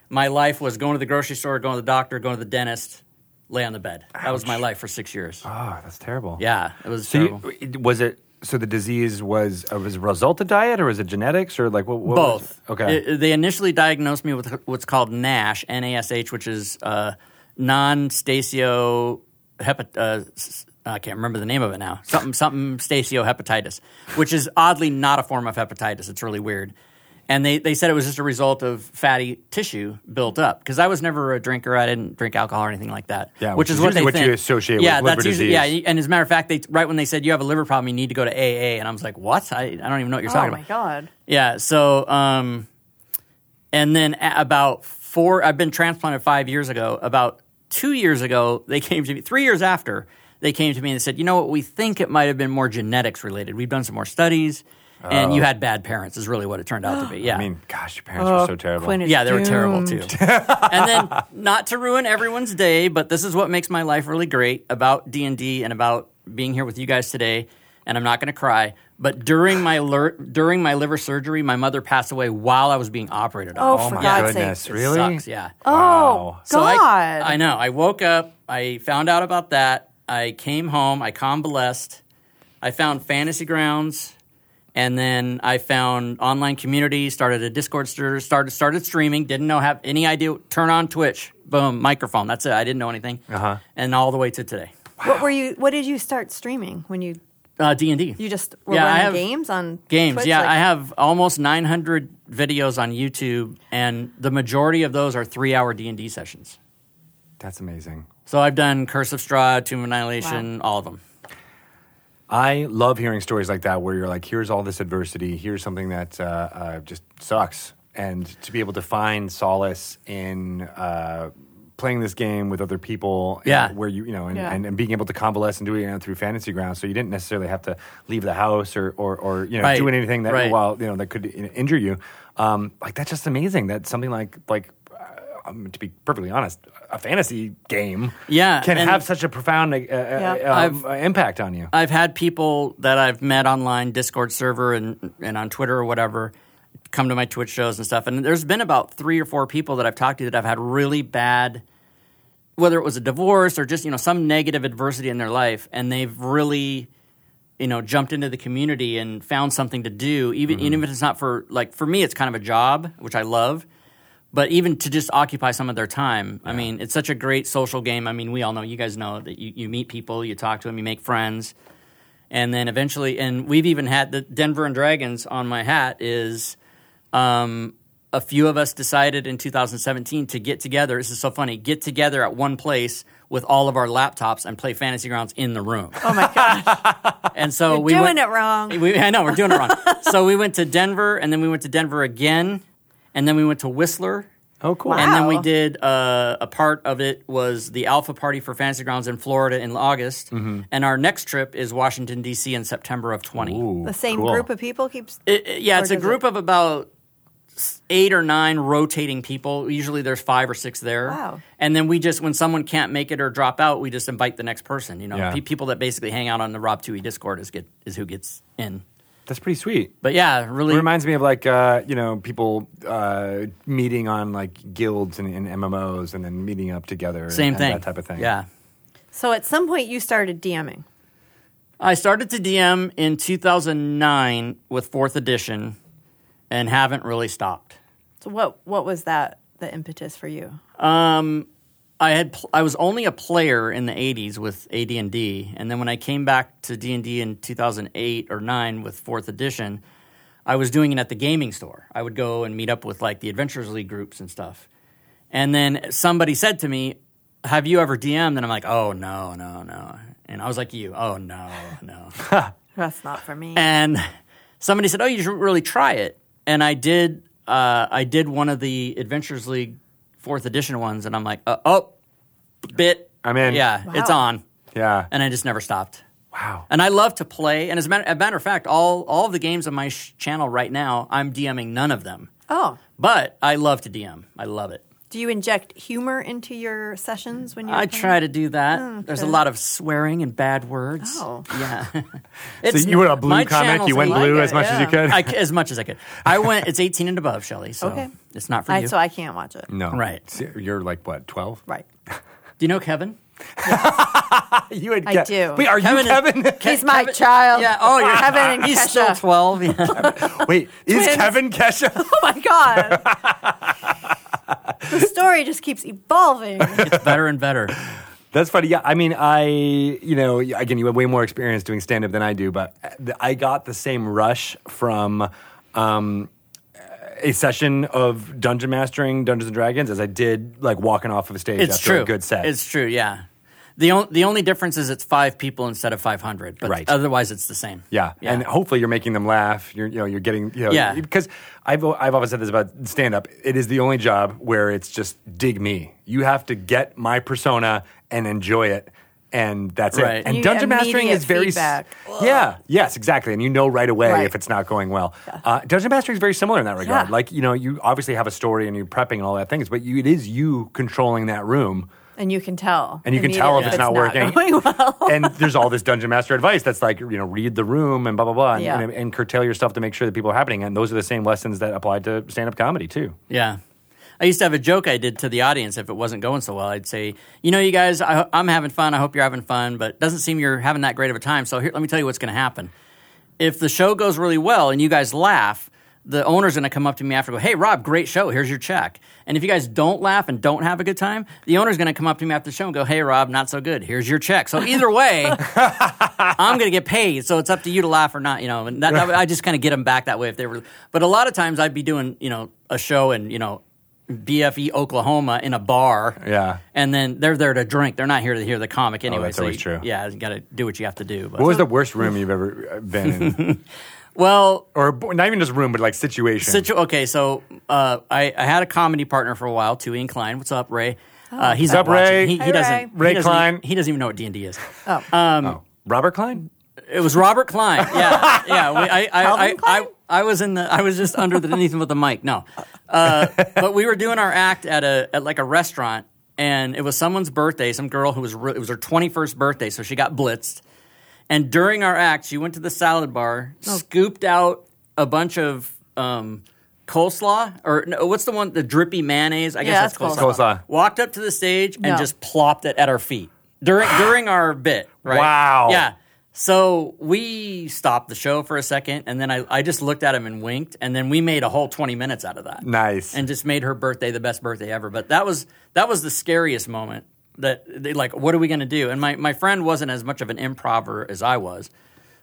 Speaker 4: my life was going to the grocery store, going to the doctor, going to the dentist, lay on the bed. That was my life for six years.
Speaker 1: Oh, that's terrible.
Speaker 4: Yeah, it was
Speaker 1: So
Speaker 4: terrible.
Speaker 1: you, it- was it? So the disease was uh, was a result of diet, or was it genetics, or like what? what was
Speaker 4: Both.
Speaker 1: it? okay.
Speaker 4: I- they initially diagnosed me with what's called NASH, N A S H, which is uh, non stacio hepat. Uh, s- I can't remember the name of it now. Something something stasiohepatitis, which is oddly not a form of hepatitis. It's really weird. And they, they said it was just a result of fatty tissue built up because I was never a drinker. I didn't drink alcohol or anything like that.
Speaker 1: Yeah,
Speaker 4: which,
Speaker 1: which
Speaker 4: is
Speaker 1: is
Speaker 4: what
Speaker 1: usually
Speaker 4: they
Speaker 1: what you
Speaker 4: think.
Speaker 1: associate with
Speaker 4: yeah,
Speaker 1: liver
Speaker 4: that's usually,
Speaker 1: disease.
Speaker 4: Yeah, and as a matter of fact, they right when they said you have a liver problem, you need to go to AA, and I was like, what? I, I don't even know what you're
Speaker 3: Oh
Speaker 4: talking
Speaker 3: my
Speaker 4: about.
Speaker 3: god.
Speaker 4: Yeah. So, um, and then a- about four, I've been transplanted five years ago. About two years ago, they came to me, three years after, they came to me and said, you know what, we think it might have been more genetics related. We've done some more studies, and you had bad parents, is really what it turned out to be. Yeah.
Speaker 1: Oh. I mean, gosh, your parents were so terrible.
Speaker 3: Quinn is
Speaker 4: Yeah, they were terrible
Speaker 3: doomed.
Speaker 4: too. and then, not to ruin everyone's day, but this is what makes my life really great about D and D and about being here with you guys today. And I'm not going to cry, but during my lir- during my liver surgery, my mother passed away while I was being operated on.
Speaker 3: Oh,
Speaker 1: oh
Speaker 3: for
Speaker 1: my
Speaker 3: God's
Speaker 1: goodness,
Speaker 3: sake.
Speaker 4: It
Speaker 1: really?
Speaker 4: Sucks, yeah.
Speaker 1: Wow.
Speaker 3: Oh
Speaker 4: So I-
Speaker 3: God.
Speaker 4: I, know. I woke up. I found out about that. I came home. I convalesced. I found Fantasy Grounds, and then I found online community. Started a Discord server. Started started streaming. Didn't know have any idea. Turn on Twitch. Boom. Microphone. That's it. I didn't know anything.
Speaker 1: Uh-huh.
Speaker 4: And all the way to today.
Speaker 3: What were you? What did you start streaming when you?
Speaker 4: Uh D and D.
Speaker 3: You just were
Speaker 4: Yeah, I
Speaker 3: running
Speaker 4: have
Speaker 3: games on
Speaker 4: Games,
Speaker 3: Twitch?
Speaker 4: yeah.
Speaker 3: Like,
Speaker 4: I have almost 900 videos on YouTube, and the majority of those are three-hour D and D sessions.
Speaker 1: That's amazing.
Speaker 4: So I've done Curse of Strahd, Tomb of Annihilation, all of them.
Speaker 1: I love hearing stories like that where you're like, here's all this adversity, here's something that uh, uh, just sucks. And to be able to find solace in uh, playing this game with other people, and
Speaker 4: Yeah.
Speaker 1: where you, you know, and,
Speaker 3: Yeah.
Speaker 1: and, and being able to convalesce and do it you know, through fantasy grounds. So you didn't necessarily have to leave the house or, or, or you know,
Speaker 4: Right.
Speaker 1: doing anything that
Speaker 4: Right.
Speaker 1: while you know that could you know, injure you. Um, like that's just amazing. That something like like. uh, Um, to be perfectly honest, a fantasy game
Speaker 4: Yeah,
Speaker 1: can
Speaker 4: and-
Speaker 1: have such a profound uh,
Speaker 3: Yeah.
Speaker 1: uh, um, impact on you.
Speaker 4: I've had people that I've met online, Discord server, and and on Twitter or whatever, come to my Twitch shows and stuff. And there's been about three or four people that I've talked to that I've had really bad, whether it was a divorce or just you know some negative adversity in their life, and they've really, you know, jumped into the community and found something to do. Even even if it's not for like for me, it's kind of a job, which I love. But even to just occupy some of their time, I mean, it's such a great social game. I mean, we all know, you guys know that you, you meet people, you talk to them, you make friends and then eventually and we've even had the denver and dragons on my hat is um, a few of us decided in 2017 to get together this is so funny get together at one place with all of our laptops and play fantasy grounds in the room
Speaker 3: Oh my gosh.
Speaker 4: and so
Speaker 3: You're
Speaker 4: we
Speaker 3: doing
Speaker 4: went,
Speaker 3: it wrong.
Speaker 4: we, i know we're doing it wrong so we went to denver and then we went to denver again and then we went to whistler
Speaker 1: Oh, cool.
Speaker 3: Wow.
Speaker 4: and then we did uh, a part of it was the Alpha Party for Fantasy Grounds in Florida in August,
Speaker 1: Mm-hmm.
Speaker 4: and our next trip is Washington D.C. in September of twenty.
Speaker 1: Ooh,
Speaker 3: the same
Speaker 1: cool.
Speaker 3: group of people keeps.
Speaker 4: It- it- yeah, it's
Speaker 3: Or
Speaker 4: a
Speaker 3: does
Speaker 4: group of about s- eight or nine rotating people. Usually, there's five or six there.
Speaker 3: Wow.
Speaker 4: And then we just when someone can't make it or drop out, we just invite the next person. You know,
Speaker 1: Yeah.
Speaker 4: Pe- people that basically hang out on the Rob Tui Discord is get is who gets in.
Speaker 1: That's pretty sweet.
Speaker 4: But yeah,
Speaker 1: It
Speaker 4: really.
Speaker 1: reminds me of like uh, you know people uh, meeting on like guilds and, and MMOs, and then meeting up together.
Speaker 4: same
Speaker 1: and,
Speaker 4: thing.
Speaker 1: and that type of thing.
Speaker 4: Yeah.
Speaker 3: So at some point you started DMing.
Speaker 4: I started to DM in 2009 with fourth edition and haven't really stopped.
Speaker 3: So what what was that the impetus for you?
Speaker 4: I had pl- I was only a player in the 80s with AD&D and then when I came back to D&D in 2008 or 9 with fourth edition I was doing it at the gaming store. I would go and meet up with like the Adventures League groups and stuff. And then somebody said to me, "Have you ever DM'd?" And I'm like, "Oh no, no, no." And I was like, "You? Oh no, no."
Speaker 3: That's not for me.
Speaker 4: and somebody said, "Oh, you should really try it." And I did. Uh, I did one of the Adventures League fourth edition ones, and I'm like, uh, "Oh, bit."
Speaker 1: I'm in.
Speaker 4: Yeah,
Speaker 3: Wow.
Speaker 4: it's on,
Speaker 1: yeah.
Speaker 4: and I just never stopped.
Speaker 1: wow.
Speaker 4: And I love to play. And as a matter, a matter of fact, all all of the games on my sh- channel right now, I'm DMing none of them.
Speaker 3: oh,
Speaker 4: But I love to DM. I love it.
Speaker 3: do Do you inject humor into your sessions when you?
Speaker 4: I try to do that. There's a
Speaker 3: Oh, okay.
Speaker 4: lot of swearing and bad words.
Speaker 3: Oh.
Speaker 4: yeah.
Speaker 1: So
Speaker 4: It's-
Speaker 1: you were a blue
Speaker 4: my
Speaker 1: comic.
Speaker 4: channels
Speaker 1: You went
Speaker 4: like
Speaker 1: blue
Speaker 3: it,
Speaker 1: as much as you
Speaker 3: yeah.
Speaker 1: could.
Speaker 4: I, as much as I could. I went. It's 18 and above, Shelley. So
Speaker 3: Okay.
Speaker 4: it's not for
Speaker 3: I,
Speaker 4: you.
Speaker 3: so I can't watch it.
Speaker 1: no,
Speaker 4: Right.
Speaker 1: See, You're like what, twelve?
Speaker 3: Right.
Speaker 4: do you know Kevin?
Speaker 1: You had.
Speaker 3: I
Speaker 1: Ke-
Speaker 3: do.
Speaker 1: Wait, are
Speaker 4: Kevin
Speaker 1: you Kevin?
Speaker 4: Ke-
Speaker 3: He's my
Speaker 4: Kevin-
Speaker 3: child.
Speaker 4: Yeah. Oh, you're
Speaker 3: Kevin and
Speaker 4: He's
Speaker 3: Kesha.
Speaker 4: still 12. Yeah.
Speaker 1: Wait, is
Speaker 3: Twins.
Speaker 1: Kevin Kesha?
Speaker 3: Oh my god. the story just keeps evolving.
Speaker 4: It's better and better.
Speaker 1: That's funny. Yeah, I mean, I you know, again, you have way more experience doing stand up than I do, but uh, I got the same rush from um, a session of dungeon mastering Dungeons and Dragons as I did like walking off of a stage
Speaker 4: It's
Speaker 1: after
Speaker 4: true.
Speaker 1: a good set.
Speaker 4: It's true. Yeah. The, on- the only difference is it's five people instead of 500. But
Speaker 1: Right.
Speaker 4: otherwise, it's the same.
Speaker 1: Yeah. and hopefully you're making them laugh. You're, you know, you're getting, you know,
Speaker 4: Yeah.
Speaker 1: Because I've I've always said this about stand up. It is the only job where it's just dig me. You have to get my persona and enjoy it, and that's
Speaker 4: Right.
Speaker 1: it. And
Speaker 3: You get
Speaker 1: dungeon mastering is
Speaker 3: immediate
Speaker 1: very, s-
Speaker 3: feedback.
Speaker 1: yeah, yes, exactly. And you know right away
Speaker 3: Right.
Speaker 1: if it's not going well. Uh, dungeon mastering is very similar in that regard.
Speaker 3: Yeah.
Speaker 1: Like you know, you obviously have a story and you're prepping and all that things, but you, it is you controlling that room.
Speaker 3: and you can tell.
Speaker 1: And you can tell if
Speaker 3: immediately
Speaker 1: it's not working.
Speaker 3: going well.
Speaker 1: and there's all this dungeon master advice that's like you know read the room and blah blah blah and,
Speaker 3: Yeah.
Speaker 1: and, and curtail yourself to make sure that people are happening and those are the same lessons that apply to stand-up comedy too
Speaker 4: Yeah. I used to have a joke I did to the audience if it wasn't going so well. I'd say, you know, you guys, I, ho- I'm having fun. I hope you're having fun, but it doesn't seem you're having that great of a time. So here, let me tell you what's going to happen. If the show goes really well and you guys laugh, the owner's going to come up to me after and go, hey, Rob, great show. Here's your check. And if you guys don't laugh and don't have a good time, the owner's going to come up to me after the show and go, hey, Rob, not so good. Here's your check. So either way, I'm going to get paid, so it's up to you to laugh or not, you know. And that, that- I just kind of get them back that way if they were. But a lot of times I'd be doing, you know, a show in, you know, BFE Oklahoma in a bar.
Speaker 1: Yeah. Oh,
Speaker 4: And then they're there to drink. They're not here to hear the comic anyway.
Speaker 1: that's
Speaker 4: so
Speaker 1: always
Speaker 4: you-
Speaker 1: true.
Speaker 4: Yeah, you got to do what you have to do. But.
Speaker 1: what was the worst room you've ever uh, been in
Speaker 4: well,
Speaker 1: or bo- not even just room but like situation
Speaker 4: situ- okay, so uh, I, I had a comedy partner for a while, Tui and Klein. What's up, Ray? Uh, he's
Speaker 1: Oh. What's up,
Speaker 4: not
Speaker 1: Ray?
Speaker 4: watching. He, he
Speaker 3: Hey,
Speaker 4: doesn't.
Speaker 3: Ray.
Speaker 1: Ray
Speaker 4: he doesn't,
Speaker 1: Klein.
Speaker 4: He doesn't even know what D and D is.
Speaker 3: Oh.
Speaker 1: oh. robert klein
Speaker 4: It was Robert Klein. Yeah, yeah. We, I, I, I,
Speaker 3: Calvin Klein?
Speaker 4: I, I was in the. I was just under the anything with the mic. No, uh, but we were doing our act at a at like a restaurant, and it was someone's birthday. Some girl who was re- it was her twenty first birthday, so she got blitzed. And during our act, she went to the salad bar,
Speaker 3: Oh.
Speaker 4: scooped out a bunch of um, coleslaw or no, what's the one the drippy mayonnaise? I
Speaker 3: Yeah,
Speaker 4: guess that's
Speaker 3: that's
Speaker 4: coleslaw.
Speaker 1: Coleslaw.
Speaker 4: Walked up to the stage
Speaker 3: No.
Speaker 4: and just plopped it at our feet during during our bit. Right?
Speaker 1: Wow.
Speaker 4: Yeah. So we stopped the show for a second, and then I, I just looked at him and winked, and then we made a whole twenty minutes out of that.
Speaker 1: Nice.
Speaker 4: And just made her birthday the best birthday ever. But that was that was the scariest moment. That they, like, what are we going to do? And my my friend wasn't as much of an improver as I was,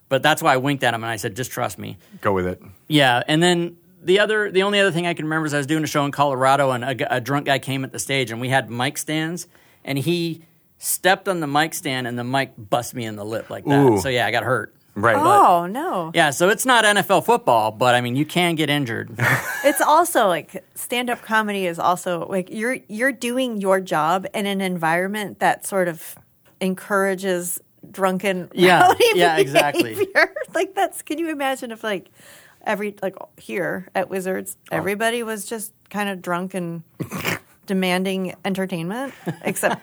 Speaker 4: but that's why I winked at him and I said, just trust me.
Speaker 1: go with it
Speaker 4: Yeah, and then the other, the only other thing I can remember is I was doing a show in Colorado, and a, gu- a drunk guy came at the stage, and we had mic stands, and he stepped on the mic stand, and the mic bust me in the lip like that.
Speaker 1: Ooh.
Speaker 4: So yeah, I got hurt.
Speaker 1: right
Speaker 3: oh no.
Speaker 4: Yeah, so it's not NFL football, but I mean, you can get injured.
Speaker 3: It's also like stand up comedy is also like you're you're doing your job in an environment that sort of encourages drunken
Speaker 4: Yeah,
Speaker 3: rowdy
Speaker 4: yeah, exactly.
Speaker 3: behavior. like that's can you imagine if like every like here at Wizards
Speaker 4: Oh.
Speaker 3: everybody was just kind of drunk and demanding entertainment except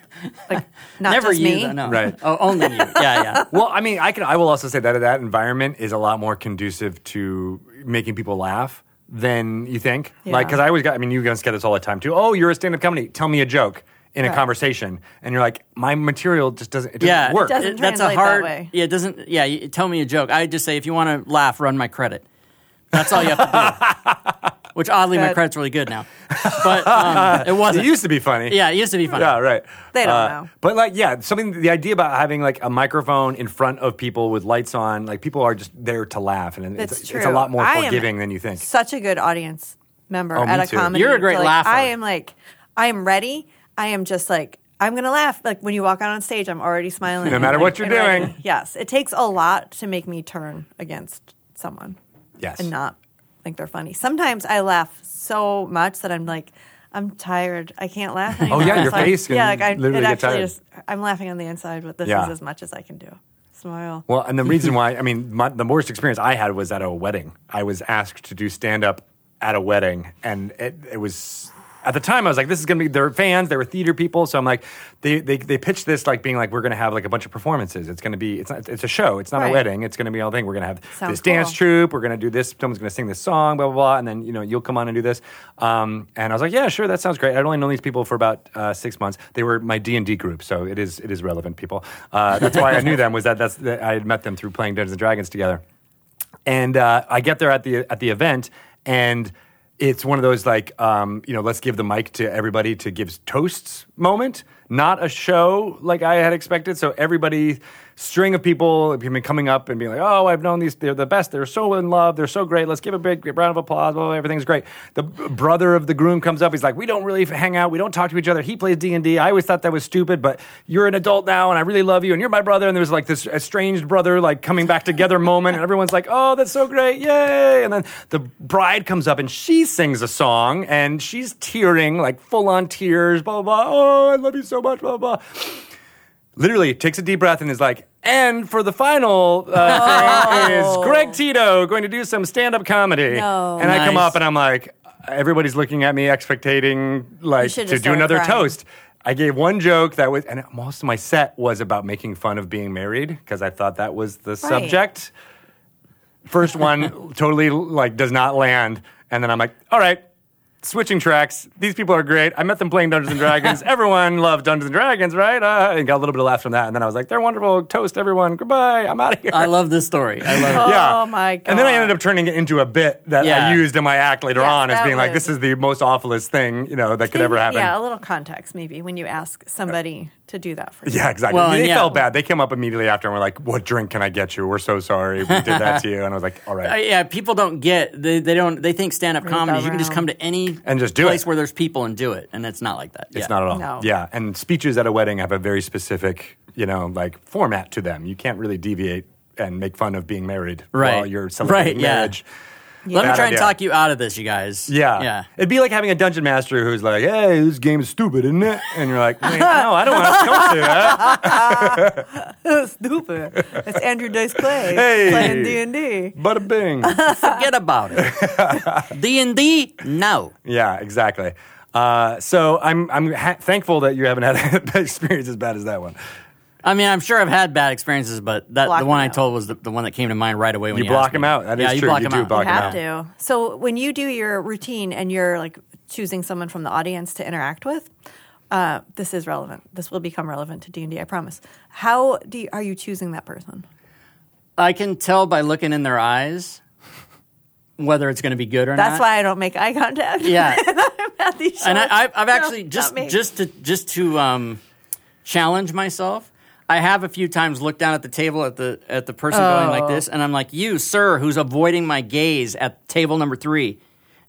Speaker 3: like not
Speaker 4: Never
Speaker 3: just
Speaker 4: you,
Speaker 3: me.
Speaker 4: though, no.
Speaker 1: Right.
Speaker 4: Oh, only you. Yeah, yeah.
Speaker 1: well i mean i can i will also say that that environment is a lot more conducive to making people laugh than you think Like 'cause like
Speaker 3: Yeah.
Speaker 1: because i always got i mean you guys get this all the time too oh you're a stand-up comedy tell me a joke in a
Speaker 3: Right.
Speaker 1: conversation and you're like my material just doesn't it doesn't
Speaker 4: yeah,
Speaker 1: work
Speaker 3: doesn't
Speaker 4: that's a
Speaker 3: translate that
Speaker 4: hard.
Speaker 3: way.
Speaker 4: Yeah, it doesn't. Yeah, you, tell me a joke. I just say if you want to laugh, run my credit. That's all you have to do. Which oddly, my
Speaker 3: That-
Speaker 4: credit's really good now, but um, it wasn't.
Speaker 1: it used to be funny
Speaker 4: Yeah, it used to be funny.
Speaker 1: Yeah, right. Uh,
Speaker 3: They don't know.
Speaker 1: But like, yeah, something. The idea about having like a microphone in front of people with lights on, like people are just there to laugh, and it's,
Speaker 3: That's
Speaker 1: it's,
Speaker 3: true.
Speaker 1: a lot more
Speaker 3: I am
Speaker 1: forgiving than you think.
Speaker 3: Such a good audience member
Speaker 1: Oh, me
Speaker 3: at a
Speaker 1: too.
Speaker 3: comedy.
Speaker 4: You're a great
Speaker 3: like,
Speaker 4: laugher.
Speaker 3: I am like, I am ready. I am just like, I'm gonna laugh. Like when you walk out on stage, I'm already smiling.
Speaker 1: No
Speaker 3: I'm
Speaker 1: matter
Speaker 3: like,
Speaker 1: what you're
Speaker 3: I'm ready.
Speaker 1: doing.
Speaker 3: Yes, it takes a lot to make me turn against someone
Speaker 1: Yes.
Speaker 3: and not think they're funny. Sometimes I laugh so much that I'm like. I'm tired. I can't laugh
Speaker 1: Oh,
Speaker 3: anymore.
Speaker 1: yeah,
Speaker 3: It's
Speaker 1: your
Speaker 3: like-
Speaker 1: face can
Speaker 3: yeah, like I,
Speaker 1: literally
Speaker 3: it
Speaker 1: get
Speaker 3: actually
Speaker 1: tired.
Speaker 3: Just, I'm laughing on the inside, but this
Speaker 1: Yeah.
Speaker 3: is as much as I can do. Smile.
Speaker 1: Well, and the reason why, I mean, my, the worst experience I had was at a wedding. I was asked to do stand up at a wedding, and it, it was at the time, I was like, this is going to be, they're fans, they were theater people. So I'm like, they, they, they pitched this like being like, we're going to have like a bunch of performances. It's going to be, it's not, it's a show. It's not
Speaker 3: Right.
Speaker 1: a wedding. It's going to be all thing. We're going to have
Speaker 3: Sounds
Speaker 1: this dance
Speaker 3: cool.
Speaker 1: troupe. We're going to do this. Someone's going to sing this song, blah, blah, blah. And then, you know, you'll come on and do this. Um, and I was like, yeah, sure. That sounds great. I'd only known these people for about uh, six months. They were my D&D group. So it is, it is relevant people. Uh, that's why I knew them was that that's, that I had met them through playing Dungeons and Dragons together and uh, I get there at the at the event, and it's one of those like um, you know let's give the mic to everybody to give toasts moment, not a show like I had expected. So everybody, string of people have been coming up and being like, oh, I've known these, they're the best, they're so in love, they're so great. Let's give a big round of applause. Blah, blah, blah, everything's great. The b- brother of the groom comes up. He's like, we don't really hang out, we don't talk to each other. He plays D and I always thought that was stupid, but you're an adult now, and I really love you, and you're my brother. And there was like this estranged brother like coming back together moment, and everyone's like, "Oh, that's so great, yay!" And then the bride comes up and she sings a song, and she's tearing like full on tears, blah blah. blah. Oh, I love you so much, blah blah. blah. Literally takes a deep breath and is like. And for the final uh, thing is Greg Tito going to do some stand-up comedy,
Speaker 3: No.
Speaker 1: and I come
Speaker 4: Nice.
Speaker 1: up and I'm like, everybody's looking at me, expecting like
Speaker 3: should
Speaker 1: to
Speaker 3: have
Speaker 1: do
Speaker 3: started
Speaker 1: another
Speaker 3: crying.
Speaker 1: toast. I gave one joke that was, and most of my set was about making fun of being married because I thought that was the subject. First one totally like does not land, and then I'm like, all right. Switching tracks. These people are great. I met them playing Dungeons and Dragons. everyone loved Dungeons and Dragons, right? Uh, and got a little bit of laugh from that. And then I was like, "They're wonderful. Toast, everyone. Goodbye. I'm out of here."
Speaker 4: I love this story. I love it.
Speaker 1: yeah.
Speaker 3: Oh, my
Speaker 1: And then I
Speaker 3: God.
Speaker 1: ended up turning it into a bit that I
Speaker 4: Yeah.
Speaker 1: used in my act later
Speaker 3: Yes,
Speaker 1: on as
Speaker 3: that
Speaker 1: being like,
Speaker 3: was-
Speaker 1: "This is the most awfulest thing you know that could ever happen."
Speaker 3: Yeah, a little context maybe when you ask somebody to do that for you.
Speaker 1: Yeah, exactly.
Speaker 4: Well,
Speaker 1: they
Speaker 4: yeah.
Speaker 1: felt bad. They came up immediately after and were like, "What drink can I get you? We're so sorry we did that to you." And I was like, "All
Speaker 4: I,
Speaker 1: right."
Speaker 4: yeah, people don't get they, they don't they think stand up comedy. You can just
Speaker 3: around.
Speaker 4: come to any
Speaker 1: And just do
Speaker 4: place
Speaker 1: it.
Speaker 4: where there's people and do it, and it's not like that.
Speaker 1: It's not at all.
Speaker 3: No.
Speaker 1: Yeah, and speeches at a wedding have a very specific, you know, like format to them. You can't really deviate and make fun of being married
Speaker 4: Right.
Speaker 1: while you're celebrating
Speaker 4: Right, yeah.
Speaker 1: marriage.
Speaker 4: Let me
Speaker 1: Bad
Speaker 4: try and
Speaker 1: idea.
Speaker 4: talk you out of this, you guys.
Speaker 1: Yeah.
Speaker 4: yeah.
Speaker 1: It'd be like having a dungeon master who's like, "Hey, this game is stupid, isn't it?" And you're like, "Wait, "No, I don't want to don't do that."
Speaker 3: Stupid. It's Andrew Dice Clay
Speaker 1: Hey.
Speaker 3: playing D and D.
Speaker 1: Bada bing.
Speaker 4: Forget about it. D and D, no.
Speaker 1: Yeah, exactly. Uh, so I'm I'm ha- thankful that you haven't had an experience as bad as that one.
Speaker 4: I mean, I'm sure I've had bad experiences, but that
Speaker 3: Block
Speaker 4: the one
Speaker 3: them
Speaker 4: I
Speaker 3: out.
Speaker 4: told was the, the one that came to mind right away. When
Speaker 1: You
Speaker 4: you,
Speaker 1: block
Speaker 4: asked
Speaker 1: them
Speaker 4: me.
Speaker 1: out. That is
Speaker 4: yeah,
Speaker 1: true.
Speaker 4: You block
Speaker 1: You
Speaker 4: them
Speaker 1: do
Speaker 4: out.
Speaker 1: block
Speaker 3: You have
Speaker 1: Okay.
Speaker 3: to. So when you do your routine and you're like choosing someone from the audience to interact with, uh, this is relevant. This will become relevant to D and I promise. How do you, are you choosing that person?
Speaker 4: I can tell by looking in their eyes whether it's going to be good or
Speaker 3: That's
Speaker 4: not.
Speaker 3: why I don't make eye contact.
Speaker 4: Yeah.
Speaker 3: at these shows.
Speaker 4: and I, I've, I've
Speaker 3: No,
Speaker 4: actually
Speaker 3: not
Speaker 4: just
Speaker 3: me.
Speaker 4: just to just to um, challenge myself. I have a few times looked down at the table at the at the person going like this,
Speaker 3: Oh.
Speaker 4: and I'm like, "You, sir, who's avoiding my gaze at table number three.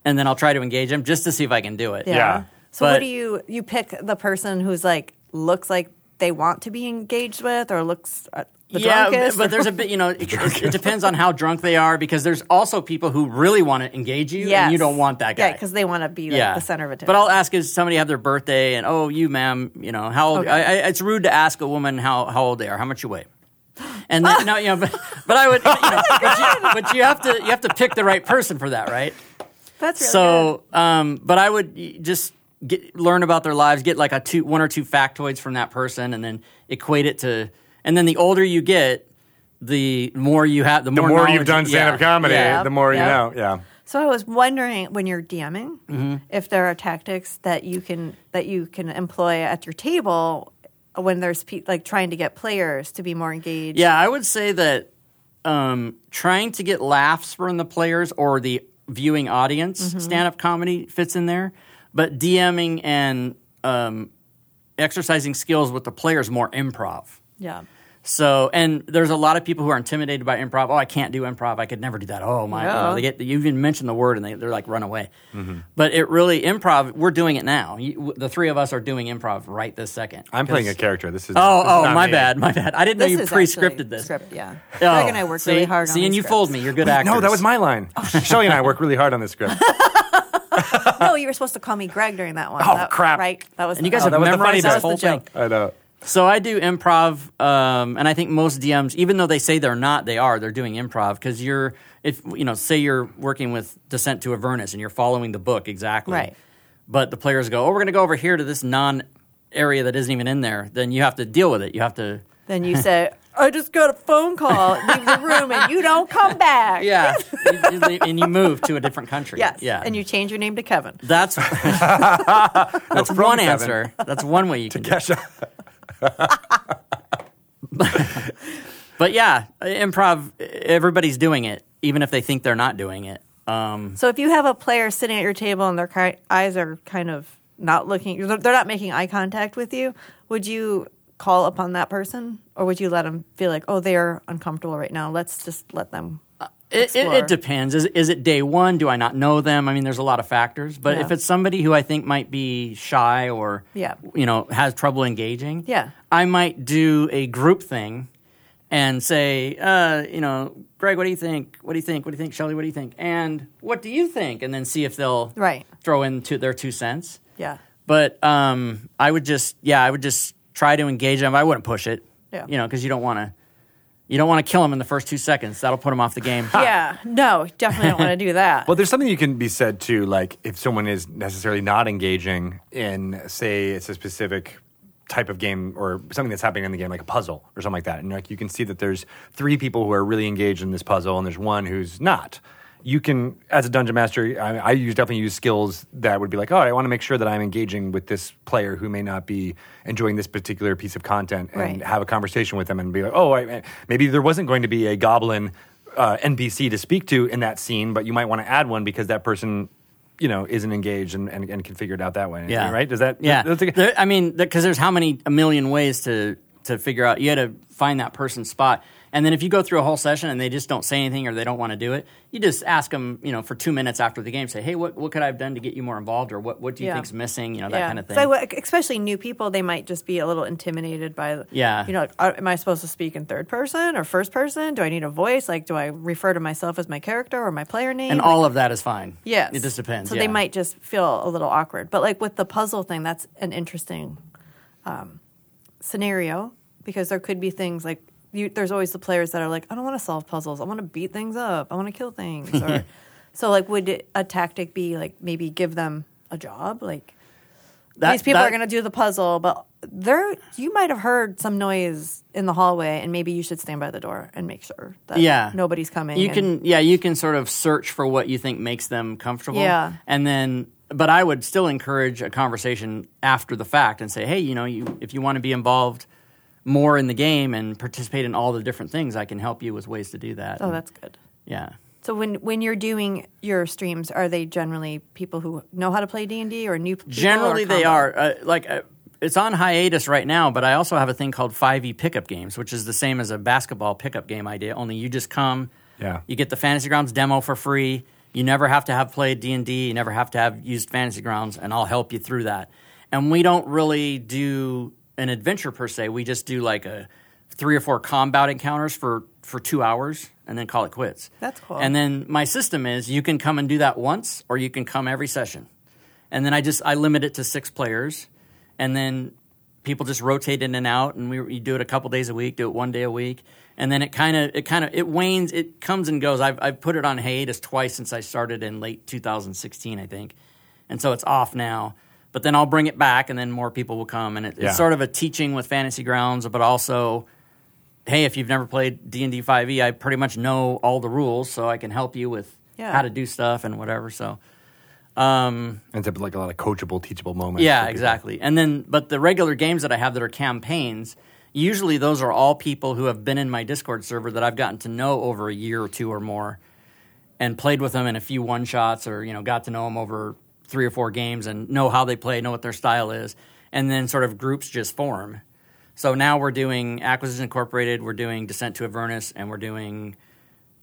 Speaker 4: and then I'll try to engage him just to see if I can do it.
Speaker 1: Yeah.
Speaker 3: So what
Speaker 4: But-
Speaker 3: do you you pick the person who's like looks like they want to be engaged with or looks uh, the
Speaker 4: yeah,
Speaker 3: drunkest?
Speaker 4: but there's a bit, you know, it, it, it depends on how drunk they are because there's also people who really want to engage you
Speaker 3: Yes.
Speaker 4: and you don't want that guy.
Speaker 3: Yeah, because they want to be like the center of attention.
Speaker 4: But I'll ask is somebody have their birthday and oh you ma'am you know how old
Speaker 3: Okay.
Speaker 4: I, I, it's rude to ask a woman how, how old they are how much you weigh. And then, no, you know, but, but I would, you know, but, you, but you have to you have to pick the right person for that, right?
Speaker 3: that's really good.
Speaker 4: so, um, but I would y- just get, learn about their lives, get like a two, one or two factoids from that person, and then equate it to. And then the older you get, the more you have, the
Speaker 1: The
Speaker 4: more,
Speaker 1: more
Speaker 4: knowledge-
Speaker 1: you've done stand-up
Speaker 4: yeah.
Speaker 1: comedy,
Speaker 3: Yeah.
Speaker 1: the more
Speaker 3: Yeah.
Speaker 1: you know. Yeah.
Speaker 3: So I was wondering when you're DMing
Speaker 4: Mm-hmm.
Speaker 3: if there are tactics that you can that you can employ at your table when there's pe- like trying to get players to be more engaged.
Speaker 4: Yeah, I would say that um, trying to get laughs from the players or the viewing audience, stand-up comedy fits in there, but DMing and um, exercising skills with the players more improv.
Speaker 3: Yeah.
Speaker 4: So, and there's a lot of people who are intimidated by improv. Oh, I can't do improv. I could never do that. Oh my! you know,
Speaker 3: Yeah.
Speaker 4: they get you even mention the word and they they're like run away.
Speaker 1: Mm-hmm.
Speaker 4: But it really improv. We're doing it now. You, w- the three of us are doing improv right this second.
Speaker 1: I'm playing a
Speaker 4: Because-
Speaker 1: character. This is
Speaker 4: Oh,
Speaker 1: this is
Speaker 4: oh,
Speaker 1: not
Speaker 4: my
Speaker 1: me.
Speaker 4: bad, my bad. I didn't know you
Speaker 3: actually
Speaker 4: pre-scripted this.
Speaker 3: Script, yeah.
Speaker 4: Oh,
Speaker 3: Greg and I worked
Speaker 4: see,
Speaker 3: really hard on
Speaker 4: See, and
Speaker 3: these
Speaker 4: you
Speaker 3: scripts.
Speaker 4: fooled me. You're good actors.
Speaker 1: No, that was my line.
Speaker 4: Oh.
Speaker 1: Shelly and I work really hard on this script.
Speaker 3: No, Oh, you were supposed to call me Greg during that one.
Speaker 1: Oh,
Speaker 3: That-
Speaker 1: crap.
Speaker 3: Right? That was
Speaker 4: And you
Speaker 3: the-
Speaker 4: guys
Speaker 1: Oh,
Speaker 4: have
Speaker 1: that was the funny
Speaker 4: memorized
Speaker 1: bit.
Speaker 4: this whole
Speaker 3: That was the
Speaker 4: thing.
Speaker 3: joke.
Speaker 1: I know.
Speaker 4: So I do improv, um, and I think most DMs, even though they say they're not, they are. They're doing improv because you're, if you know, say you're working with Descent to Avernus and you're following the book exactly.
Speaker 3: Right.
Speaker 4: but the players go, "Oh, we're going to go over here to this non area that isn't even in there." Then you have to deal with it. You have to.
Speaker 3: Then you say, I just got a phone call, leave the room, and you don't come back.
Speaker 4: Yeah, You- you leave- and you move to a different country.
Speaker 3: Yes.
Speaker 4: yeah,
Speaker 3: And you change your name to Kevin.
Speaker 4: That's that's
Speaker 1: from
Speaker 4: one
Speaker 1: Kevin.
Speaker 4: answer. That's one way you can do. it.
Speaker 1: Kesha.
Speaker 4: But yeah, improv. Everybody's doing it, even if they think they're not doing it. Um,
Speaker 3: So if you have a player sitting at your table and their ki- eyes are kind of not looking, they're they're not making eye contact with you, would you call upon that person or would you let them feel like, oh, they're uncomfortable right now? Let's just let them.
Speaker 4: it, it,
Speaker 3: Explore.
Speaker 4: it depends. Is, is it day one? Do I not know them? I mean, there's a lot of factors. But
Speaker 3: Yeah.
Speaker 4: if it's somebody who I think might be shy or
Speaker 3: Yeah.
Speaker 4: you know has trouble engaging,
Speaker 3: Yeah.
Speaker 4: I might do a group thing and say, uh, you know, Greg, what do you think? What do you think? What do you think, Shelly? What do you think? And what do you think? And then see if they'll
Speaker 3: Right.
Speaker 4: throw in two, their two cents.
Speaker 3: Yeah.
Speaker 4: But um, I would just, yeah, I would just try to engage them. I wouldn't push it,
Speaker 3: Yeah.
Speaker 4: you know, because you don't want to, you don't want to kill them in the first two seconds. That'll put them off the game.
Speaker 3: Yeah. No, definitely don't want to do that.
Speaker 1: Well, there's something you can be said to, like if someone is necessarily not engaging in, say, it's a specific type of game or something that's happening in the game, like a puzzle or something like that, and like you can see that there's three people who are really engaged in this puzzle, and there's one who's not. You can, as a dungeon master, I, I use, definitely use skills that would be like, oh, I want to make sure that I'm engaging with this player who may not be enjoying this particular piece of content, and
Speaker 3: Right.
Speaker 1: have a conversation with them and be like, oh, I, maybe there wasn't going to be a goblin uh, NPC to speak to in that scene, but you might want to add one because that person, you know, isn't engaged and, and, and can figure it out that way.
Speaker 4: Yeah.
Speaker 1: Right? Does that?
Speaker 4: Yeah.
Speaker 1: that's like-
Speaker 4: There- I mean, because there's how many a million ways to to figure out. You had to find that person's spot, and then if you go through a whole session and they just don't say anything or they don't want to do it, you just ask them. You know, for two minutes after the game, say, "Hey, what what could I have done to get you more involved, or what what do you
Speaker 3: Yeah.
Speaker 4: think's missing? You know, that kind of thing."
Speaker 3: 'Cause I would- especially new people, they might just be a little intimidated by, the-
Speaker 4: Yeah.
Speaker 3: you know, like, are- am I supposed to speak in third person or first person? Do I need a voice? Like, do I refer to myself as my character or my player name?
Speaker 4: and all of that is fine.
Speaker 3: yes.
Speaker 4: it just depends.
Speaker 3: So
Speaker 4: yeah.
Speaker 3: they might just feel a little awkward. But like with the puzzle thing, that's an interesting um, scenario because there could be things like you, there's always the players that are like, I don't want to solve puzzles. I want to beat things up. I want to kill things. Or, so like, would a tactic be like maybe give them a job? Like,
Speaker 4: That-
Speaker 3: these people
Speaker 4: that-
Speaker 3: are going to do the puzzle, but there you might have heard some noise in the hallway, and maybe you should stand by the door and make sure that
Speaker 4: yeah
Speaker 3: nobody's coming.
Speaker 4: you
Speaker 3: and-
Speaker 4: can yeah you can sort of search for what you think makes them comfortable
Speaker 3: Yeah.
Speaker 4: and then but i would still encourage a conversation after the fact and say hey you know you, if you want to be involved more in the game and participate in all the different things i can help you with ways to do that
Speaker 3: Oh, that's good.
Speaker 4: yeah
Speaker 3: So when when you're doing your streams, are they generally people who know how to play D and D or new? People
Speaker 4: generally
Speaker 3: or
Speaker 4: they
Speaker 3: combo?
Speaker 4: are uh, like uh, it's on hiatus right now but i also have a thing called 5e pickup games which is the same as a basketball pickup game idea only you just come
Speaker 1: Yeah.
Speaker 4: you get the fantasy grounds demo for free you never have to have played d&d you never have to have used fantasy grounds and i'll help you through that and we don't really do an adventure per se we just do like a three or four combat encounters for for two hours and then call it quits
Speaker 3: That's cool.
Speaker 4: and then my system is you can come and do that once or you can come every session and then I just I limit it to six players, and then people just rotate in and out, and we you do it a couple days a week, do it one day a week, and then it kind of it kind of it wanes, it comes and goes. I've I've put it on hiatus twice since I started in late 2016, I think, and so it's off now. But then I'll bring it back, and then more people will come, and it,
Speaker 1: Yeah.
Speaker 4: it's sort of a teaching with Fantasy Grounds, but also. Hey, if you've never played D and D five e, I pretty much know all the rules, so I can help you with
Speaker 3: Yeah.
Speaker 4: how to do stuff and whatever. So,
Speaker 1: Ends up like a lot of coachable, teachable moments. for
Speaker 4: yeah,
Speaker 1: people.
Speaker 4: exactly. And then, but the regular games that I have that are campaigns, usually those are all people who have been in my Discord server that I've gotten to know over a year or two or more, and played with them in a few one shots or you know got to know them over three or four games and know how they play, know what their style is, and then sort of groups just form. So now we're doing Acquisition Incorporated, we're doing Descent to Avernus, and we're doing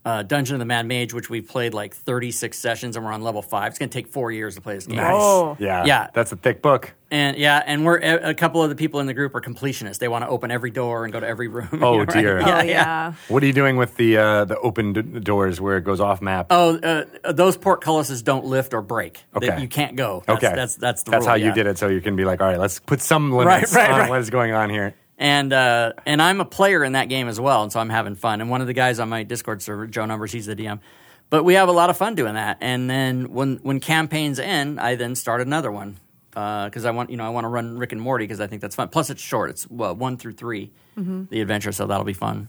Speaker 4: uh, Dungeon of the Mad Mage, which we've played like 36 sessions and we're on level five. It's going to take four years to play this game.
Speaker 1: Nice.
Speaker 3: Oh.
Speaker 1: Yeah.
Speaker 4: Yeah.
Speaker 1: That's a thick book.
Speaker 4: And yeah, and we're e, a a couple of the people in the group are completionists. They want to open every door and go to every room.
Speaker 1: Oh,
Speaker 4: Right?
Speaker 1: dear.
Speaker 3: Oh yeah.
Speaker 4: yeah.
Speaker 1: What are you doing with the uh, the open d- doors where it goes off map?
Speaker 4: Oh, uh, those portcullises don't lift or break. They-
Speaker 1: Okay.
Speaker 4: you can't go. That's, that's that's the
Speaker 1: that's
Speaker 4: rule,
Speaker 1: how
Speaker 4: yeah.
Speaker 1: you did it, so you can be like, all right, let's put some limits
Speaker 4: right,
Speaker 1: on
Speaker 4: right.
Speaker 1: what is going on here.
Speaker 4: And uh, and I'm a player in that game as well, and so I'm having fun. And one of the guys on my Discord server, Joe Numbers, he's the DM. But we have a lot of fun doing that. And then when when campaigns end, I then start another one because I want you know I want to run Rick and Morty because I think that's fun. Plus it's short; it's well, one through 3 the adventure, so that'll be fun.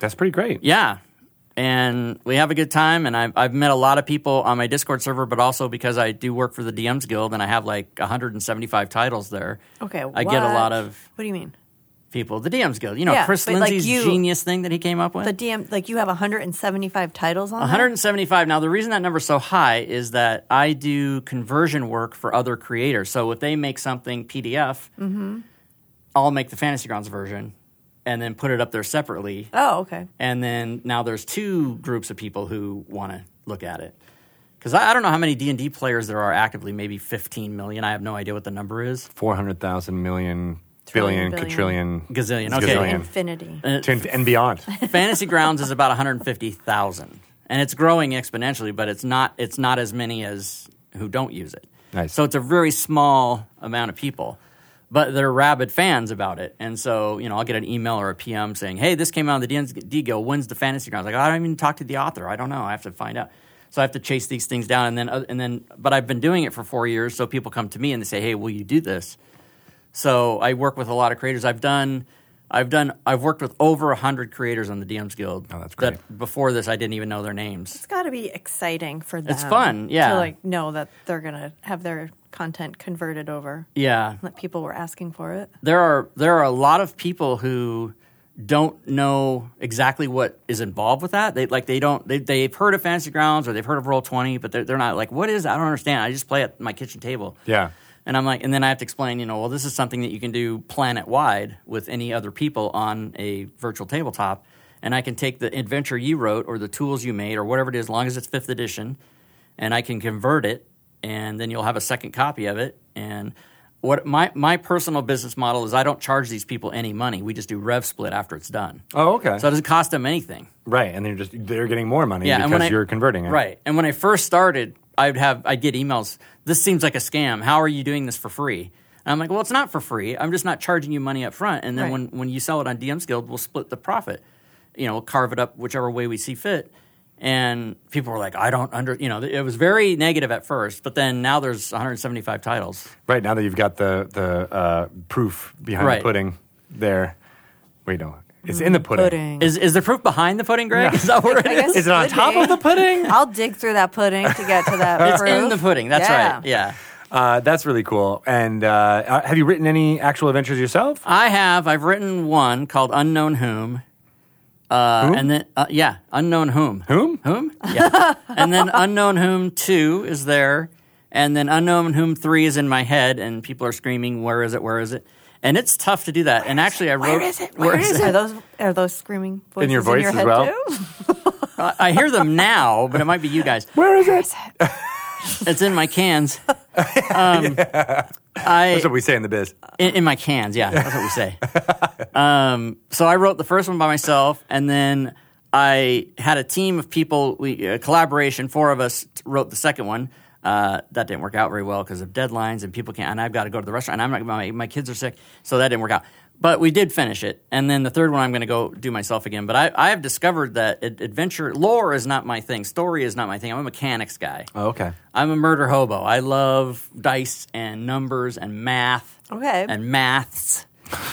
Speaker 1: That's pretty great.
Speaker 4: Yeah. And we have a good time. And I've, I've met a lot of people on my Discord server, but also because I do work for the DMs Guild and I have like 175 titles there.
Speaker 3: Okay,
Speaker 4: I get a
Speaker 3: what?
Speaker 4: lot of
Speaker 3: What do you mean?
Speaker 4: people. The DMs Guild, you know,
Speaker 3: Yeah,
Speaker 4: Chris
Speaker 3: but, like,
Speaker 4: Lindsay's
Speaker 3: you-
Speaker 4: genius thing that he came up with.
Speaker 3: The DM, like you have 175 titles on there?
Speaker 4: 175. Now, the reason that number's so high is that I do conversion work for other creators. So if they make something PDF,
Speaker 3: Mm-hmm.
Speaker 4: I'll make the Fantasy Grounds version and then put it up there separately.
Speaker 3: Oh, okay.
Speaker 4: And then now there's two groups of people who want to look at it. Because I, I don't know how many D and D players there are actively. Maybe 15 million. I have no idea what the number is.
Speaker 1: 400,000 million, billion,
Speaker 3: Trillion, billion.
Speaker 1: quadrillion,
Speaker 4: Gazillion, okay.
Speaker 1: gazillion.
Speaker 3: Infinity.
Speaker 1: To inf- and beyond.
Speaker 4: Fantasy Grounds is about 150,000, and it's growing exponentially. But it's not it's not as many as who don't use it.
Speaker 1: Nice.
Speaker 4: So it's a very small amount of people, but they're rabid fans about it. And so you know, I'll get an email or a PM saying, "Hey, this came out of the D Go. When's the Fantasy Grounds?" Like, I don't even talk to the author. I don't know. I have to find out. So I have to chase these things down, and then uh, and then. But I've been doing it for four years, so people come to me and they say, "Hey, will you do this?" So I work with a lot of creators. I've done, I've done, I've worked with over hundred creators on the DMs Guild.
Speaker 1: Oh, that's
Speaker 4: That before this, I didn't even know their names.
Speaker 3: It's got to be exciting for them.
Speaker 4: It's fun, yeah.
Speaker 3: To like know that they're going to have their content converted over.
Speaker 4: Yeah,
Speaker 3: That people were asking for it.
Speaker 4: there are there are a lot of people who don't know exactly what is involved with that. They like they don't they they've heard of Fantasy Grounds or they've heard of Roll Twenty, but they're, they're not like what is? I don't understand. I just play at my kitchen table.
Speaker 1: Yeah.
Speaker 4: And I'm like, and then I have to explain, you know, well, this is something that you can do planet wide with any other people on a virtual tabletop. And I can take the adventure you wrote or the tools you made or whatever it is, as long as it's fifth edition, and I can convert it, and then you'll have a second copy of it. And what my, my personal business model is I don't charge these people any money. We just do rev split after it's done.
Speaker 1: Oh, okay.
Speaker 4: So it doesn't cost them anything.
Speaker 1: right. And they're just, they're getting more money
Speaker 4: and
Speaker 1: because
Speaker 4: when I-
Speaker 1: you're converting it.
Speaker 4: Right. And when I first started, I'd have I'd get emails. This seems like a scam. How are you doing this for free? And I'm like, well, it's not for free. I'm just not charging you money up front. And then
Speaker 3: Right.
Speaker 4: when when you sell it on DM's Guild, we'll split the profit. You know, we'll carve it up whichever way we see fit. And people were like, I don't under, you know, it was very negative at first, but then now there's 175 titles.
Speaker 1: Right. Now that you've got the, the uh, proof behind
Speaker 4: Right.
Speaker 1: the pudding there. Wait, no. It's in the pudding.
Speaker 3: Hmm.
Speaker 4: Is is the proof behind the pudding, Greg? Is that where it is?
Speaker 1: Is it on
Speaker 3: could
Speaker 1: top
Speaker 3: be.
Speaker 1: of the pudding?
Speaker 3: I'll dig through that pudding to get to that.
Speaker 4: It's in
Speaker 3: proof.
Speaker 4: the pudding. That's
Speaker 3: Yeah.
Speaker 4: right. Yeah.
Speaker 1: Uh, that's really cool. And uh, uh, have you written any actual adventures yourself?
Speaker 4: I have. I've written one called Unknown Whom. Uh, And then, uh, yeah, Unknown Whom.
Speaker 1: Whom?
Speaker 4: Whom? Yeah. and then Unknown Whom 2 is there. And then Unknown Whom 3 is in my head, and people are screaming, Where is it? Where is it? And it's tough to do that. and actually, I
Speaker 3: Where
Speaker 4: wrote.
Speaker 3: is it? Where is it? Are those are those screaming voices
Speaker 1: your voice as
Speaker 3: head
Speaker 1: well?
Speaker 3: too?
Speaker 4: I I hear them now, but it might be you guys.
Speaker 1: Where is it?
Speaker 4: It's in my cans. Um, I,
Speaker 1: That's what we say in the biz.
Speaker 4: In, in my cans, yeah, that's what we say. um, so I wrote the first one by myself, and then I had a team of people, we, a collaboration. Four of us t- wrote the second one. Uh, that didn't work out very well because of deadlines and people can't. And I've got to go to the restaurant. And I'm not, my my kids are sick, so that didn't work out. But we did finish it, and then the third one I'm going to go do myself again. But I, I have discovered that ad- adventure lore is not my thing. Story is not my thing. I'm a mechanics guy.
Speaker 1: Oh, okay.
Speaker 4: I'm a murder hobo. I love dice and numbers and math.
Speaker 3: Okay.
Speaker 4: And maths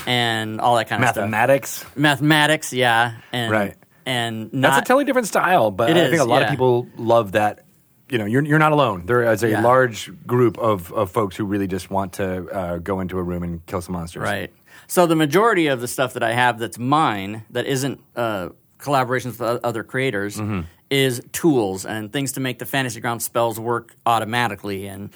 Speaker 4: and all that kind of stuff.
Speaker 1: Mathematics.
Speaker 4: Mathematics, yeah. And,
Speaker 1: Right.
Speaker 4: And
Speaker 1: That's
Speaker 4: not,
Speaker 1: a totally different style, but
Speaker 4: It
Speaker 1: I
Speaker 4: is,
Speaker 1: think a lot
Speaker 4: yeah.
Speaker 1: of people love that. You know, you're, you're not alone. There is a
Speaker 4: Yeah.
Speaker 1: large group of, of folks who really just want to uh, go into a room and kill some monsters.
Speaker 4: Right. So the majority of the stuff that I have that's mine that isn't uh, collaborations with o- other creators
Speaker 1: Mm-hmm.
Speaker 4: is tools and things to make the fantasy ground spells work automatically and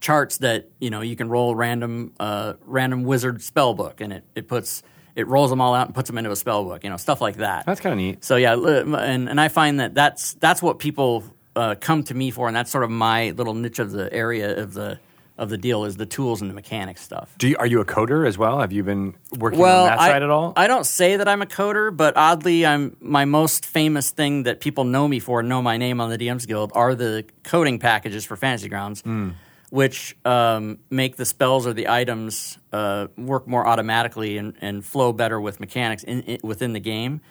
Speaker 4: charts that you know you can roll random uh, random wizard spell book and it, it puts it rolls them all out and puts them into a spell book you know stuff like that
Speaker 1: That's kinda neat.
Speaker 4: so yeah li- m- and, and i find that that's that's what people uh, come to me for and that's sort of my little niche of the area of the of the deal is the tools and the mechanics stuff
Speaker 1: Do you, are you a coder as well? Have you been working on that
Speaker 4: I,
Speaker 1: side at all?
Speaker 4: I don't say that I'm a coder, but oddly, I'm my most famous thing that people know me for, know my name on the DMs Guild, are the coding packages for Fantasy Grounds, which um, make the spells or the items uh, work more automatically and, and flow better with mechanics in, in, within the game.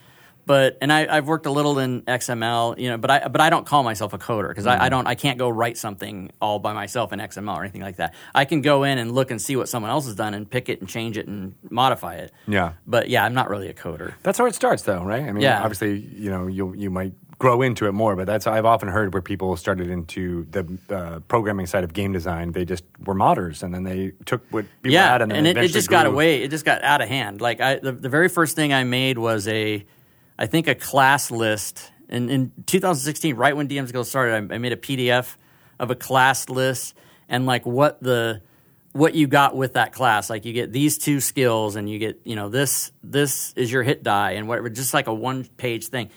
Speaker 4: But and I, I've worked a little in XML, you know, but I but I don't call myself a coder because I, I don't I can't go write something all by myself in XML or anything like that. I can go in and look and see what someone else has done and pick it and change it and modify it.
Speaker 1: Yeah.
Speaker 4: But yeah, I'm not really a coder.
Speaker 1: That's how it starts, though, right? I mean,
Speaker 4: Yeah.
Speaker 1: obviously, you know, you you might grow into it more, but that's I've often heard where people started into the uh, programming side of game design. They just were modders, and then they took what people
Speaker 4: yeah,
Speaker 1: had, and, then
Speaker 4: it, it
Speaker 1: eventually
Speaker 4: just got
Speaker 1: grew.
Speaker 4: away. It just got out of hand. Like I, the, the very first thing I made was a, I think a class list. And in 2016, right when DMs Guild started, I, I made a PDF of a class list and like what the what you got with that class. Like you get these two skills, and you get you know this this is your hit die and whatever. Just like a one page thing.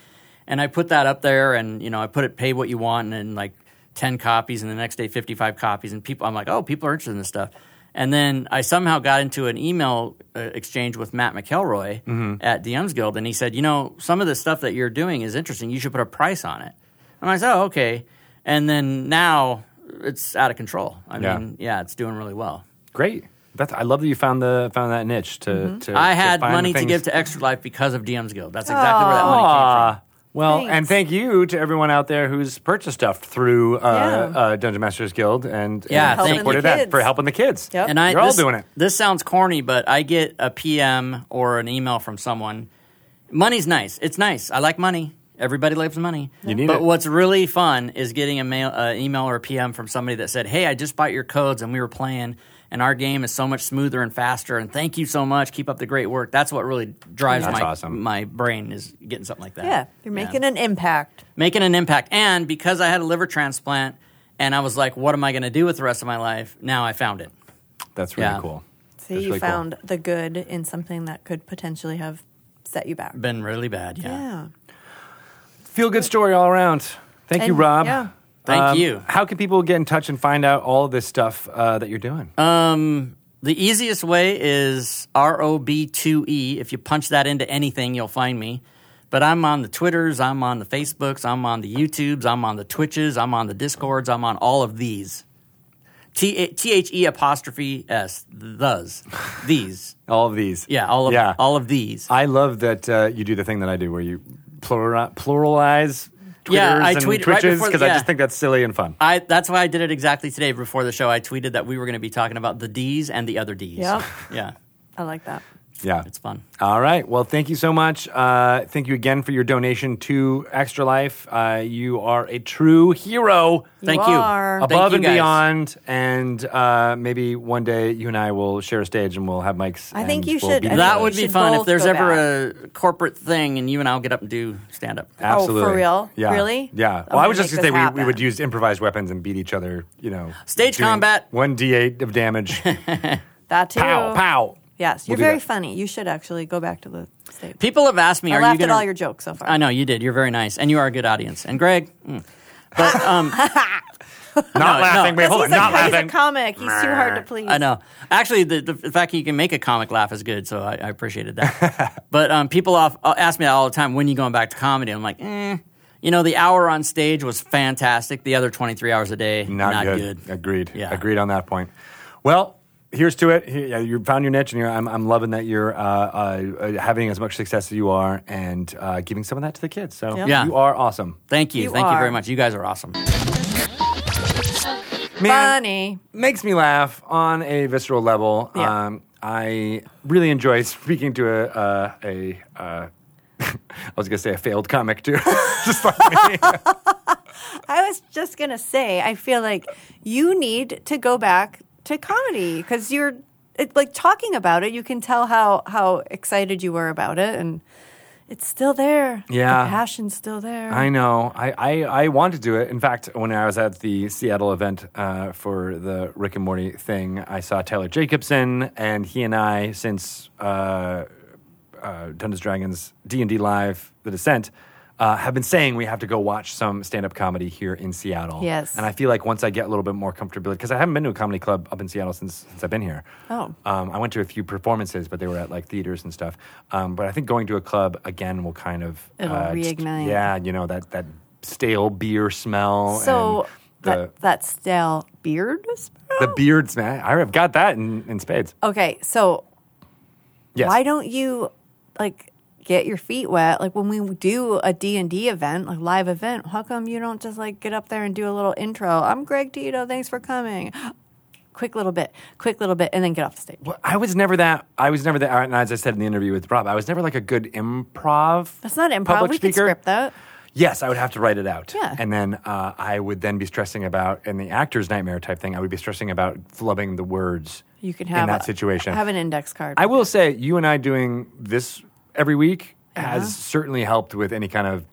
Speaker 4: And I put that up there, and you know I put it pay what you want, and then like 10 copies and the next day 55 copies and people i'm like oh people are interested in this stuff and then i somehow got into an email uh, exchange with matt mcelroy
Speaker 1: Mm-hmm.
Speaker 4: at dms guild and he said you know some of the stuff that you're doing is interesting you should put a price on it and i said oh okay and then now it's out of control i
Speaker 1: Yeah.
Speaker 4: mean yeah it's doing really well
Speaker 1: Great. That's I love that you found the found that niche to. to
Speaker 4: Mm-hmm. i
Speaker 1: to
Speaker 4: had
Speaker 1: find
Speaker 4: money to
Speaker 1: things-
Speaker 4: give to extra life because of dms guild that's exactly where that money came
Speaker 1: Ah,
Speaker 4: from
Speaker 1: well, and
Speaker 3: Thanks.
Speaker 1: thank you to everyone out there who's purchased stuff through uh,
Speaker 3: Yeah.
Speaker 1: uh, Dungeon Masters Guild and,
Speaker 4: Yeah,
Speaker 1: and
Speaker 4: Helping the
Speaker 1: supported that
Speaker 3: kids.
Speaker 1: for helping the kids.
Speaker 3: Yep.
Speaker 4: And I,
Speaker 1: Oh, You're all
Speaker 4: this-
Speaker 1: doing it.
Speaker 4: This sounds corny, but I get a PM or an email from someone. Money's nice. It's nice. I like money. Everybody loves money.
Speaker 1: You need
Speaker 4: but
Speaker 1: it.
Speaker 4: what's really fun is getting a mail, uh, email or a PM from somebody that said, "Hey, I just bought your codes and we were playing, and our game is so much smoother and faster. And thank you so much. Keep up the great work." That's what really drives
Speaker 1: That's
Speaker 4: my
Speaker 1: awesome.
Speaker 4: my brain is getting something like that.
Speaker 3: Yeah, you're making an impact.
Speaker 4: making an impact. And because I had a liver transplant, and I was like, "What am I going to do with the rest of my life?" Now I found it.
Speaker 1: That's really
Speaker 4: Yeah.
Speaker 1: cool.
Speaker 3: See,
Speaker 1: That's
Speaker 3: you
Speaker 1: really cool.
Speaker 3: found the good in something that could potentially have set you back.
Speaker 4: Been really bad.
Speaker 3: Yeah.
Speaker 1: Feel good story all around. Thank you,
Speaker 3: And-
Speaker 1: Rob.
Speaker 3: yeah.
Speaker 4: Thank
Speaker 1: Um,
Speaker 4: you.
Speaker 1: How can people get in touch and find out all of this stuff uh, that you're doing?
Speaker 4: Um, the easiest way is ROB2E. E. If you punch that into anything, you'll find me. But I'm on the Twitters, I'm on the Facebooks, I'm on the YouTubes, I'm on the Twitches, I'm on the Discords, I'm on all of these. T H E apostrophe S, those, these.
Speaker 1: all of these.
Speaker 4: Yeah, all of
Speaker 1: Yeah.
Speaker 4: all of these.
Speaker 1: I love that uh, you do the thing that I do where you plural- pluralize Twitters
Speaker 4: Yeah, I
Speaker 1: and
Speaker 4: tweet it right
Speaker 1: Twitches
Speaker 4: before the-
Speaker 1: because I just
Speaker 4: yeah.
Speaker 1: think that's silly and fun.
Speaker 4: I, that's why I did it exactly today before the show. I tweeted that we were going to be talking about the D's and the other D's.
Speaker 3: Yep.
Speaker 4: Yeah,
Speaker 3: I like that.
Speaker 1: Yeah.
Speaker 4: it's fun.
Speaker 1: All right. Well, thank you so much. Uh, thank you again for your donation to Extra Life. Uh, you are a true hero.
Speaker 4: Thank you.
Speaker 3: are.
Speaker 4: Thank
Speaker 1: Above
Speaker 4: you
Speaker 1: and
Speaker 4: guys.
Speaker 1: beyond, and uh, maybe one day you and I will share a stage and we'll have mics.
Speaker 3: I think
Speaker 1: and
Speaker 3: you
Speaker 1: we'll
Speaker 3: should.
Speaker 1: be-
Speaker 3: I think
Speaker 4: That
Speaker 3: we
Speaker 4: would be
Speaker 3: should
Speaker 4: fun if
Speaker 3: both
Speaker 4: there's
Speaker 3: go
Speaker 4: ever a corporate thing and you and I'll get up and do stand up.
Speaker 1: Absolutely.
Speaker 3: oh, real?
Speaker 1: Yeah.
Speaker 3: Really?
Speaker 1: Yeah.
Speaker 3: I'm
Speaker 1: Well, I was
Speaker 3: gonna
Speaker 1: just
Speaker 3: make
Speaker 1: going to
Speaker 3: this
Speaker 1: say we, we would
Speaker 3: happen.
Speaker 1: use improvised weapons and beat each other, you know.
Speaker 4: Stage
Speaker 1: doing
Speaker 4: combat.
Speaker 1: 1d8 of damage. pow,
Speaker 3: That too.
Speaker 1: pow.
Speaker 3: Yes,
Speaker 1: We'll
Speaker 3: you're
Speaker 1: do
Speaker 3: very
Speaker 1: that.
Speaker 3: funny. You should actually go back to the stage.
Speaker 4: People have asked me,
Speaker 3: I
Speaker 4: "Are
Speaker 3: laughed
Speaker 4: you going
Speaker 3: at all your jokes so far.
Speaker 4: I know you did. You're very nice, and you are a good audience. And Greg, mm. but um,
Speaker 1: Not laughing. Wait,
Speaker 3: Because
Speaker 1: hold on.
Speaker 3: he's, a,
Speaker 1: Not
Speaker 3: he's a
Speaker 1: laughing.
Speaker 3: comic. He's too hard to please.
Speaker 4: I know. Actually, the, the fact that you can make a comic laugh is good, so I, I appreciated that. but um, people off, uh, ask me that all the time. When you going back to comedy? I'm like, eh. You know, the hour on stage was fantastic. The other 23 hours a day,
Speaker 1: Not,
Speaker 4: not,
Speaker 1: good. Agreed.
Speaker 4: Yeah.
Speaker 1: Agreed on that point. Well, here's to it. Here- yeah, you found your niche, and you're, I'm, I'm loving that you're uh, uh, having as much success as you are and uh, giving some of that to the kids. So
Speaker 4: Yeah.
Speaker 1: you are awesome.
Speaker 4: Thank you.
Speaker 3: You
Speaker 4: Thank you very
Speaker 3: are.
Speaker 4: much. You guys are awesome.
Speaker 1: Man,
Speaker 3: Funny.
Speaker 1: makes me laugh on a visceral level.
Speaker 3: Yeah.
Speaker 1: Um, I really enjoy speaking to a uh, a. Uh, I was gonna say a failed comic too. Just like me.
Speaker 3: I was just gonna say, I feel like you need to go back to comedy because you're it, like talking about it. You can tell how how excited you were about it, and it's still there.
Speaker 1: Yeah.
Speaker 3: the passion's still there.
Speaker 1: I know. I, I, I want to do it. In fact, when I was at the Seattle event uh, for the Rick and Morty thing, I saw Tyler Jacobson, and he and I, since uh, uh, Dungeons Dragons D and D Live: The Descent, uh, have been saying we have to go watch some stand-up comedy here in Seattle.
Speaker 3: Yes.
Speaker 1: and I feel like once I get a little bit more comfortable, because I haven't been to a comedy club up in Seattle since since I've been here.
Speaker 3: Oh.
Speaker 1: um, I went to a few performances, but they were at like theaters and stuff. Um, but I think going to a club again will kind of
Speaker 3: It'll
Speaker 1: Uh, just-
Speaker 3: reignite.
Speaker 1: yeah, you know that that stale beer smell.
Speaker 3: so
Speaker 1: and the
Speaker 3: that that stale beard. smell?
Speaker 1: the beard smell. I've got that in, in spades.
Speaker 3: Okay, so
Speaker 1: Yes.
Speaker 3: why don't you like get your feet wet. Like when we do a D&D event, like live event, how come you don't just like get up there and do a little intro? I'm Greg Tito. Thanks for coming. Quick little bit, quick little bit, and then get off the stage.
Speaker 1: Well, I was never that. I was never that. And as I said in the interview with Rob, I was never like a good improv.
Speaker 3: That's not improv.
Speaker 1: Public
Speaker 3: we
Speaker 1: speaker.
Speaker 3: can script that.
Speaker 1: Yes, I would have to write it out.
Speaker 3: Yeah.
Speaker 1: And then uh, I would then be stressing about, in the actor's nightmare type thing, I would be stressing about flubbing the words
Speaker 3: You can have
Speaker 1: in that
Speaker 3: a-
Speaker 1: situation.
Speaker 3: Have an index card.
Speaker 1: I will say, you and I doing this every week has certainly helped with any kind of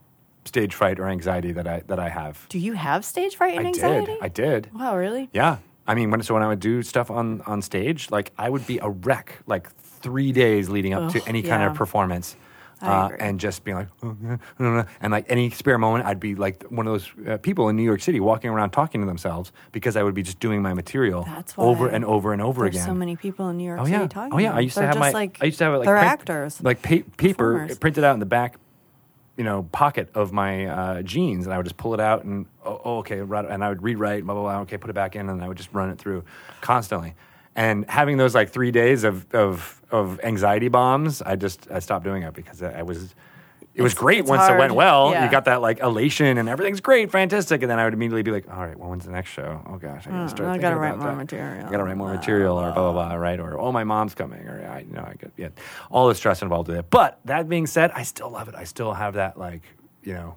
Speaker 1: stage fright or anxiety that I, that I have.
Speaker 3: do you have stage fright and
Speaker 1: I
Speaker 3: anxiety?
Speaker 1: did. I did.
Speaker 3: Wow, really?
Speaker 1: Yeah. I mean, when, so when I would do stuff on, on stage, like I would be a wreck like three days leading up
Speaker 3: Ugh,
Speaker 1: to any kind
Speaker 3: yeah.
Speaker 1: of performance. uh,
Speaker 3: I agree.
Speaker 1: and just being like, "Oh, yeah, I don't know." and like any spare moment, I'd be like one of those uh, people in New York City walking around talking to themselves because I would be just doing my material
Speaker 3: That's why
Speaker 1: over and over and over
Speaker 3: There's
Speaker 1: again.
Speaker 3: so many people in New York
Speaker 1: oh
Speaker 3: City
Speaker 1: yeah,
Speaker 3: talking.
Speaker 1: oh yeah.
Speaker 3: about
Speaker 1: I
Speaker 3: it.
Speaker 1: used to
Speaker 3: They're
Speaker 1: have
Speaker 3: just
Speaker 1: my,
Speaker 3: like
Speaker 1: I used to have it like
Speaker 3: they're
Speaker 1: print-
Speaker 3: actors.
Speaker 1: like pa- paper
Speaker 3: performers.
Speaker 1: printed out in the back, you know, pocket of my uh, jeans, and I would just pull it out and oh, oh okay, right, and I would rewrite blah blah blah. Okay, put it back in, and I would just run it through constantly. And having those like three days of of of anxiety bombs, I just I stopped doing it because I, I was. It was
Speaker 3: It's-
Speaker 1: great
Speaker 3: it's
Speaker 1: once it
Speaker 3: hard.
Speaker 1: went well.
Speaker 3: Yeah.
Speaker 1: You got that like elation and everything's great, fantastic. And then I would immediately be like, all right, well, when's the next show? Oh gosh, I gotta
Speaker 3: Uh,
Speaker 1: start.
Speaker 3: I
Speaker 1: thinking
Speaker 3: gotta
Speaker 1: about
Speaker 3: write more
Speaker 1: that.
Speaker 3: material.
Speaker 1: I gotta write more material or blah blah blah, right? Or oh, my mom's coming, or I you know I get yeah, all the stress involved with it. But that being said, I still love it. I still have that like you know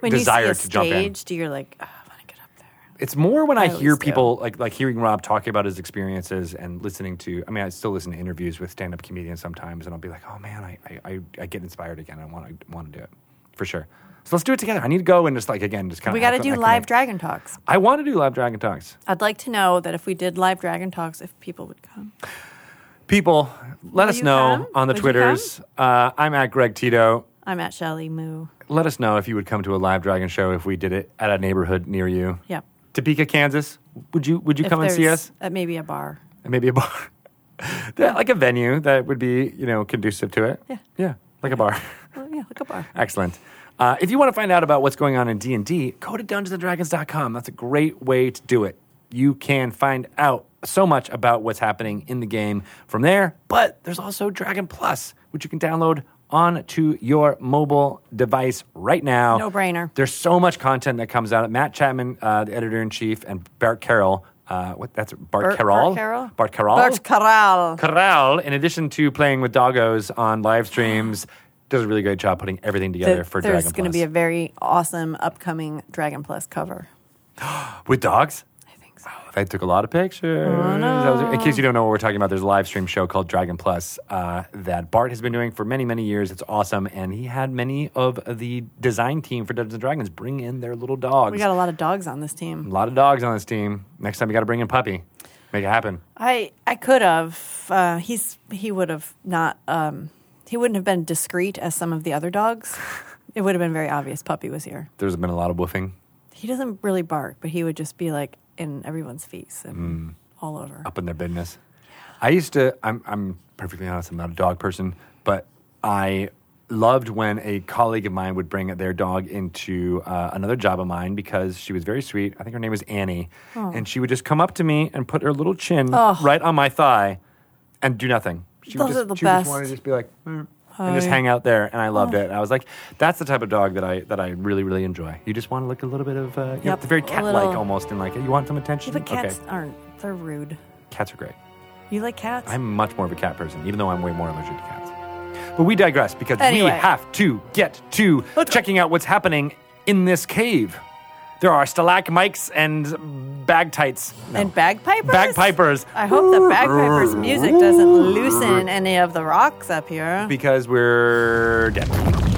Speaker 3: when
Speaker 1: desire
Speaker 3: you see a
Speaker 1: to
Speaker 3: stage, Oh,
Speaker 1: jump in.
Speaker 3: do you're like, oh, I want to get up there.
Speaker 1: It's more when I,
Speaker 3: always
Speaker 1: hear
Speaker 3: do.
Speaker 1: people like like hearing Rob talking about his experiences and listening to. I mean, I still listen to interviews with stand up comedians sometimes, and I'll be like, oh man, I I, I, I get inspired again. I want to want to do it for sure. So let's do it together. I need to go and just like again, just kind of.
Speaker 3: We got to do live dragon talks.
Speaker 1: I want to do live dragon talks.
Speaker 3: I'd like to know that if we did live dragon talks, if people would come.
Speaker 1: People, let us
Speaker 3: you
Speaker 1: know
Speaker 3: come?
Speaker 1: on the
Speaker 3: Would you
Speaker 1: Twitters. Uh, I'm at Greg Tito.
Speaker 3: I'm at Shelly Moo.
Speaker 1: Let us know if you would come to a live dragon show if we did it at a neighborhood near you.
Speaker 3: Yep.
Speaker 1: Topeka, Kansas. Would you would you
Speaker 3: If
Speaker 1: come and see
Speaker 3: there's-
Speaker 1: us?
Speaker 3: At maybe a bar.
Speaker 1: And maybe a bar. Yeah, like a venue that would be, you know, conducive to it.
Speaker 3: Yeah.
Speaker 1: Yeah. Like a bar.
Speaker 3: Well, yeah, like a bar.
Speaker 1: Excellent. Uh, if you want to find out about what's going on in D&D, go to dungeonsanddragons.com. That's a great way to do it. You can find out so much about what's happening in the game from there, but there's also Dragon Plus, which you can download onto your mobile device right now.
Speaker 3: No brainer.
Speaker 1: There's so much content that comes out. Matt Chapman, uh, the editor-in-chief, and Bart Carroll, uh, what, that's Bart,
Speaker 3: Bart-
Speaker 1: Carroll?
Speaker 3: Bart Carroll?
Speaker 1: Bart Carroll.
Speaker 3: Bart Corral.
Speaker 1: Corral, in addition to playing with doggos on live streams, does a really great job putting everything together
Speaker 3: Th-
Speaker 1: for
Speaker 3: there's
Speaker 1: Dragon
Speaker 3: gonna
Speaker 1: Plus.
Speaker 3: be a very awesome upcoming Dragon Plus cover.
Speaker 1: with dogs?
Speaker 3: I think so.
Speaker 1: I took a lot of pictures.
Speaker 3: Oh,
Speaker 1: That was- In case you don't know what we're talking about, there's a live stream show called Dragon Plus uh, that Bart has been doing for many, many years. It's awesome. And he had many of the design team for Dungeons and Dragons bring in their little dogs.
Speaker 3: We got a lot of dogs on this team.
Speaker 1: a lot of dogs on this team. Next time, you got to bring in Puppy. Make it happen.
Speaker 3: I I could have. Uh, he's he would have not. Um, he wouldn't have been discreet as some of the other dogs. it would have been very obvious. Puppy was here.
Speaker 1: There's been a lot of woofing
Speaker 3: He doesn't really bark, but he would just be like in everyone's face
Speaker 1: Hmm.
Speaker 3: and all over.
Speaker 1: up in their business. I used to. I'm. I'm perfectly honest. I'm not a dog person, but I loved when a colleague of mine would bring their dog into uh, another job of mine because she was very sweet. I think her name was Annie,
Speaker 3: Oh.
Speaker 1: and she would just come up to me and put her little chin right on my thigh and do nothing. She would
Speaker 3: Those
Speaker 1: just,
Speaker 3: are the
Speaker 1: she would just
Speaker 3: best.
Speaker 1: wanted to just be like. "Mm," And just hang out there, and I loved it. And I was like, "That's the type of dog that I that I really really enjoy." You just want to look a little bit of, uh, you know,
Speaker 3: Yep,
Speaker 1: it's very
Speaker 3: a
Speaker 1: cat-like
Speaker 3: little-
Speaker 1: almost, and like you want some attention.
Speaker 3: But cats
Speaker 1: Okay,
Speaker 3: aren't. They're rude.
Speaker 1: cats are great.
Speaker 3: You like cats?
Speaker 1: I'm much more of a cat person, even though I'm way more allergic to cats. But we digress because
Speaker 3: Anyway.
Speaker 1: we have to get to checking out what's happening in this cave. There are stalagmites and bagtites.
Speaker 3: And bagpipers.
Speaker 1: Bagpipers.
Speaker 3: I hope the bagpipers' music doesn't loosen any of the rocks up here.
Speaker 1: Because we're dead.